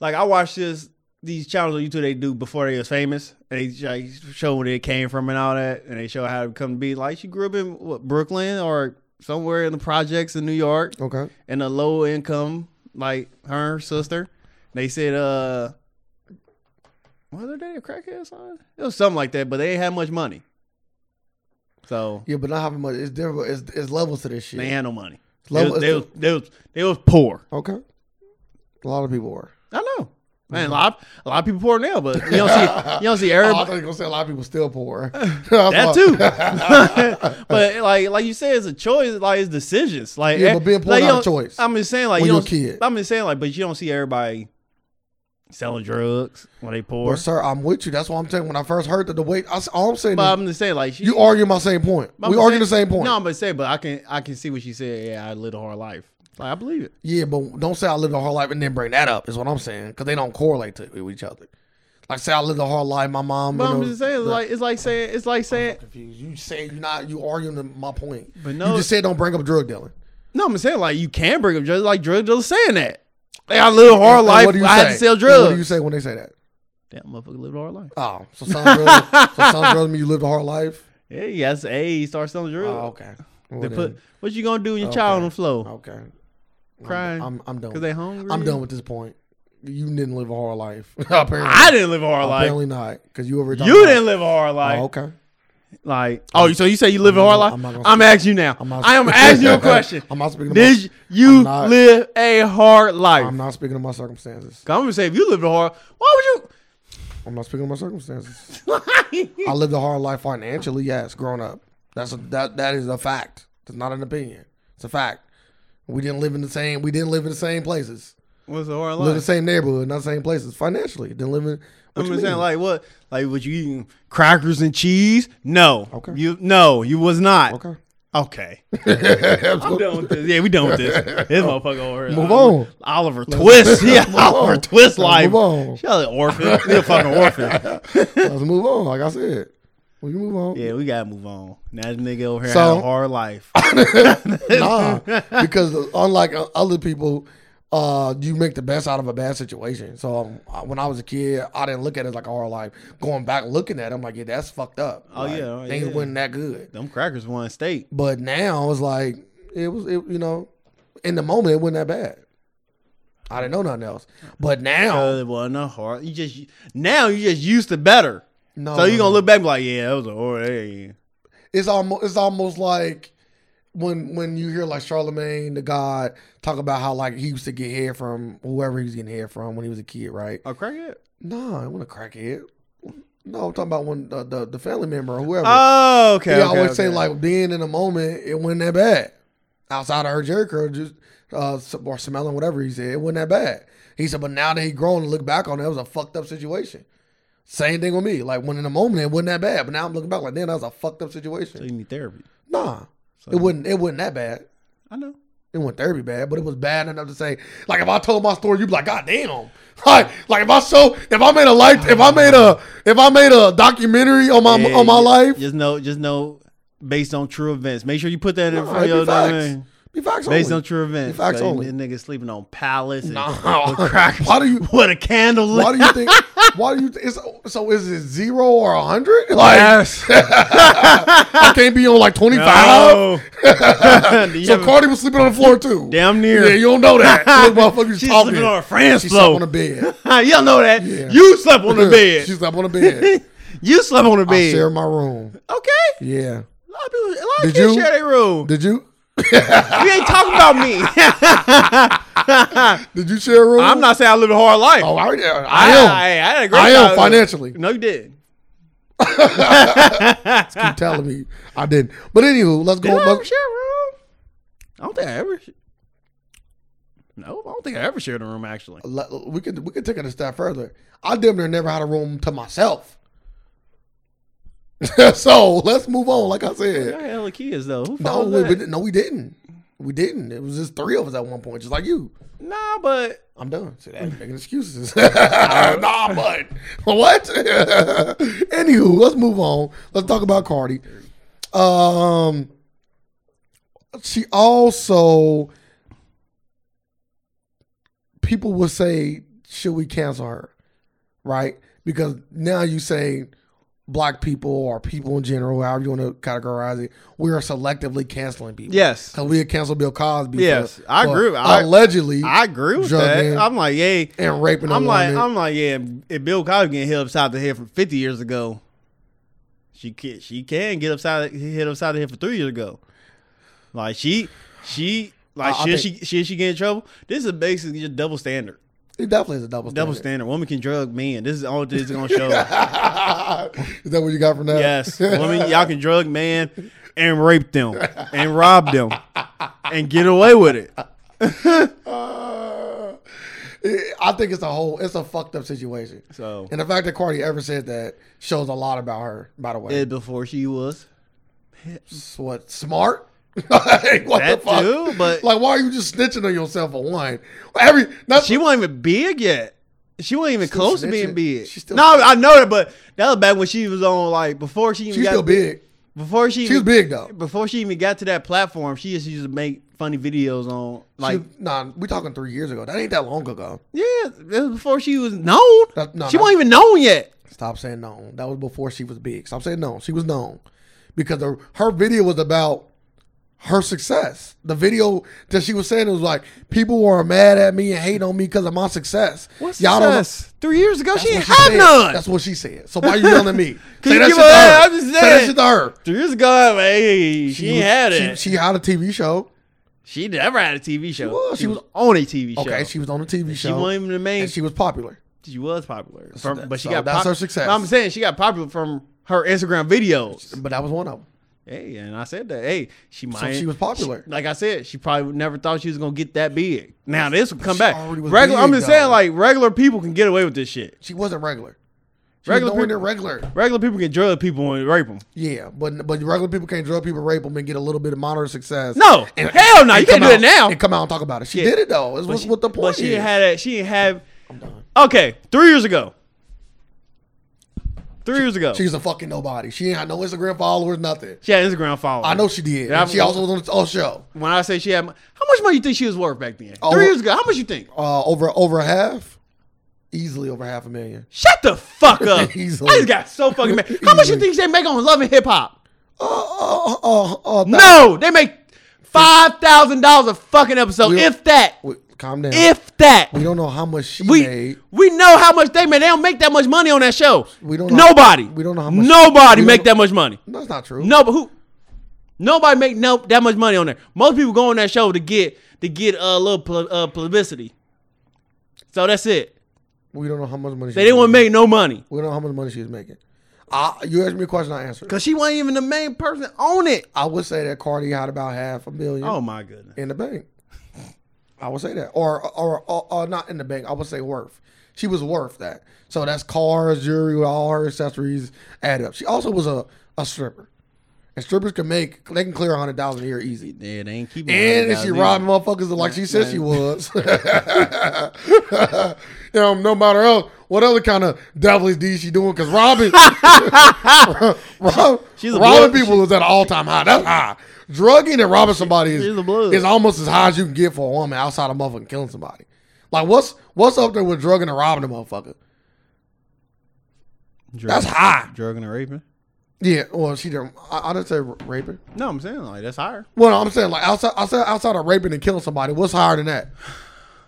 [SPEAKER 1] Like I watched this these channels on YouTube they do before they was famous. And they like, show where they came from and all that, and they show how it come to be. Like she grew up in what, Brooklyn or somewhere in the projects in New York,
[SPEAKER 2] okay.
[SPEAKER 1] in a low income. Like her and her sister, they said, uh, wasn't they a crackhead son? It was something like that, but they ain't had much money. So
[SPEAKER 2] Yeah, but not having much. It's different. It's, it's levels to this shit.
[SPEAKER 1] they had no money. They
[SPEAKER 2] Level-
[SPEAKER 1] was, they, was, they, was, they was poor.
[SPEAKER 2] Okay. A lot of people were.
[SPEAKER 1] I know. Man, a lot, a lot of people poor now, but you don't see, you don't see everybody.
[SPEAKER 2] Oh, I thought you were gonna say a lot of people still poor.
[SPEAKER 1] that too. but like, like you said, it's a choice. Like it's decisions. Like
[SPEAKER 2] Yeah,
[SPEAKER 1] eh,
[SPEAKER 2] but being poor
[SPEAKER 1] like, you
[SPEAKER 2] not a
[SPEAKER 1] don't-
[SPEAKER 2] choice
[SPEAKER 1] I'm just saying, like
[SPEAKER 2] when
[SPEAKER 1] you
[SPEAKER 2] you're a
[SPEAKER 1] don't.
[SPEAKER 2] kid.
[SPEAKER 1] I'm just saying, like, but you don't see everybody selling drugs when they poor.
[SPEAKER 2] But sir, I'm with you. That's why I'm saying when I first heard that the way I, s- all I'm saying
[SPEAKER 1] but
[SPEAKER 2] is
[SPEAKER 1] I'm just saying, like, she,
[SPEAKER 2] you argue my same point.
[SPEAKER 1] I'm
[SPEAKER 2] we
[SPEAKER 1] just
[SPEAKER 2] argue
[SPEAKER 1] saying-
[SPEAKER 2] the same point.
[SPEAKER 1] No, I'm gonna say, but I can, I can see what she said. Yeah, I lived a hard life. Like I believe it.
[SPEAKER 2] Yeah, but don't say I lived a hard life and then bring that up. Is what I'm saying because they don't correlate to with each other. Like say I lived a hard life. My mom.
[SPEAKER 1] But
[SPEAKER 2] you
[SPEAKER 1] I'm
[SPEAKER 2] know,
[SPEAKER 1] just saying,
[SPEAKER 2] the-
[SPEAKER 1] like, it's like saying, it's like saying.
[SPEAKER 2] confused. You say you're not. You arguing to my point.
[SPEAKER 1] But
[SPEAKER 2] you
[SPEAKER 1] no-
[SPEAKER 2] just said don't bring up drug dealing.
[SPEAKER 1] No, I'm saying like you can bring up drugs, like drug dealers saying that. Like I live a hard
[SPEAKER 2] And
[SPEAKER 1] life.
[SPEAKER 2] what do you
[SPEAKER 1] I had
[SPEAKER 2] say?
[SPEAKER 1] to sell
[SPEAKER 2] What do you
[SPEAKER 1] drugs.
[SPEAKER 2] say when they say that?
[SPEAKER 1] Damn motherfucker lived a hard life.
[SPEAKER 2] Oh, so some drugs, so some drugs mean you lived a hard life.
[SPEAKER 1] Yeah, yes, hey, he starts selling drugs.
[SPEAKER 2] Oh, okay. Well,
[SPEAKER 1] They
[SPEAKER 2] then.
[SPEAKER 1] put what you gonna do when your child on the floor?
[SPEAKER 2] okay. I'm-
[SPEAKER 1] Crying.
[SPEAKER 2] I'm, I'm done.
[SPEAKER 1] Cause they hungry.
[SPEAKER 2] I'm done with this point. You didn't live a hard life. apparently,
[SPEAKER 1] I didn't live a hard life.
[SPEAKER 2] apparently not. Because you over
[SPEAKER 1] You didn't live a hard life.
[SPEAKER 2] Oh, okay.
[SPEAKER 1] Like oh, so you say you live a hard
[SPEAKER 2] not-
[SPEAKER 1] life?
[SPEAKER 2] I'm
[SPEAKER 1] I'm,
[SPEAKER 2] not gonna-
[SPEAKER 1] asking you now.
[SPEAKER 2] not-
[SPEAKER 1] I am asking you a question.
[SPEAKER 2] I'm not speaking. To my,
[SPEAKER 1] Did you
[SPEAKER 2] I'm not-
[SPEAKER 1] live a hard life?
[SPEAKER 2] I'm not speaking of my circumstances.
[SPEAKER 1] 'Cause I'm gonna say if you lived a hard, why
[SPEAKER 2] I'm not speaking of my circumstances.
[SPEAKER 1] would you?
[SPEAKER 2] I lived a hard life financially. Yes, grown up. That's a, that. That is a fact. It's not an opinion. It's a fact. We didn't live in the same. We didn't live in the same places.
[SPEAKER 1] What's a hard
[SPEAKER 2] Live in
[SPEAKER 1] life?
[SPEAKER 2] the same neighborhood, not the same places. Financially, didn't live in. What
[SPEAKER 1] I'm just
[SPEAKER 2] you mean?
[SPEAKER 1] saying, like what? Like, was you eating crackers and cheese? No.
[SPEAKER 2] Okay.
[SPEAKER 1] You no, you was not. Okay.
[SPEAKER 2] okay.
[SPEAKER 1] I'm done with this. Yeah, we done with this. This motherfucker over here.
[SPEAKER 2] Move on.
[SPEAKER 1] Oliver Twist. Yeah, Oliver
[SPEAKER 2] on.
[SPEAKER 1] Twist life.
[SPEAKER 2] Move on.
[SPEAKER 1] Shut up, orphan. You're a fucking orphan.
[SPEAKER 2] Let's move on. Like I said, we can move on.
[SPEAKER 1] Yeah, we gotta move on. Now this nigga over here
[SPEAKER 2] So-
[SPEAKER 1] had a hard life.
[SPEAKER 2] nah, because unlike o- other people, uh, you make the best out of a bad situation. So um, I- when I was a kid, I didn't look at it like a hard life. Going back looking at it, I'm like, yeah, that's fucked up.
[SPEAKER 1] Oh,
[SPEAKER 2] Like,
[SPEAKER 1] yeah,
[SPEAKER 2] things
[SPEAKER 1] yeah.
[SPEAKER 2] wasn't that good.
[SPEAKER 1] Them crackers won state.
[SPEAKER 2] But now it's like it was, it, you know, in the moment it wasn't that bad. I didn't know nothing else. But now,
[SPEAKER 1] Uh, it wasn't a hard. You just now you just used to better.
[SPEAKER 2] no,
[SPEAKER 1] so you
[SPEAKER 2] no,
[SPEAKER 1] gonna
[SPEAKER 2] no.
[SPEAKER 1] look back and be like, yeah, that was a hard. Hey.
[SPEAKER 2] it's almost it's almost like when when you hear like Charlemagne the God talk about how like he used to get hair from whoever he was getting hair from when he was a kid, right?
[SPEAKER 1] A crackhead.
[SPEAKER 2] Nah, I want to crack it. No, I'm talking about when the the, the family member or whoever.
[SPEAKER 1] Oh, okay.
[SPEAKER 2] they
[SPEAKER 1] okay,
[SPEAKER 2] always say
[SPEAKER 1] okay.
[SPEAKER 2] like being in the moment, it wasn't that bad. Outside of her jerk or just uh, or smelling whatever he said, it wasn't that bad. He said, but now that he grown and look back on it, it was a fucked up situation. Same thing with me. Like when in the moment, it wasn't that bad. But now I'm looking back like, damn, that was a fucked up
[SPEAKER 1] So
[SPEAKER 2] situation.
[SPEAKER 1] you need therapy.
[SPEAKER 2] Nah,
[SPEAKER 1] So
[SPEAKER 2] it wasn't. It wasn't that bad.
[SPEAKER 1] I know.
[SPEAKER 2] It wasn't therapy bad, but it was bad enough to say, like, if I told my story, you'd be like, God damn. Like, like if I show, if I made a life, if I made a, if I made a documentary on my on my life,
[SPEAKER 1] Just know, just know, based on true events. Make sure you put that in
[SPEAKER 2] nah,
[SPEAKER 1] front of
[SPEAKER 2] it'd
[SPEAKER 1] your
[SPEAKER 2] be facts. Be facts
[SPEAKER 1] Based on
[SPEAKER 2] only.
[SPEAKER 1] true events.
[SPEAKER 2] Facts
[SPEAKER 1] so
[SPEAKER 2] only.
[SPEAKER 1] This nigga sleeping on pallets and
[SPEAKER 2] Nah.
[SPEAKER 1] with crack.
[SPEAKER 2] Why do you-
[SPEAKER 1] What a candle.
[SPEAKER 2] Why do you think? Why do you? Th- it's, so is it zero or a hundred? Like, I can't be on like twenty five.
[SPEAKER 1] No. Do you
[SPEAKER 2] So
[SPEAKER 1] have-
[SPEAKER 2] Cardi was sleeping on the floor too.
[SPEAKER 1] Damn near.
[SPEAKER 2] Yeah, you don't know that. Look, motherfuckers
[SPEAKER 1] She's
[SPEAKER 2] talking.
[SPEAKER 1] sleeping on a France
[SPEAKER 2] she
[SPEAKER 1] floor.
[SPEAKER 2] slept on the bed.
[SPEAKER 1] you don't know that.
[SPEAKER 2] Yeah.
[SPEAKER 1] You slept on the bed.
[SPEAKER 2] she slept on the bed.
[SPEAKER 1] you slept on the
[SPEAKER 2] I
[SPEAKER 1] bed.
[SPEAKER 2] share my room.
[SPEAKER 1] okay.
[SPEAKER 2] Yeah.
[SPEAKER 1] A lot of people, a lot of
[SPEAKER 2] Did
[SPEAKER 1] kids
[SPEAKER 2] you-
[SPEAKER 1] share their room.
[SPEAKER 2] Did you?
[SPEAKER 1] You ain't talking about me.
[SPEAKER 2] Did you share a room?
[SPEAKER 1] I'm not saying I lived a hard life.
[SPEAKER 2] Oh, I, I
[SPEAKER 1] I,
[SPEAKER 2] am.
[SPEAKER 1] I, I had a great
[SPEAKER 2] I am
[SPEAKER 1] childhood.
[SPEAKER 2] financially.
[SPEAKER 1] No, you did.
[SPEAKER 2] Keep telling me I didn't. But anywho, let's go.
[SPEAKER 1] Did I ever
[SPEAKER 2] Let's,
[SPEAKER 1] share a room? I don't think I ever. sh- No, I don't think I ever shared a room actually.
[SPEAKER 2] let- we could we could take it a step further. I damn near never had a room to myself. so let's move on. Like I said,
[SPEAKER 1] I had hella kids though. Who
[SPEAKER 2] no,
[SPEAKER 1] no,
[SPEAKER 2] we, we didn't- no, we didn't. We didn't. It was just three of us at one point, just like you.
[SPEAKER 1] nah, but
[SPEAKER 2] I'm done. So that making excuses. nah, but what? Anywho, let's move on. Let's talk about Cardi. Um, she also people will say, "Should we cancel her?" Right? Because now you say black people or people in general, however you want to categorize it, we are selectively canceling people.
[SPEAKER 1] yes,
[SPEAKER 2] Because we had canceled Bill Cosby. for-
[SPEAKER 1] Yes, I
[SPEAKER 2] for
[SPEAKER 1] agree. I-
[SPEAKER 2] allegedly
[SPEAKER 1] I agree with
[SPEAKER 2] Drug
[SPEAKER 1] that.
[SPEAKER 2] in.
[SPEAKER 1] I'm like, yay.
[SPEAKER 2] and raping.
[SPEAKER 1] I'm
[SPEAKER 2] a
[SPEAKER 1] like,
[SPEAKER 2] woman.
[SPEAKER 1] I'm like, yeah. If Bill Cosby getting hit upside the head from 50 years ago, she can she can get upside hit upside the head for three years ago. Like she she like
[SPEAKER 2] I- I
[SPEAKER 1] should she should she get in trouble? This is basically just double standard.
[SPEAKER 2] it definitely is a double
[SPEAKER 1] Double
[SPEAKER 2] standard.
[SPEAKER 1] standard. Woman can drug men. This is all this is gonna show.
[SPEAKER 2] is that what you got from that?
[SPEAKER 1] yes, woman, y'all can drug man and rape them and rob them and get away with it.
[SPEAKER 2] Uh, I think it's a whole, it's a fucked up situation.
[SPEAKER 1] So
[SPEAKER 2] And the fact that Cardi ever said that shows a lot about her. By the way,
[SPEAKER 1] and before she was
[SPEAKER 2] S- what smart? like, what
[SPEAKER 1] That
[SPEAKER 2] the fuck?
[SPEAKER 1] too, but-
[SPEAKER 2] like, why are you just snitching on yourself for one? Every not
[SPEAKER 1] She wasn't even big yet. She wasn't even
[SPEAKER 2] Still
[SPEAKER 1] close to
[SPEAKER 2] snitching.
[SPEAKER 1] being big.
[SPEAKER 2] She still
[SPEAKER 1] no, I know that, but that was back when she was on like before she even
[SPEAKER 2] she's
[SPEAKER 1] got
[SPEAKER 2] still big.
[SPEAKER 1] before she
[SPEAKER 2] She was
[SPEAKER 1] even,
[SPEAKER 2] big though.
[SPEAKER 1] before she even got to that platform. She just used to make funny videos on
[SPEAKER 2] Like,
[SPEAKER 1] like
[SPEAKER 2] nah, we talking three years ago. That ain't that long ago.
[SPEAKER 1] yeah, it was before she was known.
[SPEAKER 2] That- no,
[SPEAKER 1] she
[SPEAKER 2] that-
[SPEAKER 1] wasn't even known yet.
[SPEAKER 2] Stop saying known. That was before she was big. Stop saying known. She was known because the, her video was about her success. The video that she was saying was like, people are mad at me and hate on me because of my success.
[SPEAKER 1] What's
[SPEAKER 2] Y'all don't know-
[SPEAKER 1] success? Three years ago, she
[SPEAKER 2] That's
[SPEAKER 1] didn't
[SPEAKER 2] what she
[SPEAKER 1] have
[SPEAKER 2] said.
[SPEAKER 1] none.
[SPEAKER 2] That's what she said. So why you yelling at me?
[SPEAKER 1] Can
[SPEAKER 2] Say
[SPEAKER 1] you
[SPEAKER 2] that
[SPEAKER 1] give
[SPEAKER 2] shit to
[SPEAKER 1] her-
[SPEAKER 2] her.
[SPEAKER 1] I'm just
[SPEAKER 2] Say that
[SPEAKER 1] saying.
[SPEAKER 2] shit to her.
[SPEAKER 1] Three years ago, hey, she, ain't had
[SPEAKER 2] she,
[SPEAKER 1] it. She,
[SPEAKER 2] She had a TV show.
[SPEAKER 1] never had a TV show. She
[SPEAKER 2] was. She was-
[SPEAKER 1] on a TV show.
[SPEAKER 2] Okay, she was on a TV show.
[SPEAKER 1] she wasn't even the main
[SPEAKER 2] and she was popular.
[SPEAKER 1] She was popular, from,
[SPEAKER 2] that-
[SPEAKER 1] but she
[SPEAKER 2] so
[SPEAKER 1] got
[SPEAKER 2] that's
[SPEAKER 1] pop-
[SPEAKER 2] her success.
[SPEAKER 1] I'm saying she got popular from her Instagram videos.
[SPEAKER 2] But that was one of them.
[SPEAKER 1] Hey, and I said that. Hey, she might.
[SPEAKER 2] she was popular.
[SPEAKER 1] she- like I said, she probably never thought she was gonna get that big. Now this will come back.
[SPEAKER 2] already was
[SPEAKER 1] Regular. I'm
[SPEAKER 2] big,
[SPEAKER 1] just saying,
[SPEAKER 2] though.
[SPEAKER 1] like regular people can get away with this shit.
[SPEAKER 2] She wasn't regular. She
[SPEAKER 1] Regular
[SPEAKER 2] was nowhere
[SPEAKER 1] people-
[SPEAKER 2] near regular.
[SPEAKER 1] Regular people can drug people and rape them.
[SPEAKER 2] Yeah, but but regular people can't drug people, rape them, and get a little bit of moderate success.
[SPEAKER 1] No, hell no, you
[SPEAKER 2] come
[SPEAKER 1] can't do
[SPEAKER 2] out-
[SPEAKER 1] it now.
[SPEAKER 2] And come out and talk about it. She
[SPEAKER 1] Yeah.
[SPEAKER 2] did it though. Is what's
[SPEAKER 1] But
[SPEAKER 2] what the
[SPEAKER 1] she-
[SPEAKER 2] point
[SPEAKER 1] But she
[SPEAKER 2] is.
[SPEAKER 1] ain't had that. She didn't have. Okay, three years ago. Three years ago,
[SPEAKER 2] She's a fucking nobody. She ain't had no Instagram followers, nothing.
[SPEAKER 1] she had Instagram followers.
[SPEAKER 2] I know she did.
[SPEAKER 1] Yeah,
[SPEAKER 2] And she
[SPEAKER 1] I'm-
[SPEAKER 2] also was on the on the show.
[SPEAKER 1] When I say she had, mo- how much money you think she was worth back then?
[SPEAKER 2] Oh,
[SPEAKER 1] Three years ago, how much you think?
[SPEAKER 2] Uh, over over half, easily over half a million.
[SPEAKER 1] Shut the fuck up.
[SPEAKER 2] Easily.
[SPEAKER 1] I just got so fucking mad. How much you
[SPEAKER 2] Easily.
[SPEAKER 1] think they make on Love and Hip Hop?
[SPEAKER 2] Uh, uh, uh, uh,
[SPEAKER 1] No, they make five thousand dollars a fucking episode,
[SPEAKER 2] We-
[SPEAKER 1] if that,
[SPEAKER 2] Wait, calm down.
[SPEAKER 1] if that.
[SPEAKER 2] we don't know how much she
[SPEAKER 1] We
[SPEAKER 2] made.
[SPEAKER 1] we know how much they make. They don't make that much money on that show.
[SPEAKER 2] We don't know-
[SPEAKER 1] Nobody.
[SPEAKER 2] we don't know how much-
[SPEAKER 1] Nobody
[SPEAKER 2] we
[SPEAKER 1] make
[SPEAKER 2] don't-
[SPEAKER 1] that much money.
[SPEAKER 2] That's not true.
[SPEAKER 1] No, but who? Nobody make no that much money on there. Most people go on that show to get to get a little pl- uh, publicity. So that's it.
[SPEAKER 2] we don't know how much money she
[SPEAKER 1] They didn't
[SPEAKER 2] made.
[SPEAKER 1] want to make no money.
[SPEAKER 2] We don't know how much money she was making. I, you asked me a question, I answered.
[SPEAKER 1] Cause she wasn't even the main person on it.
[SPEAKER 2] I would say that Cardi had about half a million.
[SPEAKER 1] Oh my goodness.
[SPEAKER 2] in the bank. I would say that, or or, or or not in the bank. I would say worth. She was worth that. So that's cars, jewelry, all her accessories add up. She also was a, a stripper, and strippers can make they can clear a hundred thousand a year easy.
[SPEAKER 1] Yeah, they ain't keeping.
[SPEAKER 2] And if she robbing motherfuckers like she said she was, you know, no matter else, what other kind of devilish deed she doing? Because robbing, rob,
[SPEAKER 1] She's a
[SPEAKER 2] robbing
[SPEAKER 1] blood-
[SPEAKER 2] people is at an all time high. That's high. Drugging and robbing somebody is,
[SPEAKER 1] she's a blood.
[SPEAKER 2] is almost as high as you can get for a woman outside of motherfucking killing somebody. Like what's what's up there with drugging and robbing a motherfucker? That's high.
[SPEAKER 1] Drugging and raping.
[SPEAKER 2] Yeah, well, she didn't. I, I didn't say raping.
[SPEAKER 1] No, I'm saying like that's higher.
[SPEAKER 2] Well, no, I'm saying like outside, outside, outside of raping and killing somebody, what's higher than that?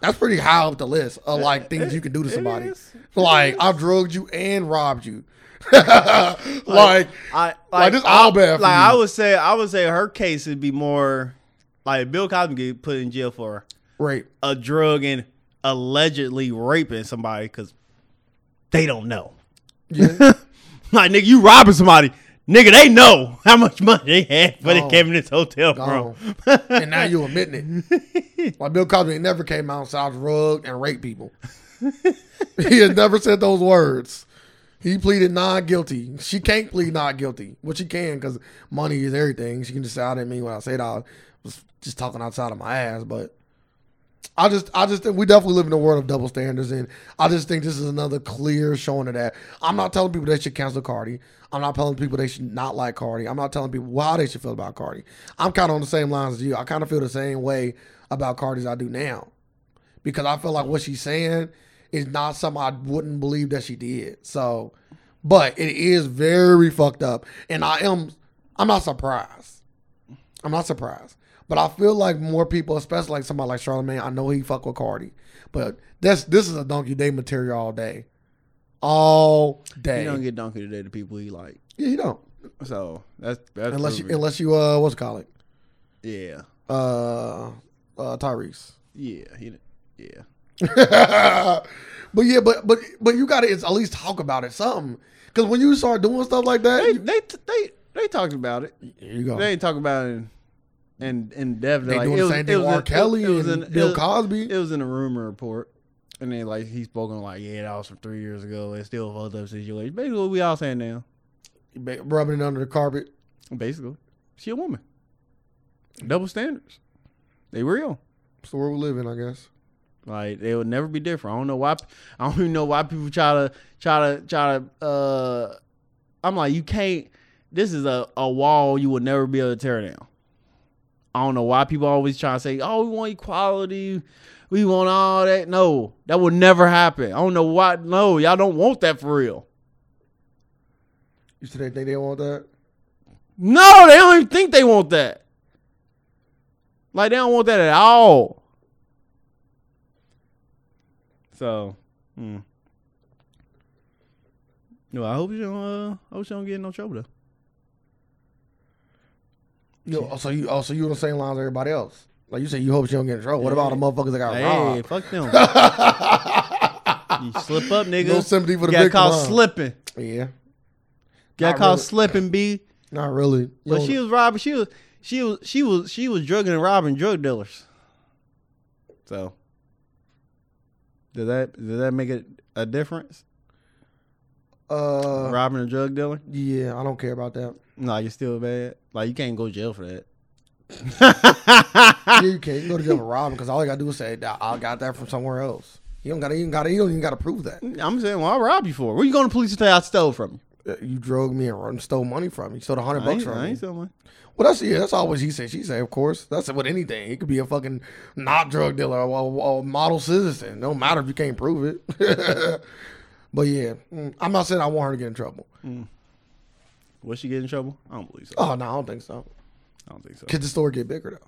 [SPEAKER 2] That's pretty high up the list of like things you can do to somebody.
[SPEAKER 1] is.
[SPEAKER 2] Like I've drugged you and robbed you. like,
[SPEAKER 1] I
[SPEAKER 2] Like, this all bad for
[SPEAKER 1] Like I
[SPEAKER 2] you.
[SPEAKER 1] would say, I would say her case would be more like Bill Cosby get put in jail for
[SPEAKER 2] Right.
[SPEAKER 1] a drug and allegedly raping somebody because they don't know.
[SPEAKER 2] Yeah.
[SPEAKER 1] Like nigga, you robbing somebody. Nigga, they know how much money they had for
[SPEAKER 2] Gone.
[SPEAKER 1] they came in this hotel room.
[SPEAKER 2] and now you admitting it. Like Bill Cosby never came out and said I was drugged and raped people. he has never said those words. He pleaded not guilty. She can't plead not guilty, which she can because money is everything. She can just say I didn't mean what I said. I was just talking outside of my ass, but I just, I just think we definitely live in a world of double standards, and I just think this is another clear showing of that. I'm not telling people they should cancel Cardi. I'm not telling people they should not like Cardi. I'm not telling people how they should feel about Cardi. I'm kind of on the same lines as you. I kind of feel the same way about Cardi as I do now, because I feel like what she's saying is not something I wouldn't believe that she did. So, but it is very fucked up, and I am, I'm not surprised. I'm not surprised. But I feel like more people, especially like somebody like Charlamagne, I know he fuck with Cardi. But that's this is a donkey day material all day. All day.
[SPEAKER 1] You don't get donkey today to people he like.
[SPEAKER 2] yeah, you don't.
[SPEAKER 1] So that's that's
[SPEAKER 2] Unless you
[SPEAKER 1] proven.
[SPEAKER 2] unless you uh what's it called it?
[SPEAKER 1] yeah
[SPEAKER 2] Uh uh Tyrese.
[SPEAKER 1] yeah he, yeah.
[SPEAKER 2] but yeah, but but but you gotta at least talk about it something. Cause when you start doing stuff like that,
[SPEAKER 1] They
[SPEAKER 2] you,
[SPEAKER 1] they they they talked about it.
[SPEAKER 2] here you go.
[SPEAKER 1] They ain't talking about it in in, in depth.
[SPEAKER 2] Oh. They
[SPEAKER 1] like,
[SPEAKER 2] doing
[SPEAKER 1] it
[SPEAKER 2] the
[SPEAKER 1] was,
[SPEAKER 2] same
[SPEAKER 1] it
[SPEAKER 2] thing with
[SPEAKER 1] was
[SPEAKER 2] R.
[SPEAKER 1] in-
[SPEAKER 2] Kelly
[SPEAKER 1] it was
[SPEAKER 2] and
[SPEAKER 1] in-
[SPEAKER 2] Bill
[SPEAKER 1] it-
[SPEAKER 2] Cosby.
[SPEAKER 1] It was in a rumor report. And then like he spoke on like, yeah, that was from three years ago. It's still a fucked up situation. Basically what we all saying now.
[SPEAKER 2] Ba- rubbing it under the carpet.
[SPEAKER 1] Basically. She a woman. Double standards. They real.
[SPEAKER 2] It's the world we live in, I guess.
[SPEAKER 1] Like they would never be different. I don't know why I don't even know why people try to try to try to uh I'm like you can't this is a, a wall you will never be able to tear down. I don't know why people always try to say, Oh, we want equality, we want all that. No, that will never happen. I don't know why no, y'all don't want that for real.
[SPEAKER 2] You still didn't think they want that?
[SPEAKER 1] No, they don't even think they want that. Like they don't want that at all. So, mm. no, I hope you don't. Uh, I hope you don't get in no trouble though.
[SPEAKER 2] You oh, so you oh so you on the same lines as everybody else. Like you say, you hope she don't get in trouble. What about the motherfuckers that got
[SPEAKER 1] Hey,
[SPEAKER 2] robbed?
[SPEAKER 1] fuck them. you slip up, nigga.
[SPEAKER 2] No sympathy for
[SPEAKER 1] you
[SPEAKER 2] the
[SPEAKER 1] got
[SPEAKER 2] victim,
[SPEAKER 1] caught
[SPEAKER 2] huh?
[SPEAKER 1] slipping.
[SPEAKER 2] Yeah,
[SPEAKER 1] Got
[SPEAKER 2] Not
[SPEAKER 1] caught
[SPEAKER 2] really.
[SPEAKER 1] slipping, b.
[SPEAKER 2] not really. You
[SPEAKER 1] But
[SPEAKER 2] don't-
[SPEAKER 1] she was robbing. She was. She was. She was. She was drugging and robbing drug dealers. So, does that does that make it a difference?
[SPEAKER 2] uh,
[SPEAKER 1] robbing a drug dealer?
[SPEAKER 2] yeah, I don't care about that.
[SPEAKER 1] No, you're still bad. Like you can't go to jail for that.
[SPEAKER 2] Yeah, you can't you can go to jail for robbing because all you gotta do is say "Nah, I got that from somewhere else. You don't gotta even gotta you don't even gotta prove that.
[SPEAKER 1] I'm saying, well, I'll rob you for. it. Where you going to police to say I stole from you?
[SPEAKER 2] Uh, You drug me and run- stole money from me. You Stole a hundred
[SPEAKER 1] I
[SPEAKER 2] bucks
[SPEAKER 1] ain't,
[SPEAKER 2] from
[SPEAKER 1] I
[SPEAKER 2] me.
[SPEAKER 1] ain't stealing.
[SPEAKER 2] Well, that's yeah, that's always he said, she said. Of course, that's with anything. It could be a fucking not drug dealer or a, a model citizen. No matter if you can't prove it. but yeah, mm, I'm not saying I want her to get in trouble.
[SPEAKER 1] Will she get in trouble? I don't believe so.
[SPEAKER 2] Oh no, I don't think so.
[SPEAKER 1] I don't think so.
[SPEAKER 2] Could the story get bigger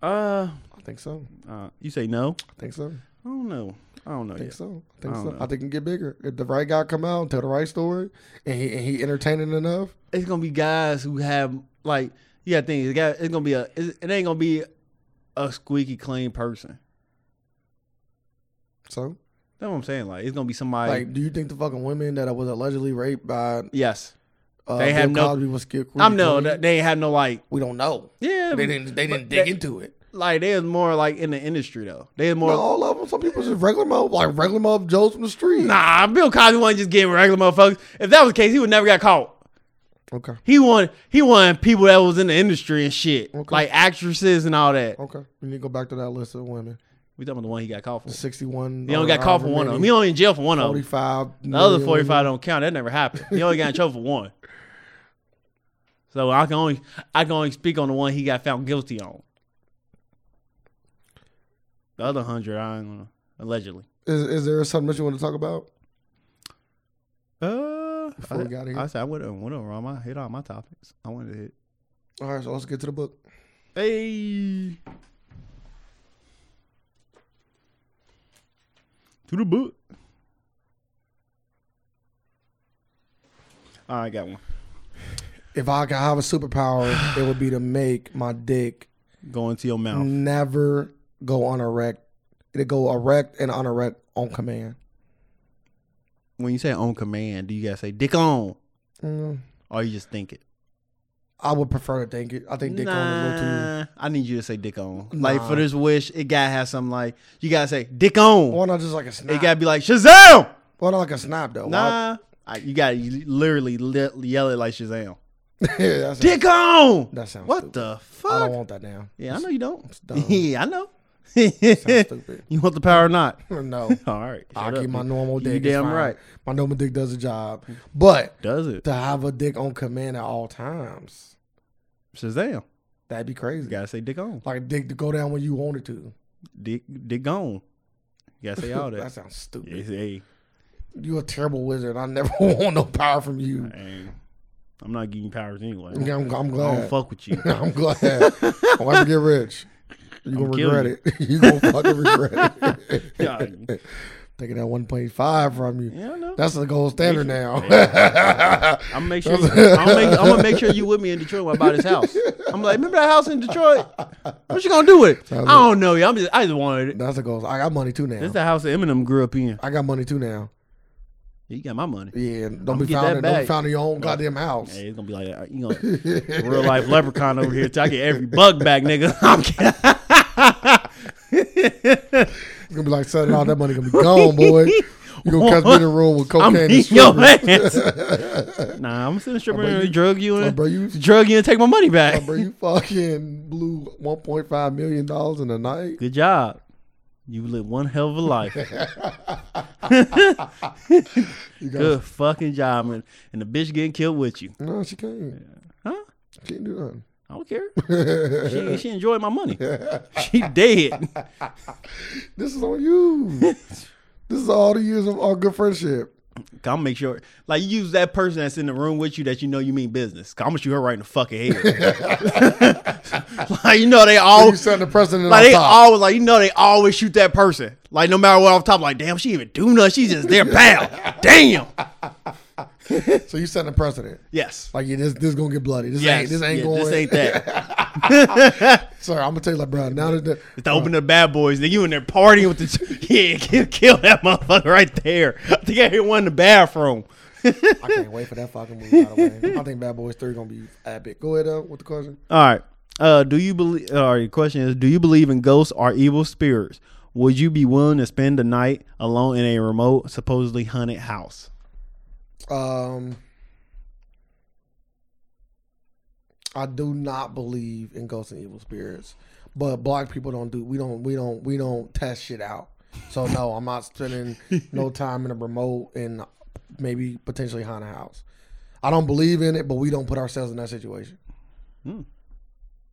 [SPEAKER 2] though?
[SPEAKER 1] Uh,
[SPEAKER 2] I think so.
[SPEAKER 1] uh, you say no?
[SPEAKER 2] I think so.
[SPEAKER 1] I don't know. I don't know
[SPEAKER 2] I think
[SPEAKER 1] yet.
[SPEAKER 2] so. I think
[SPEAKER 1] I
[SPEAKER 2] so.
[SPEAKER 1] don't know.
[SPEAKER 2] I think it can get bigger if the right guy come out and tell the right story, and he and he entertaining enough.
[SPEAKER 1] It's gonna be guys who have like you got things. It's gotta- it's gonna be a. It's, it ain't gonna be a squeaky clean person.
[SPEAKER 2] So,
[SPEAKER 1] That's what I'm saying. Like it's gonna be somebody.
[SPEAKER 2] like, do you think the fucking women that was allegedly raped by
[SPEAKER 1] yes,
[SPEAKER 2] uh,
[SPEAKER 1] They have
[SPEAKER 2] Bill
[SPEAKER 1] no-
[SPEAKER 2] Cosby was scared?
[SPEAKER 1] I'm no. that- They ain't have no like.
[SPEAKER 2] We don't know.
[SPEAKER 1] Yeah,
[SPEAKER 2] They didn't. They didn't
[SPEAKER 1] but
[SPEAKER 2] dig
[SPEAKER 1] that-
[SPEAKER 2] into it.
[SPEAKER 1] like they was more like in the industry though. They was more
[SPEAKER 2] Not all of them. Some people just regular mob, like regular mob Joes from the street.
[SPEAKER 1] Nah, Bill Cosby wasn't just getting regular motherfuckers. If that was the case, he would never got caught.
[SPEAKER 2] Okay.
[SPEAKER 1] He wanted he wanted people that was in the industry and shit,
[SPEAKER 2] Okay.
[SPEAKER 1] like actresses and all that.
[SPEAKER 2] Okay. We need to go back to that list of women.
[SPEAKER 1] We talking about the one he got caught for. He
[SPEAKER 2] Sixty-one.
[SPEAKER 1] only got caught for one of them. He only in jail for one of them.
[SPEAKER 2] Forty-five.
[SPEAKER 1] The other
[SPEAKER 2] million
[SPEAKER 1] forty five
[SPEAKER 2] women.
[SPEAKER 1] don't count. That never happened. He only got in trouble for one. So I can only I can only speak on the one he got found guilty on. The other hundred, I ain't gonna allegedly.
[SPEAKER 2] Is, is there something that you want to talk about?
[SPEAKER 1] Uh,
[SPEAKER 2] Before we got here.
[SPEAKER 1] I said I would have went over all my hit all my topics. I wanted to hit.
[SPEAKER 2] All right. So let's get to the book.
[SPEAKER 1] Hey. To the book. All right, I got one.
[SPEAKER 2] If I could have a superpower, it would be to make my dick Mm.
[SPEAKER 1] Go into your mouth.
[SPEAKER 2] never go unerect. It'll go erect and unerect on command.
[SPEAKER 1] When you say on command, do you guys say dick on,
[SPEAKER 2] Mm,
[SPEAKER 1] or you just think it?
[SPEAKER 2] I would prefer to think it. I think Dick on is a little too.
[SPEAKER 1] Nah, I need you to say dick on. Like
[SPEAKER 2] Nah.
[SPEAKER 1] for this wish, it gotta have something like you gotta say dick on.
[SPEAKER 2] Why not just like a snap?
[SPEAKER 1] it gotta be like Shazam.
[SPEAKER 2] Why not like a snap though? Why-
[SPEAKER 1] Nah, I, you gotta literally li- yell it like Shazam.
[SPEAKER 2] yeah, that's
[SPEAKER 1] Dick on.
[SPEAKER 2] That sounds
[SPEAKER 1] What
[SPEAKER 2] stupid.
[SPEAKER 1] the
[SPEAKER 2] I
[SPEAKER 1] fuck?
[SPEAKER 2] don't want that now.
[SPEAKER 1] yeah, I know you don't.
[SPEAKER 2] dumb.
[SPEAKER 1] yeah, I know.
[SPEAKER 2] Sounds stupid.
[SPEAKER 1] you want the power or not?
[SPEAKER 2] No.
[SPEAKER 1] All right,
[SPEAKER 2] I
[SPEAKER 1] shut up,
[SPEAKER 2] keep my
[SPEAKER 1] dude.
[SPEAKER 2] normal
[SPEAKER 1] You
[SPEAKER 2] dick. It's
[SPEAKER 1] damn
[SPEAKER 2] fine.
[SPEAKER 1] right. Mm.
[SPEAKER 2] My normal dick does a job. But
[SPEAKER 1] Does it?
[SPEAKER 2] to have a dick on command at all times,
[SPEAKER 1] Shazam.
[SPEAKER 2] that'd be
[SPEAKER 1] You
[SPEAKER 2] crazy.
[SPEAKER 1] gotta say dick on.
[SPEAKER 2] Like a dick to go down when you want it to.
[SPEAKER 1] Dick dick gone. You gotta say all that.
[SPEAKER 2] that sounds
[SPEAKER 1] Yeah,
[SPEAKER 2] stupid.
[SPEAKER 1] hey,
[SPEAKER 2] You're a terrible wizard. I never want no power from you.
[SPEAKER 1] hey, I'm not giving you powers anyway.
[SPEAKER 2] Yeah, I'm,
[SPEAKER 1] I
[SPEAKER 2] I'm
[SPEAKER 1] don't
[SPEAKER 2] glad.
[SPEAKER 1] fuck with you.
[SPEAKER 2] I'm glad. I'll never get rich. You're
[SPEAKER 1] I'm
[SPEAKER 2] gonna
[SPEAKER 1] killing
[SPEAKER 2] regret it. You're gonna fucking regret it.
[SPEAKER 1] yeah,
[SPEAKER 2] Taking that 1.5 from you.
[SPEAKER 1] I know.
[SPEAKER 2] That's the gold standard now.
[SPEAKER 1] I'm make sure. I'm, make, I'm gonna make sure you with me in Detroit when I buy this house. I'm like, remember that house in Detroit? What you gonna do with it? I don't know. yeah, I'm just, I just wanted it.
[SPEAKER 2] That's the gold. I got money too now.
[SPEAKER 1] This is the house that Eminem grew up in.
[SPEAKER 2] I got money too now.
[SPEAKER 1] You got my money.
[SPEAKER 2] Yeah, and don't
[SPEAKER 1] I'ma
[SPEAKER 2] be
[SPEAKER 1] get that
[SPEAKER 2] found. in- Don't be
[SPEAKER 1] back.
[SPEAKER 2] found in your own goddamn house.
[SPEAKER 1] Hey, it's gonna be like that. You know, real life leprechaun over here. till I get every bug back, nigga. I'm kidding.
[SPEAKER 2] It's gonna be like sudden all that money gonna be gone, boy. You gonna catch me in a room with
[SPEAKER 1] I'm
[SPEAKER 2] cocaine
[SPEAKER 1] in
[SPEAKER 2] and
[SPEAKER 1] your
[SPEAKER 2] sugar.
[SPEAKER 1] ass. Nah, I'm sitting stripper
[SPEAKER 2] bet
[SPEAKER 1] and
[SPEAKER 2] you-
[SPEAKER 1] drug you
[SPEAKER 2] Like,
[SPEAKER 1] in.
[SPEAKER 2] Oh, bro, you,
[SPEAKER 1] Drug you and take my money back.
[SPEAKER 2] like, bro, you fucking blew 1.5 million dollars in a night.
[SPEAKER 1] Good job. You live one hell of a life.
[SPEAKER 2] You got
[SPEAKER 1] Good fucking job, man. And the bitch getting killed with you.
[SPEAKER 2] no, she can't.
[SPEAKER 1] Huh?
[SPEAKER 2] She can't do nothing.
[SPEAKER 1] I don't care. she, she enjoyed my money. She dead.
[SPEAKER 2] This is on you. this is all the years of our good friendship.
[SPEAKER 1] I'll make sure. Like, you use that person that's in the room with you that you know you mean business. I'm going to shoot her right in the fucking head. like, you know, they all.
[SPEAKER 2] you setting the precedent
[SPEAKER 1] Like
[SPEAKER 2] on
[SPEAKER 1] they
[SPEAKER 2] top.
[SPEAKER 1] always like you know they always shoot that person like no matter what off top like damn she even do nothing she just there bam damn
[SPEAKER 2] so you setting the precedent.
[SPEAKER 1] yes
[SPEAKER 2] Like yeah, this, this gonna get bloody. This
[SPEAKER 1] yes
[SPEAKER 2] ain't this ain't
[SPEAKER 1] yeah,
[SPEAKER 2] going.
[SPEAKER 1] this ain't that
[SPEAKER 2] Sorry, I'm gonna tell you, like, bro. Now that the,
[SPEAKER 1] It's the open of the bad boys. Then you in there partying with the yeah, kill, kill that motherfucker right there. I think I hit one in the bathroom.
[SPEAKER 2] I can't wait for that fucking movie. By the way. I think Bad Boys Three gonna be epic. Go ahead uh, with the question.
[SPEAKER 1] All right. Uh, do you believe? All right. Question is: Do you believe in ghosts or evil spirits? Would you be willing to spend the night alone in a remote, supposedly haunted house?
[SPEAKER 2] Um, I do not believe in ghosts and evil spirits, but black people don't do. We don't. We don't. We don't test shit out. So no, I'm not spending no time in a remote and maybe potentially haunted house. I don't believe in it, but we don't put ourselves in that situation.
[SPEAKER 1] Hmm.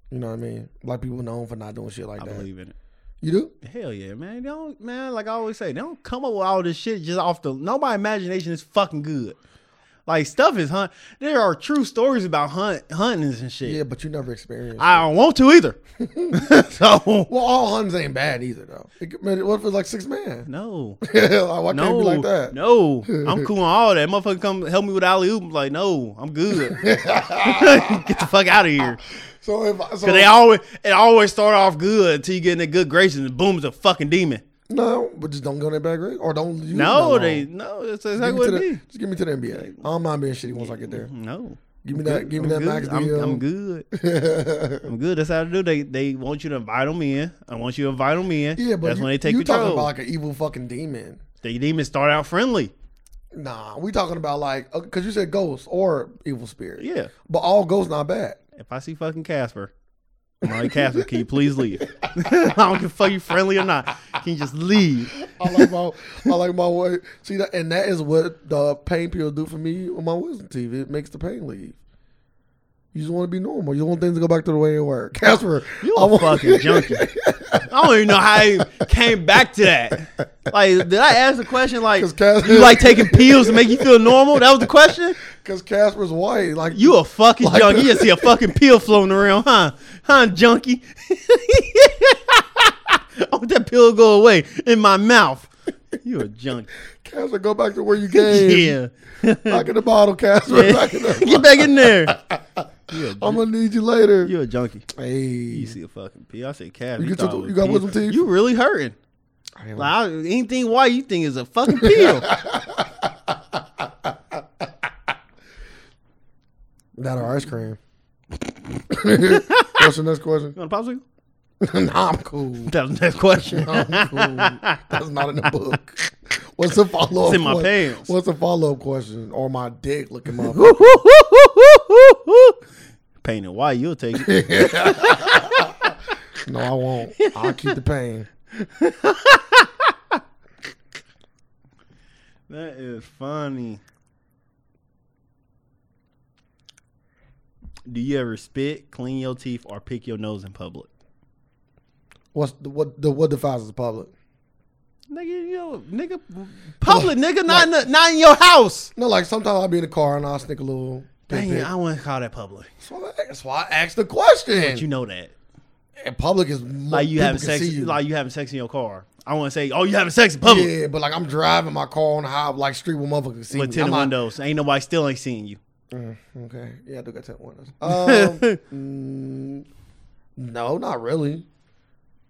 [SPEAKER 2] You know what I mean? Black people known for not doing shit like
[SPEAKER 1] I
[SPEAKER 2] that.
[SPEAKER 1] believe in it.
[SPEAKER 2] You do?
[SPEAKER 1] Hell yeah, man. They don't, man, like I always say, they don't come up with all this shit just off the. No, my imagination is fucking good. Like stuff is hunt. There are true stories about hunt huntings and shit.
[SPEAKER 2] Yeah, but you never experienced. it.
[SPEAKER 1] I don't want to either. so
[SPEAKER 2] Well, all huns ain't bad either, though. It, could- man, what if it's like six man?
[SPEAKER 1] no,
[SPEAKER 2] like, why can't it
[SPEAKER 1] no,
[SPEAKER 2] be like that?
[SPEAKER 1] no. I'm cool on all that. Motherfucker, come help me with alley oop. I'm like, no, I'm good. get the fuck out of here.
[SPEAKER 2] So if I- so,
[SPEAKER 1] Cause they always it always start off good until you get in the good graces and boom, it's a fucking demon.
[SPEAKER 2] no, but just don't go in that back rate or don't. Use that
[SPEAKER 1] No,
[SPEAKER 2] long.
[SPEAKER 1] they no. That's
[SPEAKER 2] Give
[SPEAKER 1] exactly
[SPEAKER 2] me
[SPEAKER 1] what
[SPEAKER 2] to
[SPEAKER 1] it
[SPEAKER 2] the,
[SPEAKER 1] is.
[SPEAKER 2] just give me to the NBA. I'm not being shitty once I get there.
[SPEAKER 1] No.
[SPEAKER 2] Give me that. Give me
[SPEAKER 1] I'm
[SPEAKER 2] that max
[SPEAKER 1] good. I'm,
[SPEAKER 2] deal.
[SPEAKER 1] I'm good. I'm good. That's how they do. They they want you to invite them in. I want you to invite them in.
[SPEAKER 2] yeah, but
[SPEAKER 1] that's
[SPEAKER 2] you,
[SPEAKER 1] when they take
[SPEAKER 2] you
[SPEAKER 1] control.
[SPEAKER 2] talking about like an evil fucking demon.
[SPEAKER 1] they demons start out friendly.
[SPEAKER 2] Nah, we talking about like because you said ghosts or evil spirit.
[SPEAKER 1] Yeah.
[SPEAKER 2] but all ghosts not bad.
[SPEAKER 1] If I see fucking Casper, I'm like Casper, can you please leave? I don't give a fuck you friendly or not. Can you just leave?
[SPEAKER 2] I like my I like my way. See that, and that is what the pain pills do for me on my wisdom teeth. It makes the pain leave. You just want to be normal. You want things to go back to the way it worked. Casper,
[SPEAKER 1] You
[SPEAKER 2] I
[SPEAKER 1] a
[SPEAKER 2] want-
[SPEAKER 1] fucking junkie. I don't even know how I even came back to that. Like, did I ask the question? Like,
[SPEAKER 2] 'Cause Casper-
[SPEAKER 1] you like taking pills to make you feel normal? That was the question.
[SPEAKER 2] Cause Casper's white. Like
[SPEAKER 1] You a fucking
[SPEAKER 2] Like-
[SPEAKER 1] junkie. You just see a fucking pill floating around, huh? Huh, junkie? I want that pill to go away in my mouth. You a junkie.
[SPEAKER 2] Casper, go back to where you came.
[SPEAKER 1] Yeah.
[SPEAKER 2] Back in the bottle, Casper. Back in the
[SPEAKER 1] Get back in there. You a,
[SPEAKER 2] I'm gonna need you later.
[SPEAKER 1] you a junkie.
[SPEAKER 2] Hey,
[SPEAKER 1] You see a fucking pee. I said calf.
[SPEAKER 2] You get
[SPEAKER 1] thought
[SPEAKER 2] your-
[SPEAKER 1] it was
[SPEAKER 2] you got
[SPEAKER 1] pee.
[SPEAKER 2] wisdom teeth? Oh.
[SPEAKER 1] You really hurting.
[SPEAKER 2] I am-
[SPEAKER 1] Like, I- anything white you think is a fucking pill.
[SPEAKER 2] that or ice cream. What's the next question?
[SPEAKER 1] You want a popsicle?
[SPEAKER 2] nah, I'm cool.
[SPEAKER 1] That was the next question.
[SPEAKER 2] I'm cool. That's not in the book. What's the follow up?
[SPEAKER 1] It's in my pants.
[SPEAKER 2] What's the follow up question? Or my dick looking up.
[SPEAKER 1] Painted white, you'll take it.
[SPEAKER 2] No, I won't. I'll keep the pain.
[SPEAKER 1] That is funny. Do you ever spit, clean your teeth, or pick your nose in public?
[SPEAKER 2] What's the, what the what defies the public?
[SPEAKER 1] Nigga, you know, nigga, public, nigga, not in the, not in your house.
[SPEAKER 2] No, like sometimes I'll be in the car and I'll sneak a little.
[SPEAKER 1] Dang,
[SPEAKER 2] Dang,
[SPEAKER 1] I wouldn't call that public.
[SPEAKER 2] that's, why I, that's why I asked the question.
[SPEAKER 1] But you know that,
[SPEAKER 2] and public is mo-
[SPEAKER 1] like you
[SPEAKER 2] people
[SPEAKER 1] having
[SPEAKER 2] can
[SPEAKER 1] sex,
[SPEAKER 2] see you.
[SPEAKER 1] like you having sex in your car. I want to say, oh, you having sex in public
[SPEAKER 2] yeah, but like I'm driving my car on the high like street where motherfuckers can see
[SPEAKER 1] with
[SPEAKER 2] me.
[SPEAKER 1] tinted
[SPEAKER 2] I'm not-
[SPEAKER 1] windows. Ain't nobody still ain't seeing you.
[SPEAKER 2] Mm, okay, yeah, I do got ten windows. Um, mm, no, not really.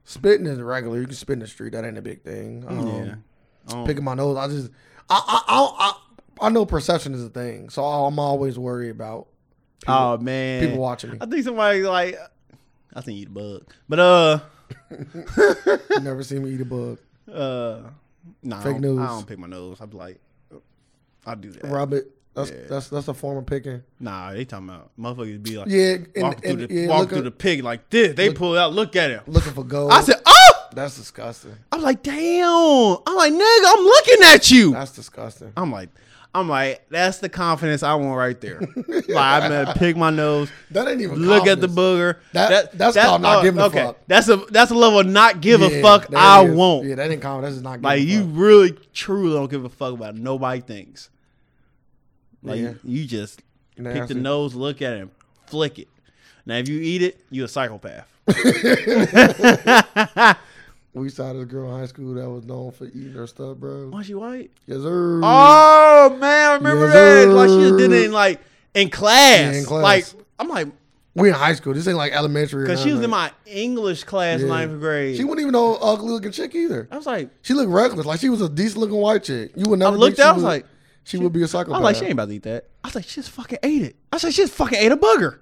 [SPEAKER 2] Spitting is regular. You can spit in the street. That ain't a big thing. Um,
[SPEAKER 1] yeah, Um,
[SPEAKER 2] picking my nose. I just, I, I, I, I, I know perception is a thing, so I'm always worried about
[SPEAKER 1] oh man,
[SPEAKER 2] people watching me.
[SPEAKER 1] I think somebody like, I think you the bug, but uh,
[SPEAKER 2] You never seen me eat a bug.
[SPEAKER 1] uh, nah, I
[SPEAKER 2] Fake
[SPEAKER 1] don't,
[SPEAKER 2] news.
[SPEAKER 1] I don't pick my nose. I'm like, I do that.
[SPEAKER 2] Rub it. That's
[SPEAKER 1] Yeah.
[SPEAKER 2] that's that's a form of picking.
[SPEAKER 1] Nah, they talking about motherfuckers be like,
[SPEAKER 2] Yeah, and,
[SPEAKER 1] walk through
[SPEAKER 2] and,
[SPEAKER 1] the
[SPEAKER 2] yeah,
[SPEAKER 1] walk
[SPEAKER 2] looking,
[SPEAKER 1] through the pig like this. They pull out, look at him.
[SPEAKER 2] looking for gold.
[SPEAKER 1] I said, oh.
[SPEAKER 2] that's disgusting.
[SPEAKER 1] I'm like, damn. I'm like, nigga, I'm looking at you.
[SPEAKER 2] That's disgusting.
[SPEAKER 1] I'm like, I'm like, that's the confidence I want right there. like, I'm gonna pick my nose,
[SPEAKER 2] That ain't even.
[SPEAKER 1] look at the
[SPEAKER 2] confidence.
[SPEAKER 1] booger. oh,
[SPEAKER 2] That- that's called not giving a fuck.
[SPEAKER 1] That's a that's a level of not give a
[SPEAKER 2] Yeah,
[SPEAKER 1] fuck
[SPEAKER 2] that
[SPEAKER 1] I
[SPEAKER 2] is-
[SPEAKER 1] won't.
[SPEAKER 2] Yeah, that ain't common. That's just not.
[SPEAKER 1] like you really truly don't give a fuck about nobody thinks. Like
[SPEAKER 2] Yeah.
[SPEAKER 1] you, you just pick
[SPEAKER 2] Nasty.
[SPEAKER 1] the nose, look at it, and flick it. Now if you eat it, you a psychopath.
[SPEAKER 2] We saw this girl in high school that was known for eating her stuff, bro.
[SPEAKER 1] Why she white?
[SPEAKER 2] Yes, sir.
[SPEAKER 1] Oh man, I remember
[SPEAKER 2] Yes,
[SPEAKER 1] that. Like she
[SPEAKER 2] sir.
[SPEAKER 1] just did it in like in class.
[SPEAKER 2] Yeah, in class.
[SPEAKER 1] Like I'm like
[SPEAKER 2] We in high school. This ain't like elementary. or
[SPEAKER 1] because she was in my
[SPEAKER 2] nothing.
[SPEAKER 1] English class in
[SPEAKER 2] Yeah.
[SPEAKER 1] ninth grade.
[SPEAKER 2] She wasn't even no ugly looking chick either.
[SPEAKER 1] I was like,
[SPEAKER 2] She looked reckless. Like she was a decent looking white chick. You would never.
[SPEAKER 1] I looked
[SPEAKER 2] think
[SPEAKER 1] at-
[SPEAKER 2] she
[SPEAKER 1] I was like-
[SPEAKER 2] she, would be a psychopath.
[SPEAKER 1] I was like, she ain't about to eat that. I was like, she just fucking ate it. I was like, she just fucking ate a booger.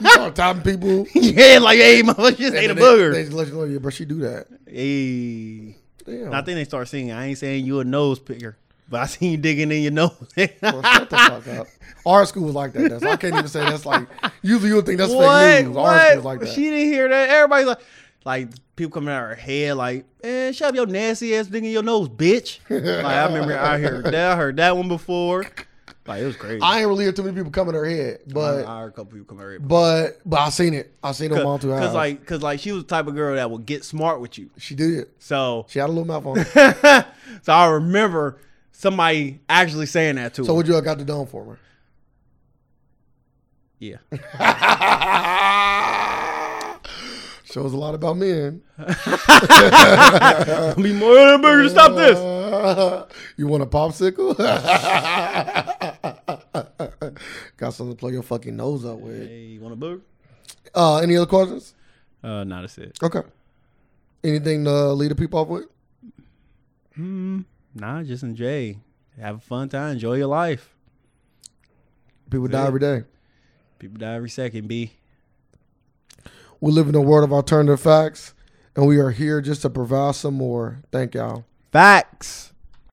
[SPEAKER 2] you start topping people.
[SPEAKER 1] yeah, like hey, mother, she just ate a
[SPEAKER 2] and they- They,
[SPEAKER 1] booger.
[SPEAKER 2] just let you know, yeah, bro. She do that.
[SPEAKER 1] Hey,
[SPEAKER 2] Damn.
[SPEAKER 1] I think they start singing. I ain't saying you a nose picker, but I seen you digging in your nose.
[SPEAKER 2] Bro, shut the fuck up. Our school was like that. That's, I can't even say that's like. Usually you would think that's
[SPEAKER 1] what?
[SPEAKER 2] fake news. Our
[SPEAKER 1] What?
[SPEAKER 2] school was like that.
[SPEAKER 1] She didn't hear that. Everybody's like, like people coming out of her head, like, man, shut up your nasty ass digging your nose, bitch. like I remember I heard that. I heard that one before. Like it was crazy.
[SPEAKER 2] I ain't really hear too many people coming her head, but
[SPEAKER 1] I heard a couple people coming out. of her-
[SPEAKER 2] but but I seen it. I seen them all
[SPEAKER 1] Cause,
[SPEAKER 2] two eyes.
[SPEAKER 1] like, cause like, she was the type of girl that would get smart with you.
[SPEAKER 2] she did.
[SPEAKER 1] So,
[SPEAKER 2] She had a little mouth on. her.
[SPEAKER 1] so I remember somebody actually saying that to
[SPEAKER 2] so
[SPEAKER 1] her.
[SPEAKER 2] what you all got the done for her?
[SPEAKER 1] Yeah.
[SPEAKER 2] Shows a lot about men.
[SPEAKER 1] I'll be more than a burger to stop this.
[SPEAKER 2] Uh, you want a popsicle? Got something to plug your fucking nose up with.
[SPEAKER 1] Hey, you want a burger?
[SPEAKER 2] Uh, any other questions?
[SPEAKER 1] Uh, no, that's it.
[SPEAKER 2] Okay. Anything to lead the people off with?
[SPEAKER 1] Nah, just enjoy. Have a fun time. Enjoy your life.
[SPEAKER 2] People die every day.
[SPEAKER 1] People die every second, B.
[SPEAKER 2] We live in a world of alternative facts, and we are here just to provide some more. Thank y'all.
[SPEAKER 1] Facts.